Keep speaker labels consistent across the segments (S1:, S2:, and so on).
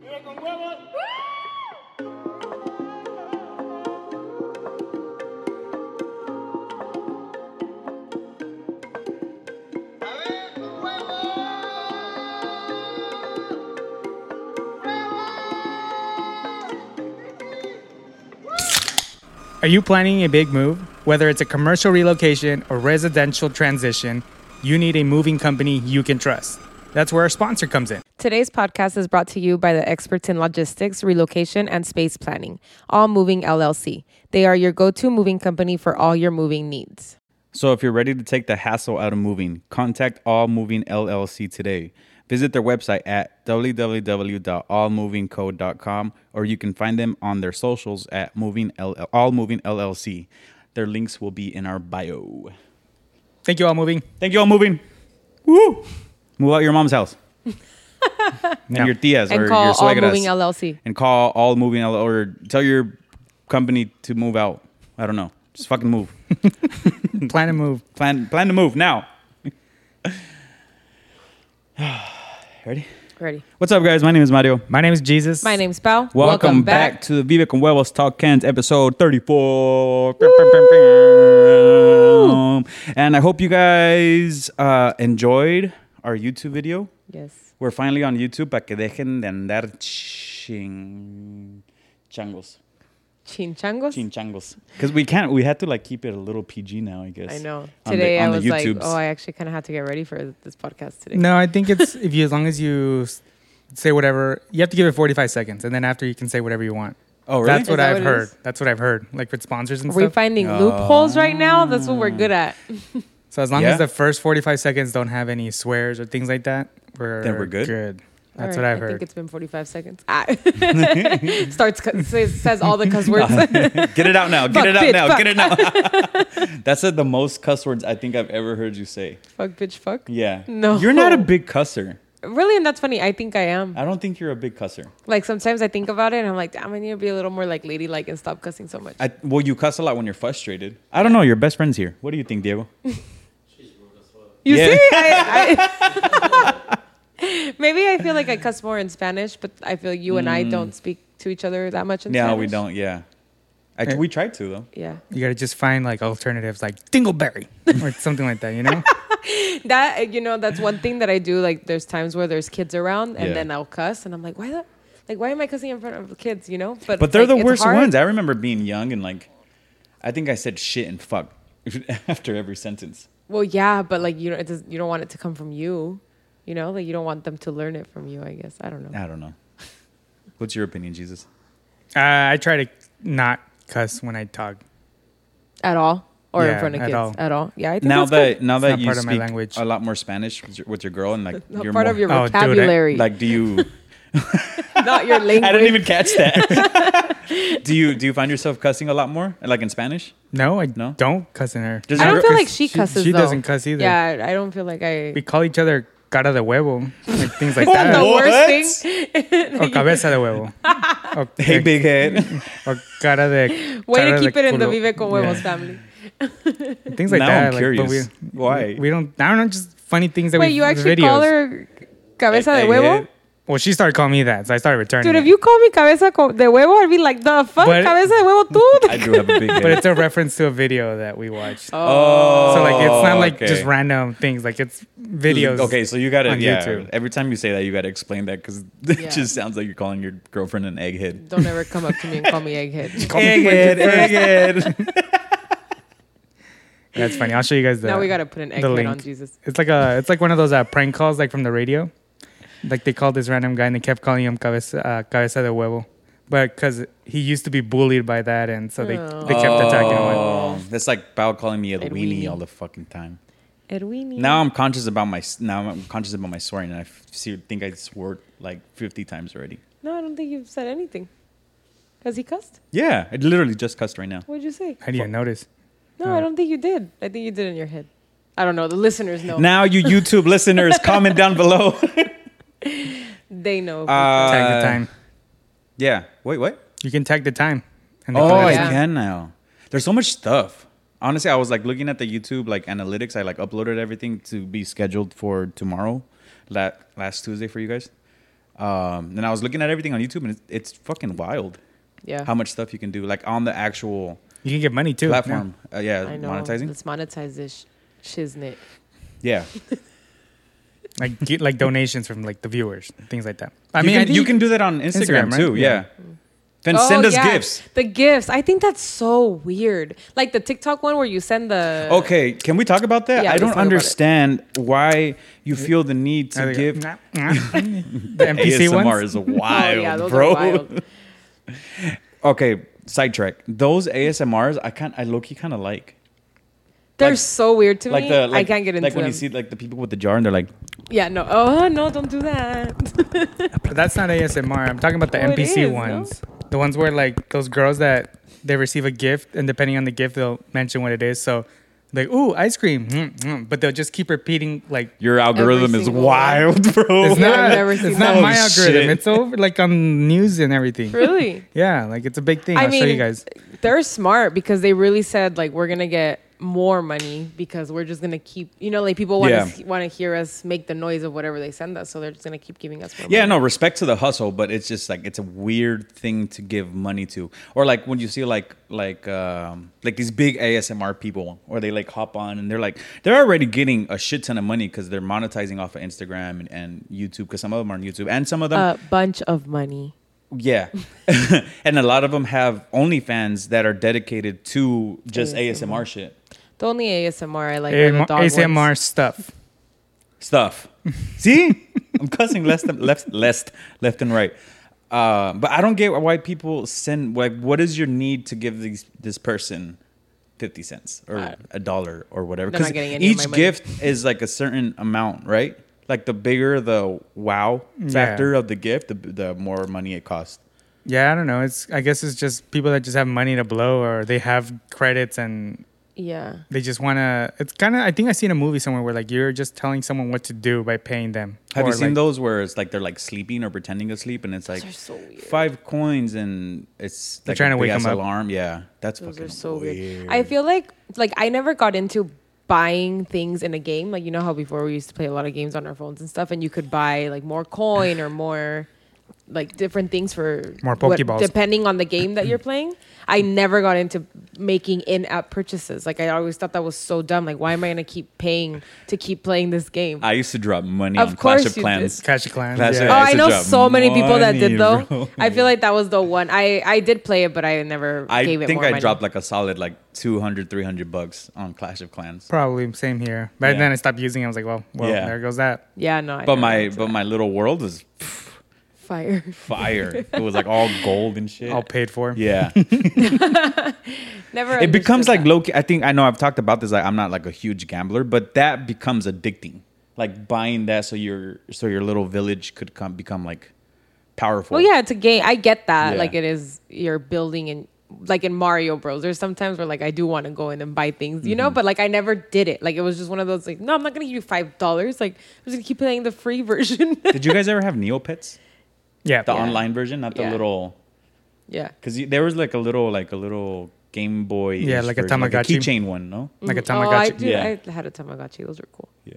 S1: Pero con huevos.
S2: A ver, con huevos.
S3: Are you planning a big move? Whether it's a commercial relocation or residential transition, you need a moving company you can trust. That's where our sponsor comes in.
S4: Today's podcast is brought to you by the experts in logistics, relocation, and space planning, All Moving LLC. They are your go to moving company for all your moving needs.
S5: So if you're ready to take the hassle out of moving, contact All Moving LLC today. Visit their website at www.allmovingco.com or you can find them on their socials at moving LL- All Moving LLC. Their links will be in our bio.
S3: Thank you all moving.
S5: Thank you, All Moving. Woo! Move out your mom's house and your tias
S4: And
S5: or
S4: call
S5: your
S4: All
S5: suegras.
S4: Moving LLC.
S5: And call All Moving LLC or tell your company to move out. I don't know. Just fucking move.
S3: Plan and move.
S5: plan plan to move now. Ready?
S4: Ready.
S5: What's up, guys? My name is Mario.
S3: My name is Jesus.
S4: My name's Pau.
S5: Welcome, back. to the Vive con Huevos Talk Cans episode 34. And I hope you guys uh, enjoyed our YouTube video.
S4: Yes.
S5: We're finally on YouTube. Pa que dejen de andar ching changos.
S4: Chinchangos.
S5: Chinchangos. Because we can't, we had to like keep it a little PG now, I guess.
S4: I know.
S5: on the-
S4: Today
S5: on
S4: I
S5: the
S4: was like,
S5: YouTubes.
S4: oh, I actually kind of had to get ready for this podcast today.
S3: No, I think it's if you as long as you s- say whatever, you have to give it 45 seconds and then after you can say whatever you want.
S5: Oh, really?
S3: That's
S4: Is
S3: what
S4: that
S3: I've
S4: what it
S3: heard.
S4: is?
S3: That's what I've heard. Like with sponsors and
S4: Are we
S3: stuff.
S4: finding loopholes right now? That's what we're good at.
S3: so as long
S5: Yeah.
S3: as the first 45 seconds don't have any swears or things like that, we're
S5: Then we're good?
S3: That's
S4: All
S3: what
S4: right,
S3: I've
S4: I
S3: heard.
S4: think it's been 45 seconds. Ah. Starts, cu- says, says all the cuss words.
S5: Get it out now.
S4: Fuck,
S5: Get it out
S4: bitch,
S5: now.
S4: fuck.
S5: Get it now. That's uh, the most cuss words I think I've ever heard you say.
S4: fuck, bitch, fuck.
S5: Yeah.
S4: No.
S5: You're not a big cusser.
S4: Really? And that's funny. I think I am.
S5: I don't think you're a big cusser.
S4: Like sometimes I think about it and I'm like, damn, I need to be a little more like ladylike and stop cussing so much.
S5: I, well, you cuss a lot when you're frustrated. I don't know. Your best friend's here. What do you think, Diego?
S4: you
S5: Yeah.
S4: see? I, I Maybe I feel like I cuss more in Spanish, but I feel you and I don't speak to each other that much in
S5: No,
S4: Spanish.
S5: we don't. Mm. Yeah.
S4: Er.
S5: I,
S3: Eh.
S5: we tried to, though.
S4: Yeah.
S3: you got to just find like alternatives like dingleberry or something like that, you know?
S4: That, uh, you know, that's one thing that I do. Like there's times where there's kids around and
S5: Yeah.
S4: then I'll cuss and I'm like, why the, like, why am I cussing in front of the kids, you know?
S5: But they're
S4: like,
S5: the
S4: it's
S5: worst
S4: hard.
S5: ones. I remember being young and like, I think I said shit and fuck after every sentence.
S4: Well, yeah, but like, you don't, it does, you don't want it to come from you, you know? Like you don't want them to learn it from you, I guess. I don't know.
S5: I don't know. What's your opinion, Jesus?
S3: Uh, I try to not cuss when I talk.
S4: at all or in
S3: Yeah,
S4: front of
S3: at
S4: kids at all.
S3: all.
S4: Yeah, I think
S5: Now
S4: that's good.
S5: that now
S3: It's
S5: that
S3: not
S5: you
S3: part of my
S5: speak
S3: language.
S5: a lot more Spanish with your, with your girl and like
S4: Not
S5: you're
S4: part
S5: more,
S4: of your
S3: Oh, dude, I-
S4: vocabulary,
S5: like do you
S4: not your language.
S5: I didn't even catch that. do you do you find yourself cussing a lot more, like in Spanish?
S3: No, I
S5: No?
S3: don't cuss in her.
S5: Does
S4: I
S5: your
S4: don't
S5: girl-
S4: feel like she
S3: she-
S4: cusses.
S3: she
S4: though.
S3: doesn't cuss either.
S4: Yeah, I I don't feel like I.
S3: We call each other cara de huevo, like things
S5: Oh,
S3: like
S4: the
S3: that.
S5: What?
S4: worst thing.
S3: Or cabeza de huevo. Or,
S5: Hey, big head.
S3: Or cara de.
S4: Way
S3: cara
S4: to
S3: de
S4: keep it in the
S3: culo.
S4: Vive con
S3: Yeah.
S4: Huevos family.
S3: Things like
S5: Now
S3: that.
S5: I'm
S3: like, but
S5: curious.
S3: we,
S5: Why?
S3: We don't. I don't know. Just funny things that
S4: Wait,
S3: we.
S4: you actually
S3: videos. Eh,
S4: call her cabeza
S5: Hey,
S4: de
S5: hey,
S4: huevo?
S5: hey.
S3: Well, she started calling me that, so I started returning.
S4: Dude, if
S3: it.
S4: you call me cabeza co- de huevo, I'd be like, the fuck,
S3: But-
S4: cabeza de huevo, tú.
S5: I do have a big
S3: But
S5: head.
S3: it's a reference to a video that we watched.
S5: oh,
S3: so like, it's not like
S5: okay.
S3: just random things. Like it's videos.
S5: Okay, so you gotta
S3: on
S5: yeah.
S3: YouTube.
S5: Every time you say that, you gotta explain that because it just sounds like you're calling your girlfriend an egghead.
S4: Don't ever come up to me and call me egghead.
S3: Call me when you first-
S5: egghead.
S3: That's funny. I'll show you guys the.
S4: Now we gotta put an
S3: the
S4: egghead
S3: link.
S4: on Jesus.
S3: It's like a. It's like one of those uh, prank calls, like from the radio. Like they called this random guy, and they kept calling him cabeza, uh, cabeza de huevo, but because he used to be bullied by that, and so they they kept attacking him.
S5: oh, that's like Bao calling me a
S4: Edweenie.
S5: weenie all the fucking time.
S4: Edwini.
S5: Now I'm conscious about my s- now I'm conscious about my swearing, and I f- see- think I swore like 50 times already.
S4: No, I don't think you've said anything. Has he cussed?
S5: Yeah, I literally just cussed right now.
S4: What'd you say?
S3: I didn't notice.
S4: No, I don't think you did. I think you did in your head. I don't know. The listeners know.
S5: Now you YouTube listeners, comment down below.
S4: they know. if we
S5: Uh,
S4: cuss.
S3: Tag the time.
S5: yeah. Wait, what?
S3: You can tag the time. And they
S5: Oh,
S3: can let
S5: I
S3: us-
S4: yeah.
S5: can now. There's so much stuff. Honestly, I was like looking at the YouTube like analytics. I like uploaded everything to be scheduled for tomorrow, la- last Tuesday for you guys. Um, and I was looking at everything on YouTube, and it's, it's fucking wild
S4: Yeah.
S5: how much stuff you can do, like on the actual
S3: You can get money too.
S5: platform. Uh, yeah,
S4: I know.
S5: monetizing.
S4: Let's monetize this sh- shiznit.
S5: Yeah,
S3: yeah. Like get like donations from like the viewers, things like that. I
S5: You
S3: mean,
S5: can,
S3: I think
S5: you can do that on Instagram,
S3: Instagram, right?
S5: too. Yeah.
S3: Yeah.
S5: Then
S4: Oh,
S5: send us
S4: yeah,
S5: gifts.
S4: The gifts. I think that's so weird. Like the TikTok one where you send the.
S5: Okay, can we talk about that?
S4: yeah,
S5: I
S4: let's
S5: don't
S4: talk about it.
S5: understand why you feel the need
S3: I
S5: to
S3: think-
S5: give.
S3: Nah, nah. the NPC
S5: ASMR
S3: ones.
S5: is
S4: Oh,
S5: wild,
S4: yeah, those
S5: bro.
S4: Are wild.
S5: Okay, sidetrack. Those ASMRs, I kind, I low key kind of like.
S4: They're
S5: Like-
S4: so weird to
S5: Like
S4: me.
S5: the, like,
S4: I can't get into
S5: like when
S4: them.
S5: you see like the people with the jar and they're like,
S4: yeah, no. Oh no, don't do that.
S3: But that's not ASMR. I'm talking about the
S4: Oh, it
S3: NPC
S4: is, no?
S3: ones. The ones where like those girls that they receive a gift and depending on the gift they'll mention what it is. So like, ooh, ice cream. Mm, mm. But they'll just keep repeating like
S5: "Your algorithm is
S4: single
S5: wild, bro."
S3: it's
S4: Yeah,
S3: not,
S4: I've never
S3: it's
S4: seen
S3: not
S5: that.
S3: my
S5: Oh,
S3: algorithm.
S5: shit.
S3: It's over like on news and everything.
S4: really?
S3: Yeah, like it's a big thing.
S4: I
S3: I'll show you
S4: mean,
S3: guys.
S4: They're smart because they really said like we're gonna get more money because we're just gonna keep you know like people want
S5: Yeah.
S4: to want to hear us make the noise of whatever they send us so they're just gonna keep giving us more
S5: Yeah,
S4: money.
S5: no, respect to the hustle, but it's just like it's a weird thing to give money to. Or like when you see like like um like these big ASMR people or they like hop on and they're like they're already getting a shit ton of money cuz they're monetizing off of Instagram and, and YouTube cuz some of them are on YouTube and some of them
S4: a Uh, bunch of money.
S5: yeah. and a lot of them have OnlyFans that are dedicated to just ASMR, shit
S4: The only ASMR I like are the
S3: AMR
S4: dog ones.
S3: ASMR stuff.
S5: stuff. see? I'm cussing left and left left left and right. Uh, but I don't get why people send like what is your need to give these this person 50 cents or
S4: Uh,
S5: a dollar or whatever
S4: they're not
S5: cuz
S4: getting any of
S5: each
S4: my money.
S5: gift is like a certain amount, right? Like the bigger the wow factor of the gift, the, the more money it costs.
S3: Yeah, I don't know. It's I guess it's just people that just have money to blow or they have credits and
S4: Yeah.
S3: they just want to. It's kind of. I think I seen a movie somewhere where like you're just telling someone what to do by paying them.
S5: Have
S3: Or,
S5: you seen
S3: like,
S5: those where it's like they're like sleeping or pretending to sleep, and it's like
S4: are so weird.
S5: five coins, and it's like
S3: trying
S5: a
S3: to wake
S5: big-ass
S3: 'em up.
S5: Alarm, yeah, that's
S4: Those
S5: fucking
S4: are so
S5: weird.
S4: weird. I feel like like I never got into buying things in a game. Like you know how before we used to play a lot of games on our phones and stuff, and you could buy like more coin or more like different things for
S3: More Pokeballs.
S4: depending on the game that you're playing. I never got into making in-app purchases. Like I always thought that was so dumb. Like why am I gonna keep paying to keep playing this game?
S5: I used to drop money
S4: Of
S5: on Clash
S4: course
S5: of
S4: you
S5: Clans.
S3: Clash of Clans?
S5: Clash of-
S3: yeah.
S4: Oh,
S5: I
S4: I
S5: used to
S4: know
S5: drop
S4: so many people that
S5: money,
S4: did though.
S5: bro.
S4: I feel like that was the one. I I did play it, but I never
S5: I
S4: gave it
S5: think
S4: more
S5: I
S4: money.
S5: dropped like a solid like 200, 300 bucks on Clash of Clans.
S3: Probably same here. But
S5: Yeah.
S3: then I stopped using. it. I was like, well, well,
S5: Yeah.
S3: there goes that.
S4: yeah, no. I never
S5: But
S4: got
S5: my
S4: into
S5: but my little world was
S4: fire.
S5: fire. it was like all gold and shit.
S3: All paid for.
S5: yeah,
S4: Never.
S5: it
S4: understood
S5: becomes like
S4: that.
S5: low. I think I know I've talked about this. Like I'm not like a huge gambler, but that becomes addicting. Like buying that so your so your little village could come become like powerful.
S4: Well, yeah, it's a game. I get that.
S5: Yeah.
S4: Like it is, you're building in, like in Mario Bros. There's sometimes where like I do want to go in and buy things, you know,
S5: Mm-hmm.
S4: but like I never did it. Like it was just one of those like, no, I'm not gonna give you five dollars. Like I'm just gonna keep playing the free version.
S5: Did you guys ever have Neopets?
S3: Yeah.
S5: The
S4: Yeah.
S5: online version, not the
S4: Yeah.
S5: little.
S4: yeah.
S5: Because there was like a little, like a little Game Boy.
S3: Yeah, like a Tamagotchi.
S5: keychain one. No.
S3: Like a
S4: Mm, Oh, I,
S3: Tamagotchi.
S4: do,
S5: Yeah.
S4: I had a Tamagotchi. Those were cool.
S5: Yeah.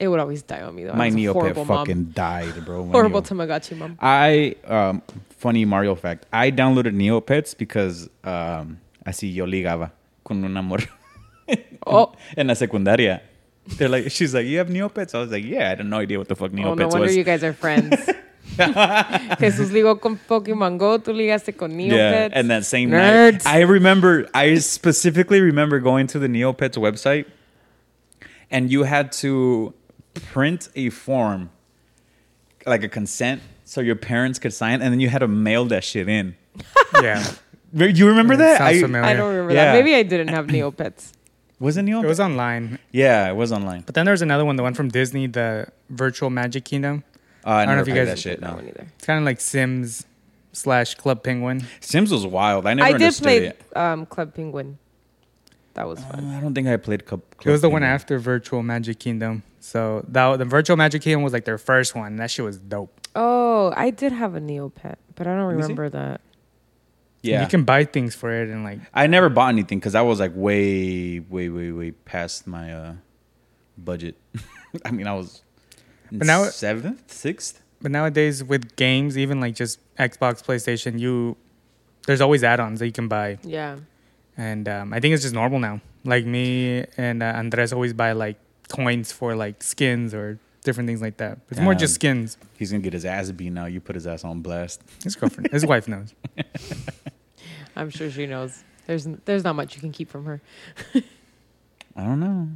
S4: It would always die on me though. I
S5: My
S4: was Uh, a
S5: Neopet
S4: horrible mom.
S5: fucking died, bro. My
S4: horrible
S5: Neopet-
S4: Tamagotchi mom.
S5: I um funny Mario fact. I downloaded Neopets because um así yo ligaba con un amor.
S4: Oh.
S5: En la secundaria. They're like, she's like, you have Neopets? I was like, yeah, I had no idea what the fuck Neopets
S4: Oh, no wonder
S5: was.
S4: you guys are friends. Jesús ligó con Pokemon Go. Tú ligaste con Neopets.
S5: yeah, and that same night,
S4: Nerds.
S5: I remember. I specifically remember going to the Neopets website, and you had to print a form, like a consent, so your parents could sign, and then you had to mail that shit in.
S3: yeah.
S5: Re- You remember that?
S3: Mm, sounds
S5: I-
S3: familiar.
S4: I don't remember
S5: Yeah.
S4: that. Maybe I didn't have Neopets.
S5: Was it Neopets?
S3: It was online.
S5: yeah, it was online.
S3: But then there's another one, the one from Disney, the Virtual Magic Kingdom.
S5: Uh, I,
S3: don't know
S5: never
S3: if you
S5: played
S3: guys-
S5: that shit.
S4: That
S5: No,
S4: one either.
S3: It's kind of like Sims slash Club Penguin.
S5: Sims was wild. I never
S4: I did
S5: understood
S4: play
S5: it. Uh-huh.
S4: um, Club Penguin. That was fun.
S5: I don't think I played. Club,
S3: It was the one
S5: Penguin.
S3: after Virtual Magic Kingdom. So that the Virtual Magic Kingdom was like their first one. That shit was dope.
S4: Oh, I did have a Neopet, but I don't
S5: me see.
S4: remember that.
S5: Yeah,
S3: You can buy things for it and like
S5: I never bought anything because I was like way, way, way, way past my uh, budget. I mean, I was in
S3: But now-
S5: seventh, sixth.
S3: But nowadays with games, even like just Xbox, PlayStation, you there's always add-ons that you can buy,
S4: Yeah.
S3: and um, I think it's just normal now. Like me and uh, Andres always buy like coins for like skins or different things like that. It's more just skins.
S5: He's gonna get his ass beat now. You put his ass on blast.
S3: His girlfriend, his wife knows.
S4: I'm sure she knows. There's there's not much you can keep from her.
S5: I don't know.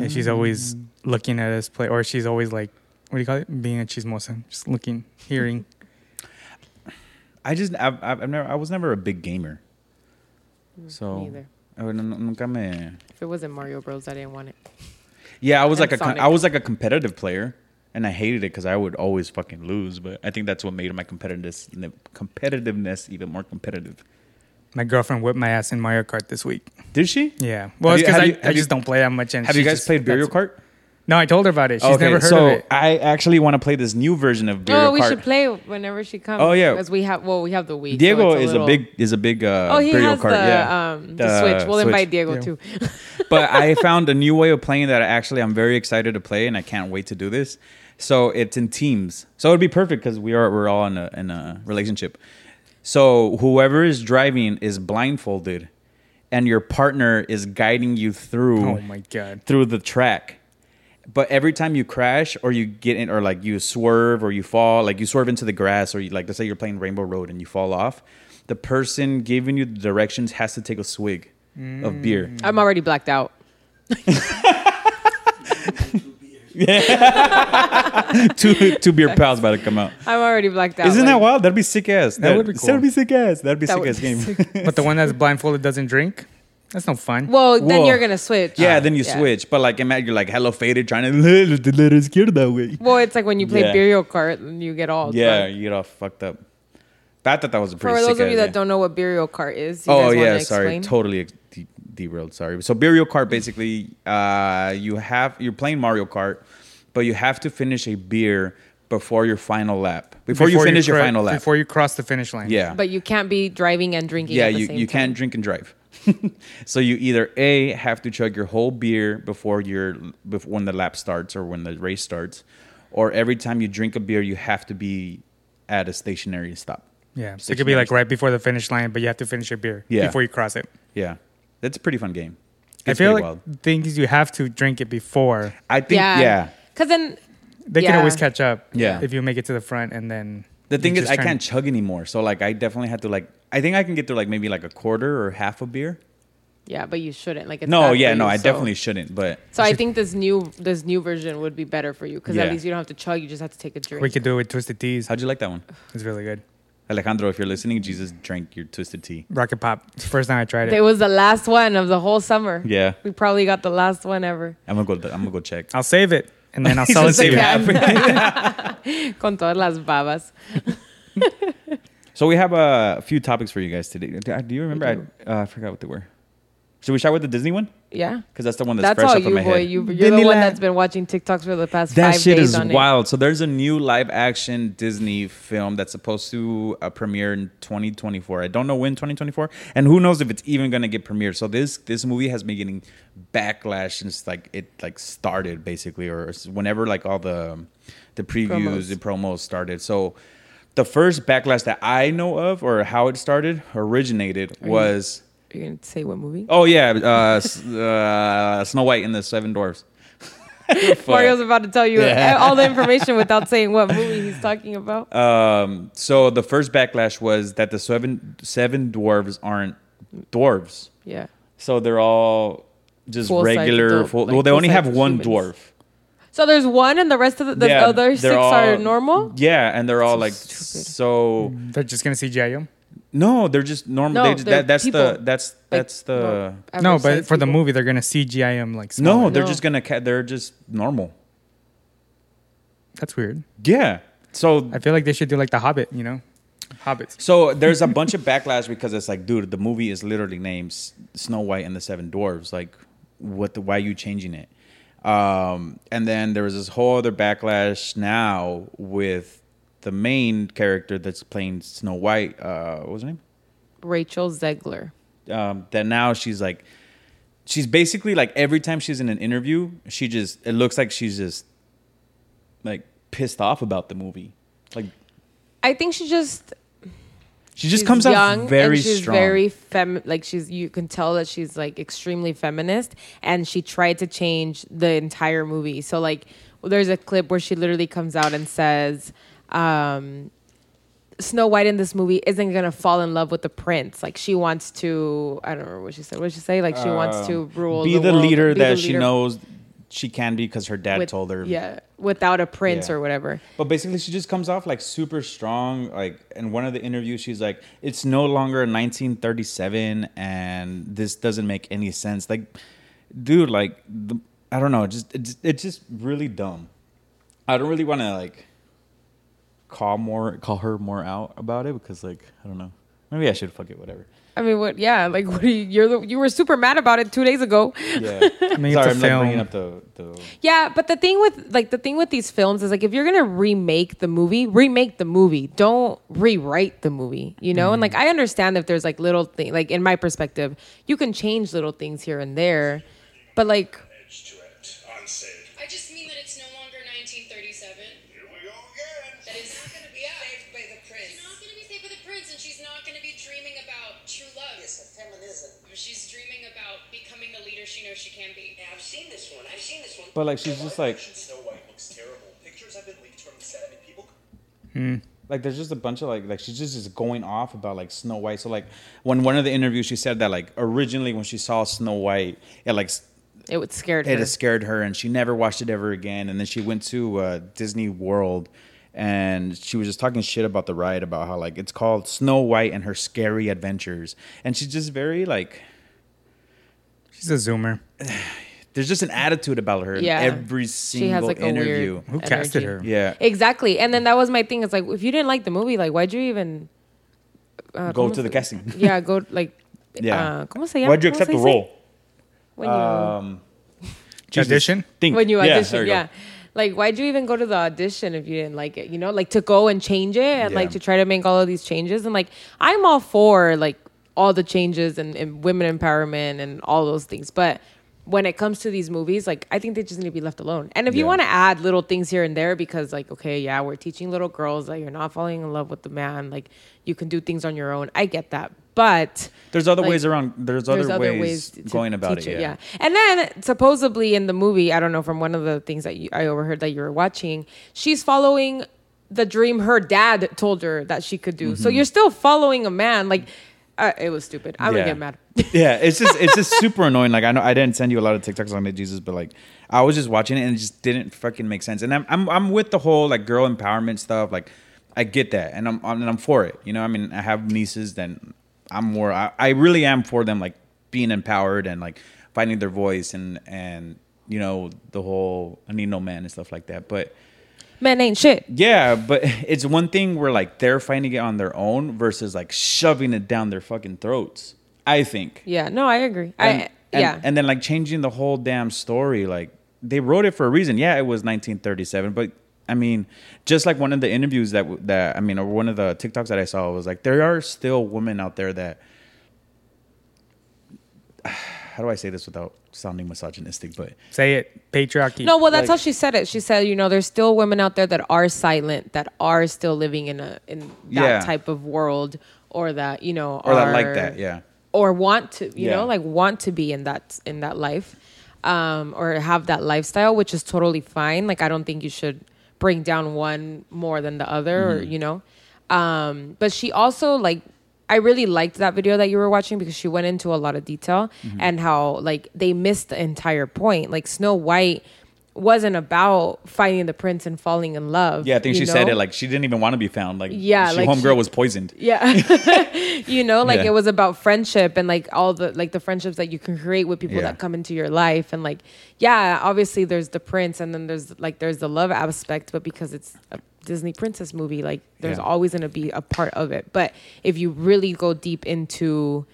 S3: And she's always looking at us play, or she's always like, what do you call it? Being a chismosa, just looking, hearing.
S5: I just I've, I've I've never I was never a big gamer.
S4: Mm,
S5: So
S4: neither.
S5: I would- nu- nunca me-
S4: If it wasn't Mario Bros, I didn't want it.
S5: Yeah, I was
S4: And
S5: like a con-
S4: Sonic.
S5: I was like a competitive player, and I hated it because I would always fucking lose. But I think that's what made my competitiveness competitiveness even more competitive.
S3: My girlfriend whipped my ass in Mario Kart this week.
S5: Did she?
S3: Yeah. Well, it's
S5: Have you-
S3: because
S5: have
S3: I,
S5: you-
S3: I
S5: have you-
S3: just don't play that much. And
S5: Have you
S3: she's
S5: guys
S3: just-
S5: played Mario
S3: that's-
S5: Kart?
S3: No, I told her about it. She's never heard
S5: so
S3: of it.
S5: I actually want to play this new version of Mario
S4: oh, we
S5: Kart.
S4: should play whenever she comes.
S5: Oh, yeah.
S4: because we have well, we have the week. so
S5: Diego
S4: it's
S5: is
S4: little-
S5: a big is a big uh,
S4: Oh, he
S5: Mario
S4: has
S5: Kart.
S4: the
S5: yeah,
S4: um the Switch. We'll invite Diego
S3: Yeah.
S4: too.
S5: but I found a new way of playing that I actually I'm very excited to play, and I can't wait to do this. So it's in teams. So it'd be perfect because we are we're all in a in a relationship. So whoever is driving is blindfolded, and your partner is guiding you through
S3: Oh my god.
S5: through the track. But every time you crash or you get in or like you swerve or you fall, like you swerve into the grass or you like let's say you're playing Rainbow Road and you fall off, the person giving you the directions has to take a swig of beer.
S4: I'm already blacked out.
S5: two two beer pals about to come out.
S4: I'm already blacked out.
S5: Isn't
S4: like-
S5: that wild? That'd be sick ass. That,
S3: would be cool.
S5: That'd be sick ass. That'd be
S4: That
S5: sick
S4: would
S5: ass
S4: be
S5: game.
S3: But the one that's blindfolded doesn't drink. That's no fun.
S4: Well, then
S5: Whoa.
S4: you're gonna switch.
S5: yeah, then you
S4: Yeah.
S5: switch. But like imagine you're like hello faded trying to the letter scared that way.
S4: Well, it's like when you play
S5: Yeah.
S4: Mario Kart and you get all
S5: Yeah,
S4: drunk.
S5: you get all fucked up. But I thought that was a
S4: For
S5: pretty
S4: those
S5: sick
S4: of you
S5: idea.
S4: that don't know what Burial Cart is, you
S5: oh
S4: guys
S5: yeah,
S4: want to
S5: sorry,
S4: explain?
S5: totally ex- de- derailed. Sorry. So Burial Kart basically, uh, you have you're playing Mario Kart, but you have to finish a beer before your final lap. Before, you finish your
S3: cro-
S5: final lap.
S3: Before you cross the finish line.
S5: yeah.
S4: But you can't be driving and drinking.
S5: Yeah,
S4: at the
S5: you,
S4: same
S5: you
S4: time.
S5: can't drink and drive. so you either a have to chug your whole beer before your before when the lap starts or when the race starts, or every time you drink a beer you have to be at a stationary stop.
S3: Yeah. So it could be like right before the finish line, but you have to finish your beer
S5: Yeah.
S3: before you cross it.
S5: Yeah, that's a pretty fun game.
S3: I
S5: It's
S3: feel
S5: pretty
S3: like
S5: wild.
S3: things you have to drink it before.
S5: I think yeah.
S4: Because then
S3: They can
S4: Yeah.
S3: always catch up.
S5: Yeah.
S3: If you make it to the front and then
S5: The
S3: you're
S5: thing is,
S3: just
S5: I
S3: trying-
S5: can't chug anymore. So like, I definitely had to like. I think I can get through like maybe like a quarter or half a beer.
S4: yeah, but you shouldn't. Like it's bad
S5: no,
S4: for
S5: yeah, no,
S4: you,
S5: I
S4: so-
S5: definitely shouldn't. But
S4: So I think this new this new version would be better for you because
S5: Yeah.
S4: at least you don't have to chug. You just have to take a drink.
S3: We could do it with Twisted Teas.
S5: how'd you like that one,
S3: It's really good.
S5: Alejandro? If you're listening, Jesus drank your twisted tea.
S3: Rocket Pop. It's the First time I tried it.
S4: it was the last one of the whole summer.
S5: Yeah.
S4: we probably got the last one ever.
S5: I'm gonna go. I'm gonna go check.
S3: I'll save it and then I'll
S5: He's
S3: sell it
S5: gonna
S3: to
S5: save
S3: you.
S5: half.
S4: Con todas las babas.
S5: So we have a few topics for you guys today. Do do you remember? I, uh, I forgot what they were. Should we start with the Disney one?
S4: Yeah,
S5: Because that's the one that's,
S4: that's
S5: fresh
S4: all
S5: up in
S4: you,
S5: my
S4: boy.
S5: head.
S4: You, you're the one
S5: Disneyland.
S4: that's been watching TikToks for the past
S5: That
S4: five
S5: shit
S4: days
S5: is
S4: on
S5: wild. So there's a new live action Disney film that's supposed to uh, premiere in 2024. I don't know when 2024, and who knows if it's even gonna get premiered. So this this movie has been getting backlash since like it like started basically, or s- whenever like all the the previews,
S4: Promos.
S5: the promos started. So the first backlash that I know of, or how it started, originated was
S4: it. You're gonna say what movie?
S5: oh yeah, uh, s- uh, Snow White and the Seven Dwarfs.
S4: Mario's about to tell you
S5: Yeah.
S4: all the information without saying what movie he's talking about.
S5: Um, so the first backlash was that the seven seven dwarves aren't dwarves,
S4: yeah.
S5: so they're all just
S4: Full-size
S5: regular.
S4: adult-
S5: Full,
S4: like
S5: well, they only have
S4: full-size
S5: one
S4: humans.
S5: dwarf.
S4: So there's one, and the rest of the, the
S5: Yeah,
S4: other
S5: they're
S4: six
S5: all-
S4: are normal.
S5: Yeah, and they're all
S4: So
S5: like
S4: stupid.
S5: so.
S3: They're just gonna see G.I.
S5: No, they're just normal.
S4: No,
S5: they just,
S4: they're
S5: that, that's the
S4: people.
S5: that's
S4: Like,
S5: that's the.
S4: well,
S3: No,
S4: average
S3: but
S4: size
S3: for the
S4: people.
S3: movie they're gonna see G.I. like
S5: no,
S3: smaller.
S5: they're
S4: No.
S5: just gonna. Ca- they're just normal.
S3: That's weird.
S5: Yeah. So
S3: I feel like they should do like the Hobbit, you know, Hobbits.
S5: So there's a bunch of backlash because it's like, dude, the movie is literally named S- Snow White and the Seven Dwarves. Like, what? The, why are you changing it? Um, and then there was this whole other backlash now with the main character that's playing Snow White. Uh, what was her name?
S4: Rachel Zegler.
S5: um, that now she's like she's basically like every time she's in an interview she just it looks like she's just like pissed off about the movie. Like
S4: I think she just
S5: she just
S4: she's
S5: comes
S4: young
S5: out very
S4: and she's
S5: strong.
S4: Very fem like she's you can tell that she's like extremely feminist and she tried to change the entire movie. So like there's a clip where she literally comes out and says um Snow White in this movie isn't gonna fall in love with the prince. Like she wants to, I don't remember what she said. What did she say? Like she wants to rule.
S5: be the,
S4: world,
S5: leader
S4: be the
S5: that she
S4: leader
S5: knows she can be because her dad
S4: with-
S5: told her.
S4: Yeah, without a prince
S5: Yeah.
S4: or whatever.
S5: But basically, she just comes off like super strong. Like in one of the interviews, she's like, "It's no longer 1937, and this doesn't make any sense." Like, dude, like the, I don't know, just it's, it's just really dumb. I don't really want to like call more call her more out about it because like I don't know, maybe I should fuck it, whatever.
S4: I mean, what? Yeah, like what? Are you, you're the, you were super mad about it two days ago.
S5: Yeah,
S3: I mean, it's
S5: sorry,
S3: a
S5: I'm like bringing
S3: film.
S5: up the the.
S4: Yeah, but the thing with like the thing with these films is like if you're gonna remake the movie, remake the movie. Don't rewrite the movie. You know, and like
S5: Mm-hmm.
S4: I understand if there's like little thing, like in my perspective, you can change little things here and there, but like
S1: edge to it. Unsaid.
S6: I just mean that it's no longer 1937.
S1: Here we go again.
S6: That it's not going to be saved by the prince. She's not going to be saved by the prince, and she's not going to be dreaming about true love.
S7: It's a feminism.
S6: She's dreaming about becoming the leader she knows she can be.
S7: Yeah, I've seen this one. I've seen this one.
S5: But like, she's just like
S1: Snow White looks terrible. Pictures have been leaked from the set, and people
S5: like there's just a bunch of like like she's just is going off about like Snow White. So like when one of the interviews she said that like originally when she saw Snow White it like s-
S4: it would scare her.
S5: it has scared her and she never watched it ever again. And then she went to uh, Disney World and she was just talking shit about the ride about how like it's called Snow White and her scary adventures. And she's just very like
S3: She's a zoomer.
S5: there's just an attitude about her in
S4: Yeah.
S5: every single
S4: she has like a
S5: interview.
S4: weird
S3: Who casted
S4: energy.
S3: her?
S5: Yeah,
S4: Exactly, and then that was my thing. It's like if you didn't like the movie, like why'd you even Uh,
S5: go to the casting.
S4: yeah go like
S5: Yeah. Uh,
S4: Uh, ¿Cómo se llama?
S5: Why'd you
S4: ¿Cómo
S5: accept
S4: se
S5: the
S4: dice?
S5: role?
S4: When you
S5: Jesus,
S3: Audition?
S5: Think.
S4: when you
S5: Yeah,
S4: audition.
S5: there
S4: Yeah,
S5: you go.
S4: Like, why'd you even go to the audition if you didn't like it? You know, like to go and change it and
S5: Yeah.
S4: like to try to make all of these changes. And like, I'm all for like all the changes and, and women empowerment and all those things. But when it comes to these movies, like, I think they just need to be left alone. And if you
S5: Yeah.
S4: want to add little things here and there, because like, okay, yeah, we're teaching little girls that you're not falling in love with the man, like, you can do things on your own. I get that. But
S5: There's other
S4: Like,
S5: ways around. There's other, ways,
S4: to- to
S5: going about it.
S4: teach
S5: Yeah.
S4: And then supposedly in the movie, I don't know from one of the things that you, I overheard that you were watching, she's following the dream her dad told her that she could do. So
S5: Mm-hmm.
S4: you're still following a man. Like uh, it was stupid. I would
S5: Yeah.
S4: get mad.
S5: yeah, it's just it's just super annoying. Like I know I didn't send you a lot of TikToks on the Jesus, but like I was just watching it and it just didn't fucking make sense. And I'm I'm I'm with the whole like girl empowerment stuff. Like I get that, and I'm, I'm and I'm for it. You know, I mean, I have nieces, then I'm more. I, I really am for them, like being empowered and like finding their voice and and you know the whole I need no man and stuff like that. But
S4: Men ain't shit.
S5: yeah, but it's one thing where like they're finding it on their own versus like shoving it down their fucking throats. I think.
S4: Yeah. No, I agree.
S5: And,
S4: I
S5: and-
S4: yeah.
S5: And then like changing the whole damn story. Like they wrote it for a reason. Yeah, it was 1937, but I mean, just like one of the interviews that w- that I mean, or one of the TikToks that I saw was like, there are still women out there that. How do I say this without sounding misogynistic? But
S3: Say it. Patriarchy.
S4: no, well, that's
S5: like-
S4: how she said it. She said, you know, there's still women out there that are silent, that are still living in a in that
S5: Yeah.
S4: type of world, or that you know,
S5: or that like
S4: are-
S5: that, yeah.
S4: or want to you
S5: Yeah.
S4: know like want to be in that in that life um or have that lifestyle which is totally fine like i don't think you should bring down one more than the other or
S5: Mm-hmm.
S4: you know um but she also like i really liked that video that you were watching because she went into a lot of detail
S5: Mm-hmm.
S4: and how like they missed the entire point like snow white wasn't about finding the prince and falling in love
S5: Yeah, I think
S4: you
S5: she said
S4: know?
S5: it like she didn't even want to be found. Like
S4: Yeah,
S5: she,
S4: like,
S5: homegirl
S4: she-
S5: was poisoned.
S4: Yeah. you know, like
S5: Yeah.
S4: it was about friendship and like all the like the friendships that you can create with people
S5: Yeah.
S4: that come into your life and like yeah, obviously there's the prince and then there's like there's the love aspect, but because it's a Disney princess movie, like there's
S5: Yeah.
S4: always going to be a part of it. But if you really go deep into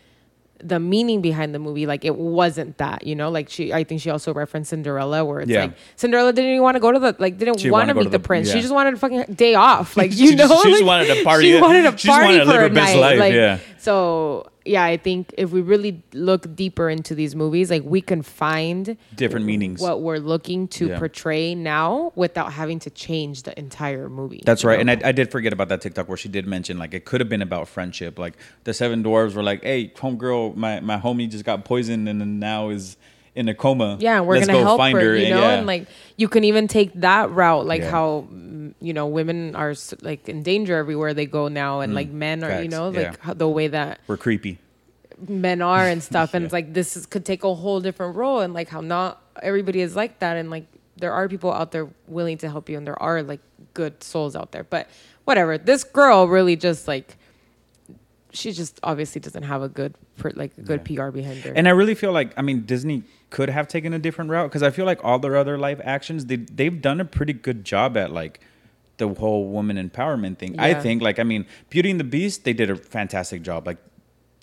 S4: the meaning behind the movie, like it wasn't that, you know, like she, I think she also referenced Cinderella, where it's
S5: Yeah.
S4: like Cinderella didn't even want to go to the, like, didn't
S5: She
S4: want to
S5: wanted to go
S4: meet
S5: to
S4: the
S5: the-
S4: prince. She
S5: yeah.
S4: just wanted a fucking day off. Like,
S5: She
S4: you know,
S5: just- she just
S4: like,
S5: wanted to party.
S4: She wanted a
S5: She just
S4: party
S5: wanted to
S4: for
S5: live
S4: a
S5: her best
S4: night.
S5: life,
S4: like,
S5: yeah.
S4: So yeah, I think if we really look deeper into these movies, like we can find
S5: Different meanings.
S4: what we're looking to
S5: Yeah.
S4: portray now without having to change the entire movie.
S5: That's
S4: you
S5: right.
S4: know?
S5: And I, I did forget about that TikTok where she did mention like it could have been about friendship. Like the seven dwarves were like, "Hey, homegirl, my my homie just got poisoned and then now is in a coma.
S4: yeah, and we're
S5: Let's
S4: gonna
S5: go
S4: help
S5: find
S4: her, you
S5: and
S4: know,
S5: yeah.
S4: and like you can even take that route, like
S5: Yeah.
S4: how mm, you know women are s- like in danger everywhere they go now, and like men are, you
S5: Mm. facts,
S4: know, like
S5: yeah.
S4: how, the way that
S5: we're creepy.
S4: men are and stuff, and it's like this is, could take a whole different role, and like how not everybody is like that, and like there are people out there willing to help you, and there are like good souls out there, but whatever. This girl really just like. She just obviously doesn't have a good, per- like a good PR behind her.
S5: And I really feel like I mean Disney could have taken a different route because I feel like all their other live actions they they've done a pretty good job at like the whole woman empowerment thing. I
S4: Yeah.
S5: think like I mean Beauty and the Beast they did a fantastic job. Like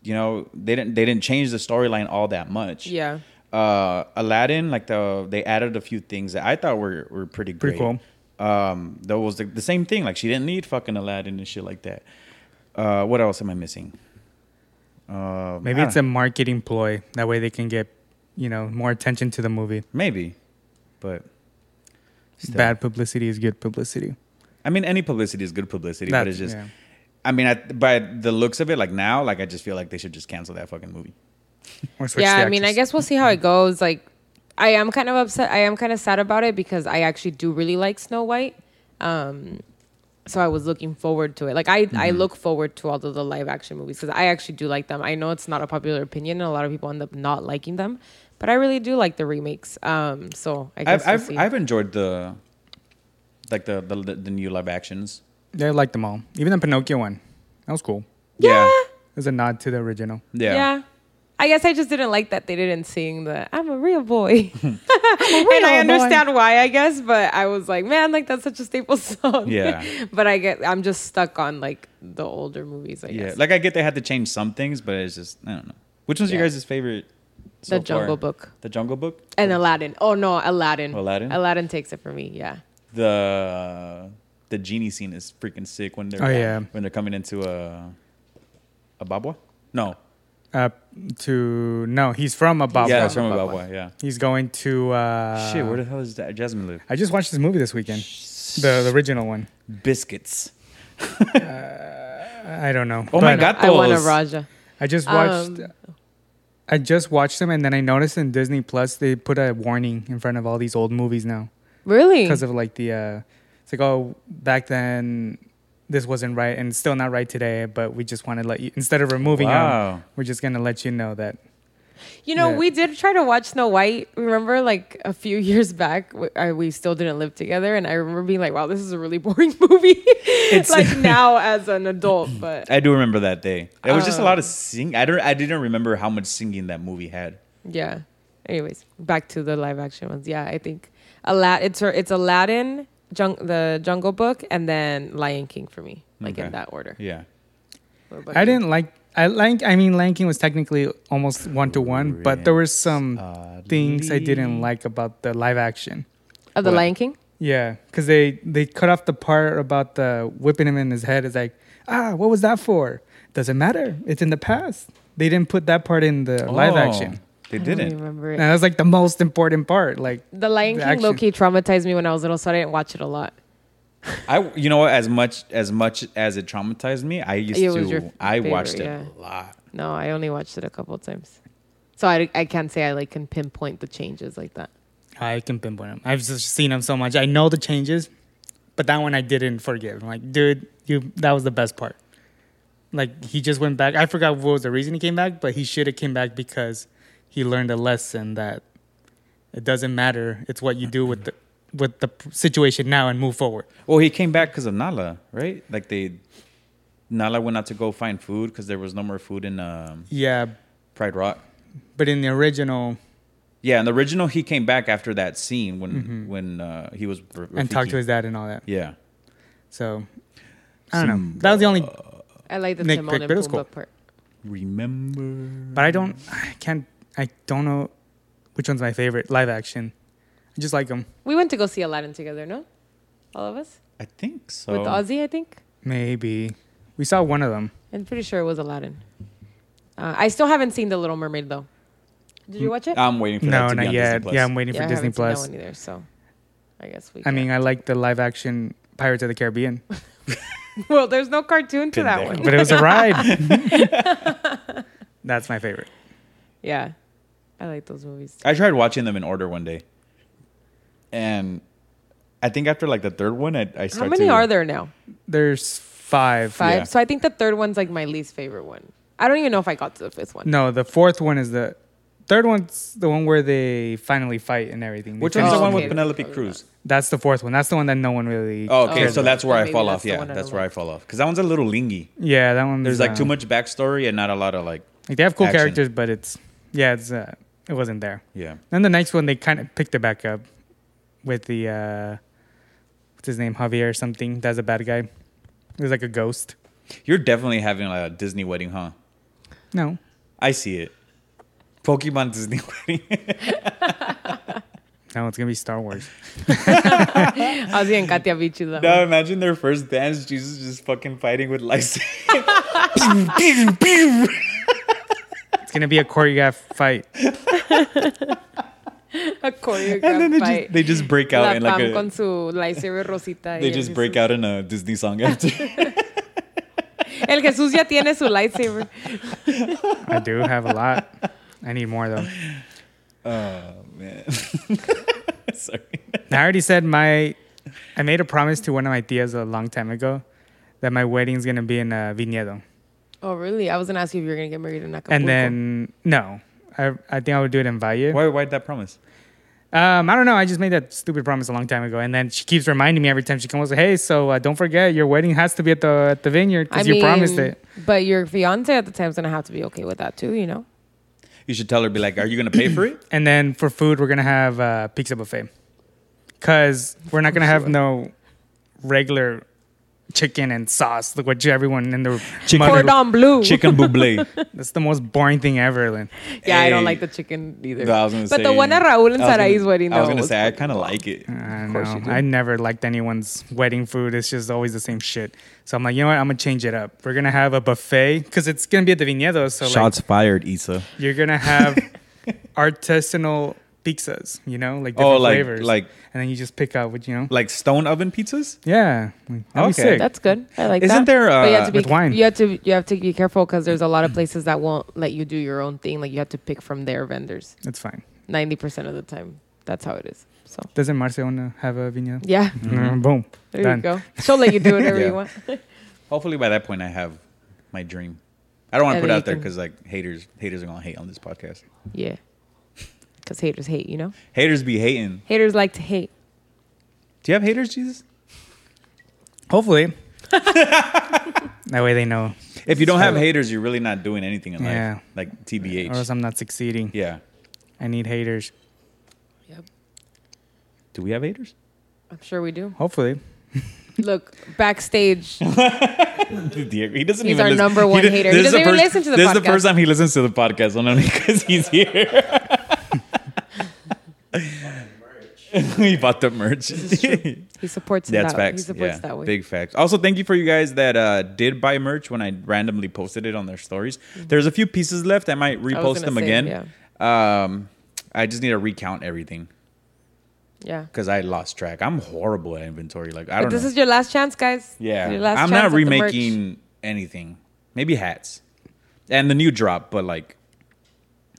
S5: you know they didn't they didn't change the storyline all that much.
S4: Yeah.
S5: Uh, Aladdin like the they added a few things that I thought were were pretty
S3: Pretty
S5: great.
S3: cool.
S5: Um, that was the, the same thing. Like she didn't need fucking Aladdin and shit like that. Uh, what else am I missing? Um,
S3: Maybe
S5: I
S3: it's a marketing ploy. That way they can get, you know, more attention to the movie.
S5: Maybe, but
S3: Bad publicity is good publicity.
S5: I mean, any publicity is good publicity, but
S3: That-
S5: it's just.
S3: yeah.
S5: I mean, I, by the looks of it, like now, like I just feel like they should just cancel that fucking movie.
S3: Or switch
S4: yeah
S3: the
S4: i mean i
S3: actress.
S4: guess we'll see how it goes like i am kind of upset i am kind of sad about it because i actually do really like snow white um so i was looking forward to it like i i
S5: Mm-hmm.
S4: look forward to all of the live action movies because i actually do like them i know it's not a popular opinion and a lot of people end up not liking them but i really do like the remakes um so i guess
S5: I've
S4: we'll
S5: I've,
S4: see.
S5: I've enjoyed the, like the the, the the new live actions.
S3: They like them all. Even the Pinocchio one. That was cool.
S5: Yeah,
S3: It's a nod to the original.
S5: yeah.
S4: I guess I just didn't like that they didn't sing the I'm a real boy. and I understand why, I guess, but I was like, man, like that's such a staple song.
S5: Yeah.
S4: but I get I'm just stuck on like the older movies, I
S5: Yeah.
S4: guess.
S5: Like I get they had to change some things, but it's just I don't know. Which one's
S4: Yeah.
S5: your guys' favorite?
S4: The Jungle Book.
S5: The Jungle Book.
S4: and Aladdin. Oh no, Aladdin.
S5: Aladdin?
S4: Aladdin takes it for me, yeah.
S5: The the genie scene is freaking sick when they're
S3: Oh, yeah.
S5: when they're coming into a a babwa. No.
S3: Uh, to no, he's from Ababa.
S5: yeah, it's from a
S4: Babwa.
S5: babwa. Yeah.
S3: He's going to. Uh,
S5: Shit, where the hell is that Jasmine live?
S3: I just watched this movie this weekend. The, the original one.
S5: Biscuits.
S3: I don't know.
S5: Oh my
S3: But
S5: God,
S4: I want a
S5: Those.
S4: Raja.
S3: I just watched.
S4: Um,
S3: I just watched them, and then I noticed in Disney Plus they put a warning in front of all these old movies now
S4: Really?
S3: because of like the. Uh, it's like oh, back then this wasn't right, and it's still not right today. But we just want to let you instead of removing
S5: Wow.
S3: them, we're just gonna let you know that.
S4: You know,
S3: Yeah.
S4: we did try to watch Snow White. Remember, like a few years back, w I we still didn't live together, and I remember being like, "Wow, this is a really boring movie." It's like now as an adult, but
S5: I do remember that day. It was just a
S4: Oh.
S5: lot of sing. I don't. I didn't remember how much singing that movie had.
S4: yeah. Anyways, back to the live action ones. Yeah, I think Alad- it's her- it's Aladdin, Jung- the Jungle Book, and then Lion King for me, like
S5: Okay.
S4: in that order.
S5: Yeah.
S4: What about
S3: I
S4: you?
S3: didn't like. I like. I mean, Lion King was technically almost one to one, but there were some things I didn't like about the live action.
S4: oh, the
S5: what?
S4: Lion King.
S3: Yeah, because they they cut off the part about the whipping him in his head. It's like, ah, what was that for? Doesn't matter. It's in the past. They didn't put that part in the live
S5: Oh,
S3: action.
S5: They
S4: I don't
S5: didn't.
S4: remember it.
S3: And that was like the most important part. Like
S4: the Lion
S3: the
S4: King
S3: action.
S4: low key traumatized me when I was little, so I didn't watch it a lot.
S5: I. You know what? As much as much as it traumatized me, I used
S4: It was your
S5: to.
S4: f-
S5: I watched it
S4: favorite,
S5: a lot.
S4: No, I only watched it a couple of times. So I, I can't say I like can pinpoint the changes like that.
S3: I can pinpoint him. I've just seen him so much. I know the changes, but that one I didn't forgive. I'm like, dude, you that was the best part. Like he just went back. I forgot what was the reason he came back, but he should have came back because he learned a lesson that it doesn't matter. It's what you do with the with the p- situation now and move forward.
S5: Well, he came back because of Nala, right? Like they, Nala went out to go find food because there was no more food in um,
S3: Yeah,
S5: Pride Rock.
S3: but in the original
S5: Yeah, in the original, he came back after that scene when when uh, he was R-
S3: Mm-hmm. and talked
S5: Rafiki.
S3: to his dad and all that.
S5: Yeah,
S3: So I don't know. That was the only
S4: I like the
S3: Nick
S4: Timon and
S3: Pick, but it was
S4: Pumbaa
S3: cool.
S4: part.
S5: remember?
S3: but I don't. I can't. I don't know which one's my favorite live action. I just like them.
S4: We went to go see Aladdin together, no? All of us
S5: I think so.
S4: with Ozzy, I think.
S3: Maybe we saw one of them.
S4: I'm pretty sure it was Aladdin. Uh, I still haven't seen The Little Mermaid though. Did
S5: Mm,
S4: you watch it?
S5: I'm waiting for
S3: No,
S5: that to be
S3: not
S5: on
S3: yet.
S5: Disney Plus.
S3: Yeah, I'm waiting
S4: yeah, I
S3: for Disney
S4: haven't
S3: Plus.
S4: Seen that one either. So, I guess we.
S3: I mean,
S4: can.
S3: I like the live action Pirates of the Caribbean,
S4: well, there's no cartoon to that
S5: Pendejo.
S4: one.
S3: but it was a ride. That's my favorite.
S4: Yeah, I like those movies.
S5: I tried watching them in order one day, and I think after like the third one, I, I started.
S4: How many
S5: to-
S4: are there now?
S3: There's five.
S4: Five.
S5: Yeah.
S4: So I think the third one's like my least favorite one. I don't even know if I got to the fifth one.
S3: No, the fourth one is the third one's the one where they finally fight and everything. They
S5: Which one's
S3: finish
S5: the one
S3: the
S5: with
S3: movie.
S5: Penelope
S4: Probably
S5: Cruz?
S3: That's the fourth one. That's the one that no one really.
S5: Oh, okay,
S4: Oh,
S5: so that's where
S4: then
S5: I
S4: maybe
S5: fall
S4: that's
S5: off.
S4: the
S5: Yeah,
S4: one I
S5: that's
S4: don't
S5: where I
S4: like.
S5: fall off because that one's a little lingy.
S3: yeah, that one.
S5: There's like too
S3: uh,
S5: much backstory and not a lot of like.
S3: Like, they have cool
S5: action.
S3: characters, but it's yeah, it's uh, it wasn't there.
S5: Yeah.
S3: Then the next one they kind of picked it back up with the uh, what's his name Javier or something. That's a bad guy. He was like a ghost.
S5: You're definitely having like, a Disney wedding, huh?
S3: No,
S5: I see it. Pokemon Disney wedding.
S3: no, it's gonna be Star Wars.
S4: Ozzy and Katia beat you though.
S5: now imagine their first dance. Jesus just fucking fighting with lightsaber.
S3: It's gonna be a choreographed fight.
S4: A choreographed
S5: and then they
S4: fight.
S5: just, they just break
S4: La
S5: out in like
S4: Pam
S5: a,
S4: con su lightsaber rosita. y
S5: they
S4: el
S5: just
S4: Jesús.
S5: break out in a Disney song after.
S4: El Jesús ya tiene su lightsaber.
S3: I do have a lot. I need more though.
S5: oh man. Sorry.
S3: I already said my. I made a promise to one of my tias a long time ago that my wedding's gonna be in uh, Viñedo,
S4: Oh really? I was gonna ask you if you were gonna get married in Acapulco.
S3: and then no, I I think I would do it in Valle.
S5: Why why that promise?
S3: Um, I don't know. I just made that stupid promise a long time ago, and then she keeps reminding me every time she comes. Hey, so uh, don't forget your wedding has to be at the at the vineyard because you promised it.
S4: But your fiance at the time's gonna have to be okay with that too, you know?
S5: You should tell her be like, are you gonna pay for it?
S3: And then for food, we're gonna have uh, pizza buffet because we're not gonna have no regular chicken and sauce. Look what you- everyone in the
S5: Chicken-
S3: mother-
S4: Cordon bleu.
S5: Chicken buble.
S3: That's the most boring thing ever, Lynn.
S4: Yeah, I
S5: Hey.
S4: don't like the chicken either.
S5: No, I was gonna
S4: but
S5: say,
S4: the one at Raúl and
S5: I was gonna-
S4: Sarai's wedding,
S5: I was
S4: though,
S5: gonna
S4: was
S5: say I kind of like it.
S3: I
S4: Of
S3: don't
S4: course you
S3: know.
S4: do.
S3: I never liked anyone's wedding food. It's just always the same shit. So I'm like, you know what? I'm gonna change it up. We're gonna have a buffet because it's gonna be at the Viñedo. So
S5: Shots fired, Issa.
S3: like, you're gonna have artisanal pizzas, you know, like
S5: Oh,
S3: different
S5: like-
S3: flavors.
S5: like-
S3: and then you just pick out what you know.
S5: Like stone oven pizzas?
S3: Yeah, like, that'd be
S5: Okay.
S3: sick.
S4: That's good. I like
S5: Isn't
S4: that.
S5: there,
S4: but you
S5: uh,
S4: have to be,
S3: With wine.
S4: You have to you have to be careful because there's a lot of places that won't let you do your own thing. Like you have to pick from their vendors.
S3: That's fine.
S4: Ninety percent of the time, that's how it is. So
S3: Doesn't Marcia wanna have a Viñedo?
S4: yeah,
S5: Mm-hmm.
S3: Mm, boom.
S4: there
S3: Done.
S4: you go. She'll let you do whatever
S5: Yeah.
S4: you want.
S5: Hopefully by that point I have my dream. I don't want to
S4: And
S5: put it
S4: then
S5: out
S4: you
S5: there
S4: can-
S5: because like haters, haters are gonna hate on this podcast.
S4: yeah, because haters hate. You know,
S5: Haters be hating.
S4: haters like to hate.
S5: Do you have haters, Jesus?
S3: Hopefully. that way they know,
S5: If you don't have haters, you're really not doing anything in life.
S3: Yeah.
S5: Like
S3: or else
S5: TBH.
S3: I'm not succeeding.
S5: Yeah.
S3: I need haters.
S4: Yep,
S5: Do we have haters?
S4: I'm sure we do.
S3: Hopefully.
S4: Look backstage.
S5: Diego, he doesn't
S4: He's
S5: even
S4: our
S5: listen.
S4: number one
S5: did-
S4: hater.
S5: this
S4: He
S5: is
S4: doesn't even
S5: first-
S4: listen to the
S5: This is the
S4: podcast.
S5: first time he listens to the podcast, only because he's here. he bought the merch.
S4: He supports. it
S5: That's
S4: that. He
S5: facts.
S4: supports
S5: yeah,
S4: that way.
S5: big facts. Also, thank you for you guys that uh, did buy merch when I randomly posted it on their stories. There's a few pieces left. I might repost
S4: Mm-hmm. gonna
S5: them
S4: say,
S5: again. Um, I just need to recount everything
S4: yeah.
S5: because I lost track. I'm horrible at inventory. Like I
S4: But
S5: don't.
S4: this
S5: know.
S4: is your last chance, guys.
S5: Yeah,
S4: Your last
S5: I'm
S4: chance
S5: not
S4: at the merch.
S5: remaking anything. Maybe hats, and the new drop, but like,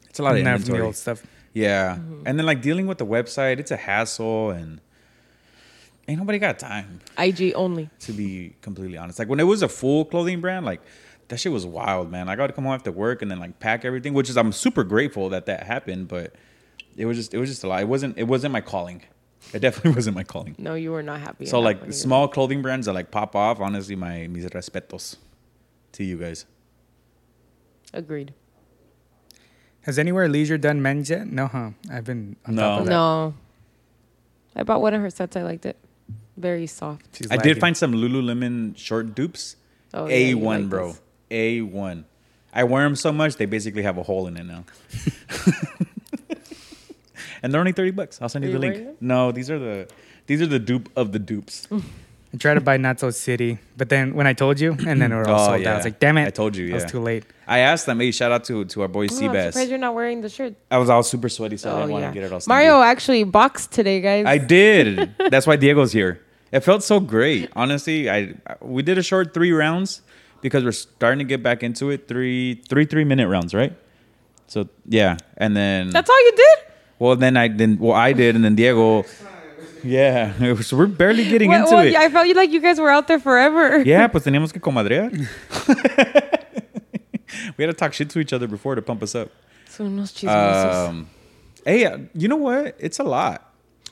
S5: it's a lot of
S3: Not from the
S5: inventory.
S3: old stuff.
S5: Yeah,
S4: Mm-hmm.
S5: and then like dealing with the website, it's a hassle, and ain't nobody got time
S4: IG only.
S5: to be completely honest. Like when it was a full clothing brand, like that shit was wild, man. Like, I got to come home after work and then like pack everything, which is I'm super grateful that that happened, but it was just it was just a lot. It wasn't it wasn't my calling. It definitely wasn't my calling.
S4: No, you were not happy.
S5: So
S4: in that
S5: like
S4: one either.
S5: small clothing brands that like pop off, honestly, my mis respetos to you guys.
S4: Agreed.
S3: Has anywhere leisure done men's yet? No, huh? I've been on
S5: No.
S3: top of that.
S4: No. I bought one of her sets. I liked it. Very soft.
S3: She's
S5: I did
S3: lagging.
S5: find some Lululemon short dupes.
S4: Oh, yeah,
S5: A
S4: you
S5: one,
S4: like
S5: bro.
S4: those.
S5: A one. I wear them so much they basically have a hole in it now. and they're only thirty bucks. I'll send you
S4: Are
S5: the
S4: you
S5: link.
S4: wearing them? Mm-hmm.
S3: Oh,
S5: No, these are the these are the dupe of the dupes.
S3: I tried to buy Not So City, but then when I told you, and then it was all sold out. I was like, damn it.
S5: Oh, I told you. Yeah.
S3: I was too late.
S5: I asked them, hey, shout out to, to our boy
S4: Oh,
S5: C
S4: I'm surprised
S5: Bass.
S4: you're not wearing the shirt.
S5: I was all super sweaty, so I
S4: Oh,
S5: didn't want
S4: yeah.
S5: to get it all stinky.
S4: Mario actually boxed today, guys.
S5: I did. That's why Diego's here. It felt so great. Honestly, I we did a short three rounds because we're starting to get back into it. Three three three minute rounds, right? So yeah, and then
S4: That's all you did?
S5: well, then I then well I did, and then Diego. Yeah, so we're barely getting
S4: Well,
S5: into
S4: well,
S5: it.
S4: I felt you like you guys were out there forever.
S5: Yeah, pues teníamos que comadrear. we had to talk shit to each other before to pump us up.
S4: Son unos chismosos.
S5: Um, hey, uh, you know what? It's a lot.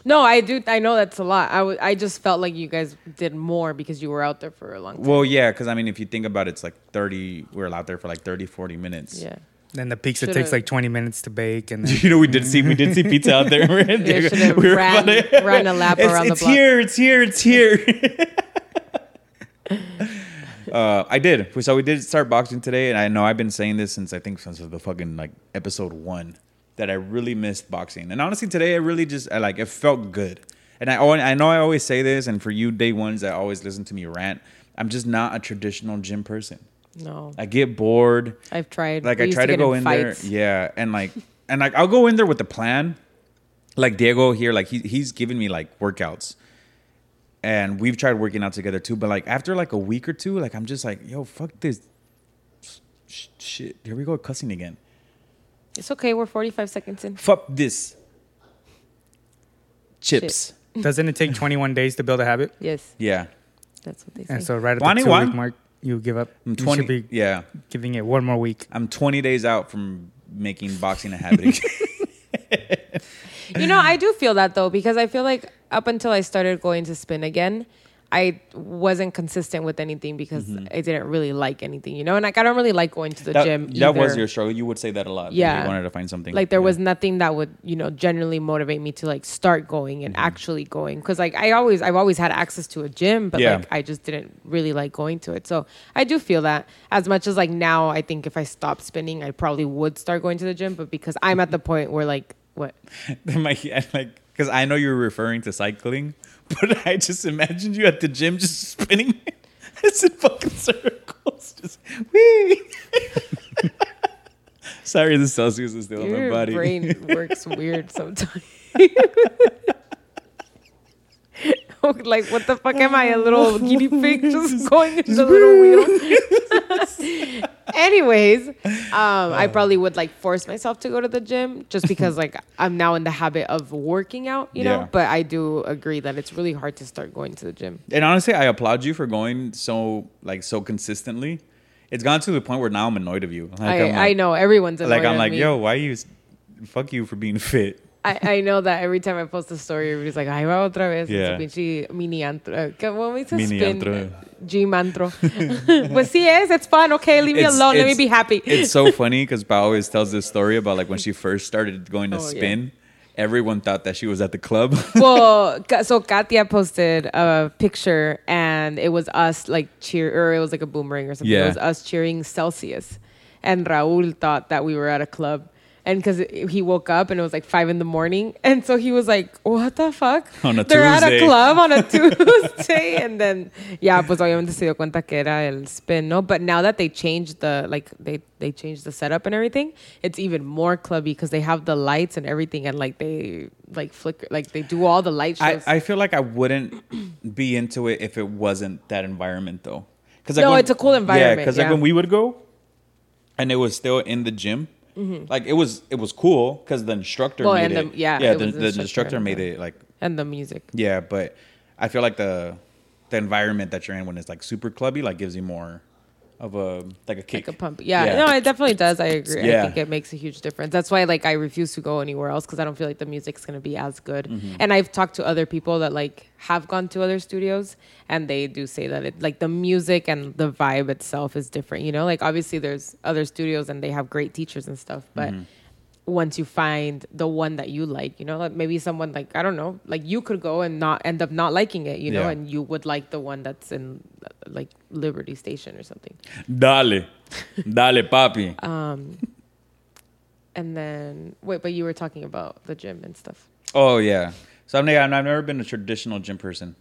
S4: no, I do. I know that's a lot. I w- I just felt like you guys did more because you were out there for a long time.
S5: Well, yeah, because I mean, if you think about it, it's like 30, we we're out there for like 30, 40 minutes.
S4: Yeah.
S3: Then the pizza
S4: Should've-
S3: takes like 20 minutes to bake. And then,
S5: You know, we did see we did see pizza out there. We
S4: You should have ran, ran a lap
S5: it's,
S4: around
S5: it's
S4: the block.
S5: here, it's here, it's here. uh, I did. So we did start boxing today, and I know I've been saying this since I think since the fucking like episode one that I really missed boxing. And honestly, today I really just I like it felt good. And I al- I know I always say this, and for you day ones that always listen to me rant, I'm just not a traditional gym person.
S4: No.
S5: I get bored
S4: I've tried.
S5: like
S4: We
S5: I
S4: used
S5: try to
S4: get
S5: go in
S4: fights.
S5: there, yeah, and like and like I'll go in there with the plan. Like Diego here, like he he's given me like workouts, and we've tried working out together too. But like after like a week or two, like I'm just like, yo, fuck this sh- shit. Here we go cussing again.
S4: It's okay. We're 45 seconds in.
S5: Fuck this. Chips.
S3: doesn't it take 21 days to build a habit?
S4: Yes.
S5: Yeah.
S4: That's what they say.
S3: And so right at the
S5: 21?
S3: two week mark, you give up.
S5: I'm
S3: You should
S5: 20.
S3: be
S5: Mm, yeah.
S3: giving it one more week.
S5: I'm 20 days out from making boxing a habit. again.
S4: You know, I do feel that though because I feel like up until I started going to spin again, I wasn't consistent with anything because I didn't really like anything, you know. And like I don't really like going to the
S5: Mm-hmm. that,
S4: gym.
S5: that was
S4: either.
S5: your struggle. You would say that a lot. that
S4: Yeah.
S5: You wanted to find something.
S4: like there
S5: Yeah.
S4: was nothing that would you know generally motivate me to like start going and
S5: Mm-hmm.
S4: actually going because like I always I've always had access to a gym, but
S5: Yeah.
S4: like I just didn't really like going to it. So I do feel that as much as like now I think if I stopped spinning, I probably would start going to the gym, but because I'm at the point where like what
S5: my and like because I know you're referring to cycling, but I just imagined you at the gym just spinning. It's in fucking circles, just wee. Sorry, the Celsius is still on my
S4: Your
S5: body.
S4: brain works weird sometimes. Oh, like what the fuck am I? A
S5: Oh,
S4: little guinea pig just going into the little wheel. Anyways, um,
S5: Uh.
S4: I probably would like force myself to go to the gym just because like I'm now in the habit of working out, you know.
S5: Yeah.
S4: But I do agree that it's really hard to start going to the gym.
S5: And honestly, I applaud you for going so like so consistently. It's gone to the point where now I'm annoyed of you. Like,
S4: I,
S5: I'm like,
S4: I know everyone's annoyed
S5: Like I'm
S4: at
S5: like,
S4: me.
S5: yo, why you? s- Fuck you for being fit.
S4: I, I know that every time I post a story, everybody's like, "Ay, va otra vez."
S5: Yeah.
S4: Yeah. Pinche mini antro. Uh, ¿qué- what we say?
S5: Mini
S4: Spin- eh,
S5: antro.
S4: Gym antro. pues sí es. It's fun. Okay, leave me
S5: It's-
S4: alone. Let me
S5: it's-
S4: be happy.
S5: It's so funny because Bao always tells this story about like when she first started going to
S4: Oh, yeah.
S5: spin, everyone thought that she was at the club.
S4: well, Ka- so Katia posted a picture, and it was us like cheer, or it was like a boomerang or something.
S5: Yeah.
S4: It was us cheering Celsius, and Raúl thought that we were at a club. And because he woke up and it was like five in the morning, and so he was like, "What the fuck?
S5: On a
S4: They're at a
S5: Tuesday."
S4: club on a Tuesday." and then, yeah, pues obviamente se dio cuenta que era el spin, no. But now that they changed the like they they changed the setup and everything, it's even more clubby because they have the lights and everything, and like they like flicker, like they do all the light
S5: I,
S4: shows.
S5: I feel like I wouldn't be into it if it wasn't that environment though. Cause
S4: No, it's a cool environment,
S5: Yeah, because
S4: yeah.
S5: like when we would go, and it was still in the gym. Like it was, it was cool because the instructor
S4: Mm-hmm. Well,
S5: made
S4: and
S5: it.
S4: the- yeah,
S5: yeah,
S4: it
S5: the,
S4: was the
S5: the instructor
S4: instructor,
S5: made
S4: yeah.
S5: it like
S4: and the music.
S5: yeah, but I feel like the the environment that you're in when it's like super clubby like gives you more of a like a kick,
S4: Like a pump. Yeah, no, it definitely does. I agree.
S5: Yeah.
S4: I think it makes a huge difference. That's why, like, I refuse to go anywhere else because I don't feel like the music's gonna be as good.
S5: Mm-hmm.
S4: And I've talked to other people that like have gone to other studios, and they do say that it like the music and the vibe itself is different. You know, like obviously there's other studios and they have great teachers and stuff, but.
S5: Mm-hmm.
S4: Once you find the one that you like, you know, like maybe someone like I don't know, like you could go and not end up not liking it, you know,
S5: Yeah.
S4: and you would like the one that's in like Liberty Station or something.
S5: Dale, dale, papi.
S4: And then wait, but you were talking about the gym and stuff.
S5: Oh yeah. So I'm, I've never been a traditional gym person.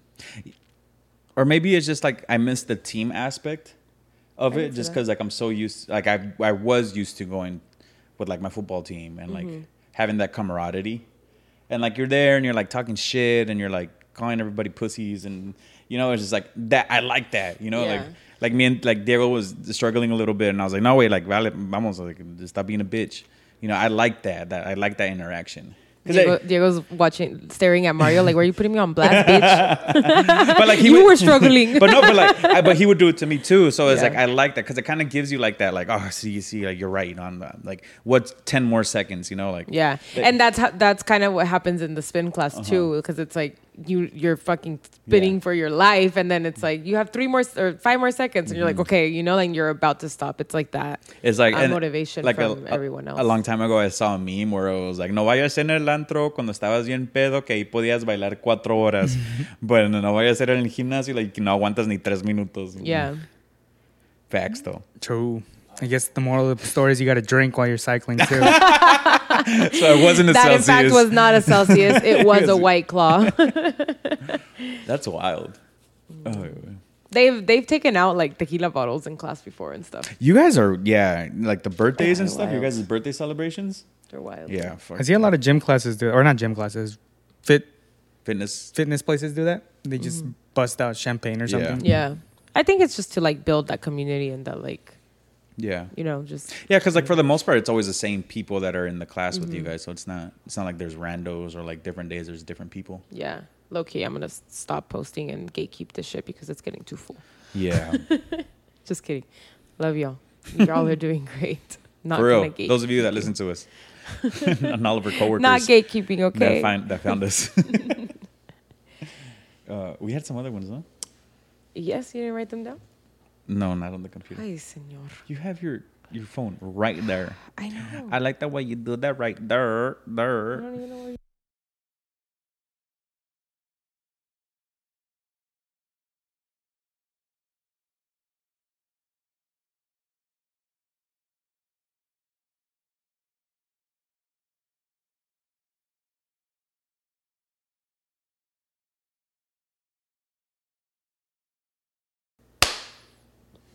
S5: or maybe it's just like I miss the team aspect of
S4: I
S5: it,
S4: can see
S5: just
S4: that.
S5: because like I'm so used, like I I was used to going with like my football team and
S4: Mm-hmm.
S5: like having that camaraderie, and like you're there and you're like talking shit and you're like calling everybody pussies and you know it's just like that I like that you know
S4: Yeah.
S5: like like me and like Diego was struggling a little bit and I was like no wait like vale, vamos like just stop being a bitch you know I like that that I like that interaction. 'Cause
S4: Diego,
S5: I-
S4: Diego's watching, staring at Mario like, "Were you putting me on blast, bitch?
S5: but like he
S4: you
S5: would-
S4: were struggling."
S5: but no, but like, I, but he would do it to me too. So it's
S4: Yeah.
S5: like I like that because it kind of gives you like that, like oh, see, you see, like you're right, you know, I'm uh, like what's ten more seconds, you know, like
S4: yeah, and that's how, that's kind of what happens in the spin class too, because it's like you you're fucking spinning
S5: Uh-huh. Yeah.
S4: for your life, and then it's like you have three more s- or five more seconds, and you're
S5: Mm-hmm.
S4: like, okay, you know, and you're about to stop. It's like that.
S5: It's like
S4: uh,
S5: and-
S4: motivation from everyone else.
S5: A long time ago, I saw a meme where it was like, "No vayas en el antro cuando estabas bien pedo, que ahí podías bailar cuatro horas. bueno, no vayas a ser en el gimnasio, like no aguantas ni tres minutos."
S4: yeah.
S5: facts though.
S3: True. I guess the moral of the story is you got to drink while you're cycling too.
S5: So it wasn't a
S4: That in
S5: Celsius.
S4: fact was not a Celsius. It was a White Claw.
S5: That's wild.
S4: Mm.
S5: Oh.
S4: they've they've taken out like tequila bottles in class before and stuff.
S5: You guys are yeah, like the birthdays and
S4: Yeah,
S5: stuff. You
S4: wild.
S5: guys' birthday celebrations.
S4: They're wild.
S5: Yeah, fuck.
S3: I see a lot of gym classes do, or not gym classes, fit
S5: fitness.
S3: fitness places do that. They just bust out champagne or
S5: Yeah.
S3: something.
S4: Yeah. I think it's just to like build that community and that like,
S5: Yeah,
S4: you know, just
S5: yeah, because like for the most part, it's always the same people that are in the class with you
S4: Mm-hmm.
S5: guys. So it's not it's not like there's randos or like different days. There's different people.
S4: yeah. Low key, I'm gonna s- stop posting and gatekeep this shit because it's getting too full.
S5: Yeah,
S4: Just kidding. Love y'all. Y'all are doing great. Not
S5: for
S4: gonna
S5: real.
S4: gatekeep.
S5: Those of you that listen to us and all of our coworkers
S4: Not gatekeeping, okay?
S5: that find that found us. uh, we had some other ones, huh?
S4: Yes, you didn't write them down.
S5: No, not on the computer.
S4: Ay, señor.
S5: You have your your phone right there.
S4: I know.
S5: I like the way you do that right there, there.
S4: I don't even know where. You-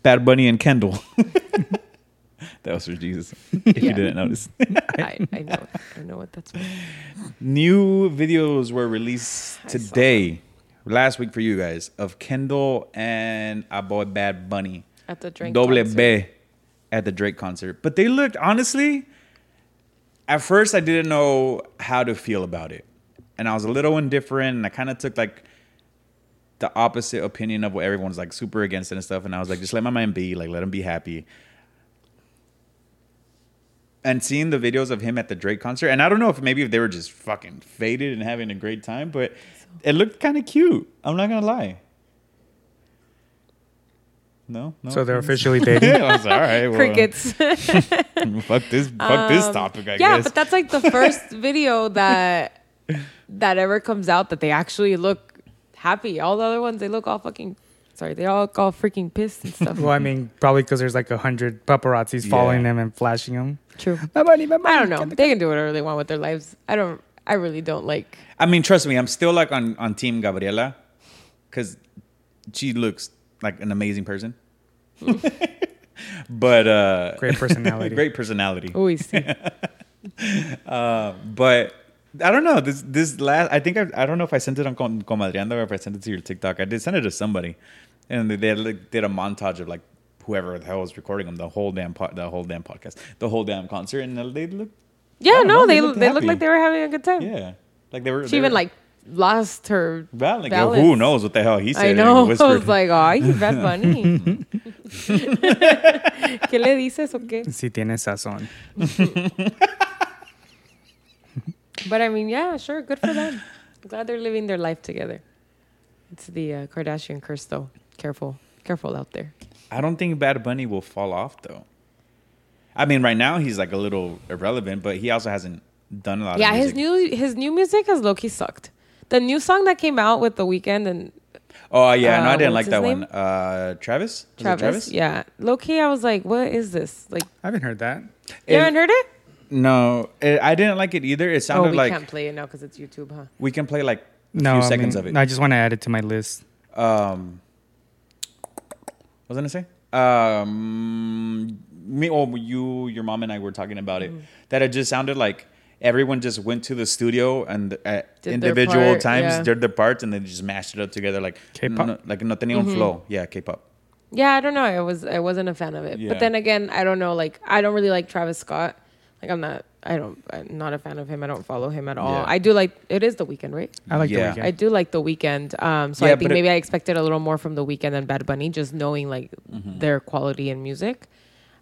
S5: Bad Bunny and Kendall. that was for Jesus. If you
S4: Yeah.
S5: didn't notice.
S4: I, I know. I know what that's. Meant.
S5: New videos were released
S4: saw
S5: today, last week for you guys, of Kendall and our boy Bad Bunny.
S4: At the drink.
S5: Doble
S4: concert.
S5: B at the Drake concert. But they looked, honestly, at first I didn't know how to feel about it. And I was a little indifferent and I kind of took like the opposite opinion of what everyone's like super against it and stuff. And I was like, just let my man be, like, let him be happy. And seeing the videos of him at the Drake concert, and I don't know if maybe if they were just fucking faded and having a great time, but it looked kind of cute. I'm not gonna lie. No, no.
S3: So they're officially dating.
S5: Yeah, I was like, all right. Well,
S4: Crickets. Um,
S5: Fuck this. Fuck this topic. I
S4: yeah,
S5: guess.
S4: but that's like the first video that that ever comes out that they actually look happy. All the other ones, they look all fucking sorry, they all look all freaking pissed and stuff.
S3: well, I mean, probably because there's like a hundred paparazzis following
S5: Yeah.
S3: them and flashing them.
S4: True.
S3: My money, my money.
S4: I don't know. They can do whatever they want with their lives. I don't. I really don't like.
S5: I mean, trust me. I'm still like on on team Gabriela, because she looks like an amazing person. but uh,
S3: Great personality.
S5: great personality.
S4: Oh, see.
S5: But I don't know. This this last. I think I, I don't know if I sent it on Com- Comadreando or if I sent it to your TikTok. I did send it to somebody, and they, they like, did a montage of like whoever the hell was recording them. The whole damn po- the whole damn podcast. The whole damn concert, and they look.
S4: Yeah,
S5: don't
S4: no,
S5: know,
S4: they
S5: they
S4: they
S5: looked
S4: look, like
S5: happy.
S4: they were having a good time.
S5: Yeah, like they were.
S4: She
S5: they
S4: even
S5: were-
S4: like lost her.
S5: Well, like,
S4: balance.
S5: who knows what the hell he said?
S4: I
S5: and
S4: know. I was
S5: whispered.
S4: like, oh, you bad bunny. ¿Qué le dices o qué?
S3: Si tiene sazon.
S4: But I mean, yeah, sure, good for them. I'm glad they're living their life together. It's the uh, Kardashian curse, though. Careful, careful out there.
S5: I don't think Bad Bunny will fall off though. I mean, right now he's like a little irrelevant, but he also hasn't done a lot.
S4: yeah,
S5: of
S4: his
S5: music.
S4: new his new music has low key sucked. The new song that came out with the weekend and
S5: Oh yeah,
S4: uh,
S5: no, I didn't
S4: what's
S5: like
S4: his
S5: that
S4: name?
S5: one. Uh, Travis. Was it
S4: Travis, yeah, low key, I was like, what is this? Like,
S3: I haven't heard that.
S4: you haven't heard it?
S5: No, it, I didn't like it either. It
S4: Oh,
S5: sounded
S4: we
S5: like
S4: can't play it now because it's YouTube, huh?
S5: we can play like a
S3: No,
S5: few
S3: I
S5: seconds
S3: mean,
S5: of it.
S3: I just want to add it to my list.
S5: um, was I gonna say? Um, me, oh, you, your mom, and I were talking about
S4: Mm-hmm.
S5: it. That it just sounded like everyone just went to the studio and at
S4: Did their
S5: individual
S4: part,
S5: times
S4: yeah.
S5: did their parts and they just mashed it up together like
S3: K-pop.
S5: no- like no tenían
S4: Mm-hmm.
S5: flow. Yeah, K-pop.
S4: Yeah, I don't know. I was I wasn't a fan of it.
S5: Yeah.
S4: But then again, I don't know. Like I don't really like Travis Scott. Like I'm not. I don't. I'm not a fan of him. I don't follow him at all.
S5: Yeah. Oh,
S4: I do like. It is the weekend, right?
S3: I like
S5: Yeah.
S3: the
S4: I
S3: weekend.
S4: do like the weekend. Um, so
S5: Yeah,
S4: I think
S5: but it-
S4: maybe I expected a little more from the weekend than Bad Bunny, just knowing like
S5: Mm-hmm.
S4: their quality in music.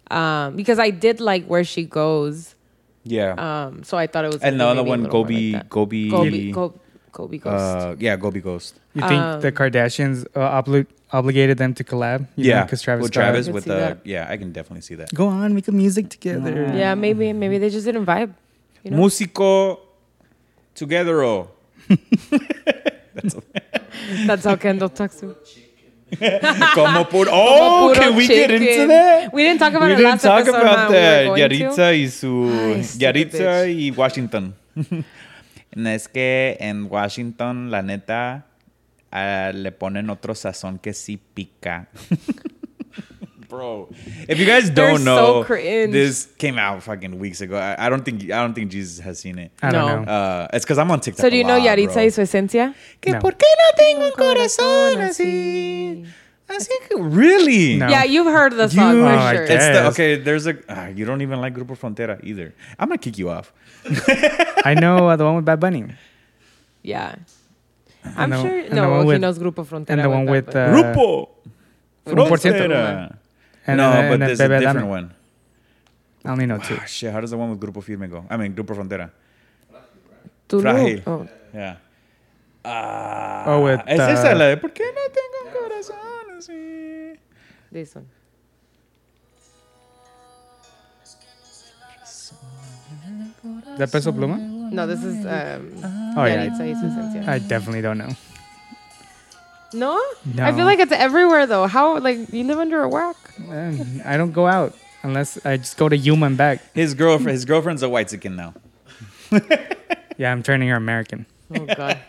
S4: Um, because I did like where she goes.
S5: Yeah.
S4: Um, so I thought it was.
S5: And
S4: gonna
S5: the
S4: be maybe
S5: other
S4: a
S5: one,
S4: little more
S5: Gobi-
S4: like that.
S5: Gobi-
S4: Gobi, Go- Gobi Ghost.
S5: uh, yeah, Gobi Ghost.
S3: you think
S4: Um,
S3: the Kardashians uh, obli- obligated them to collab? You
S5: yeah,
S3: because Travis.
S5: with
S3: Scott-
S4: I
S5: Travis
S4: could
S5: with
S4: see
S5: the
S4: that.
S5: yeah, I can definitely see that.
S3: Go on, make a music together.
S4: yeah, maybe maybe they just didn't vibe. You know?
S5: Musico together. oh.
S4: That's how Kendall talks to.
S5: Como por oh,
S4: Puro
S5: can we get into
S4: chicken.
S5: that?
S4: We didn't talk about
S5: we
S4: it
S5: didn't
S4: last
S5: talk
S4: episode, huh?
S5: about
S4: We were
S5: that.
S4: going to.
S5: Yaritza y su
S4: Ay, stupid
S5: Yaritza y Washington. And es que en Washington, la neta, ah, le ponen otro sazón que sí pica. Bro, if you guys
S4: They're
S5: don't
S4: so
S5: know,
S4: cringe.
S5: this came out fucking weeks ago. I, I don't think I don't think Jesus has seen it.
S3: I don't
S4: No.
S3: know.
S5: Uh, it's because I'm on TikTok.
S4: So do you
S5: a
S4: know
S5: lot,
S4: Yaritza
S5: bro.
S4: y su esencia?
S5: Que
S3: No.
S5: por qué no tengo un corazón así. Así que really?
S3: No.
S4: Yeah, you've heard the song
S5: You-
S4: for
S3: Oh, I
S4: sure.
S5: It's the,
S3: Yes.
S5: okay, there's a ah, you don't even like Grupo Frontera either. I'm gonna kick you off.
S3: Uh, I know uh, the one with Bad Bunny
S4: Yeah. I'm
S3: the-
S4: sure.
S3: and the
S4: No,
S3: one
S4: he
S3: with-
S4: knows Grupo Frontera.
S3: and the one
S4: that,
S3: with,
S4: but-
S3: uh,
S5: Grupo Frontera.
S3: 1%. And
S5: no,
S3: then- and
S5: but
S3: then
S5: there's a
S3: Bebe
S5: different
S3: Dame.
S5: one.
S3: I only know two.
S5: Ah, shit, how does the one with Grupo Firme go? I mean Grupo Frontera. uh,
S4: Tulu.
S5: Frágil.
S4: Oh.
S5: Yeah. Ah,
S3: Oh, with,
S5: es esa
S3: uh,
S5: la de ¿Por qué no tengo un corazón así?
S4: This one.
S3: Is that Peso Pluma?
S4: No, this is um,
S3: Oh, yeah.
S4: Yaritza y su esencia.
S5: Uh,
S3: I definitely don't know.
S4: No?
S3: No.
S4: I feel like it's everywhere though. How like you live under a rock?
S3: Man, I don't go out unless I just go to Yuma and back.
S5: His girlfriend his girlfriend's a white chicken now.
S3: Yeah, I'm turning her American.
S4: Oh god.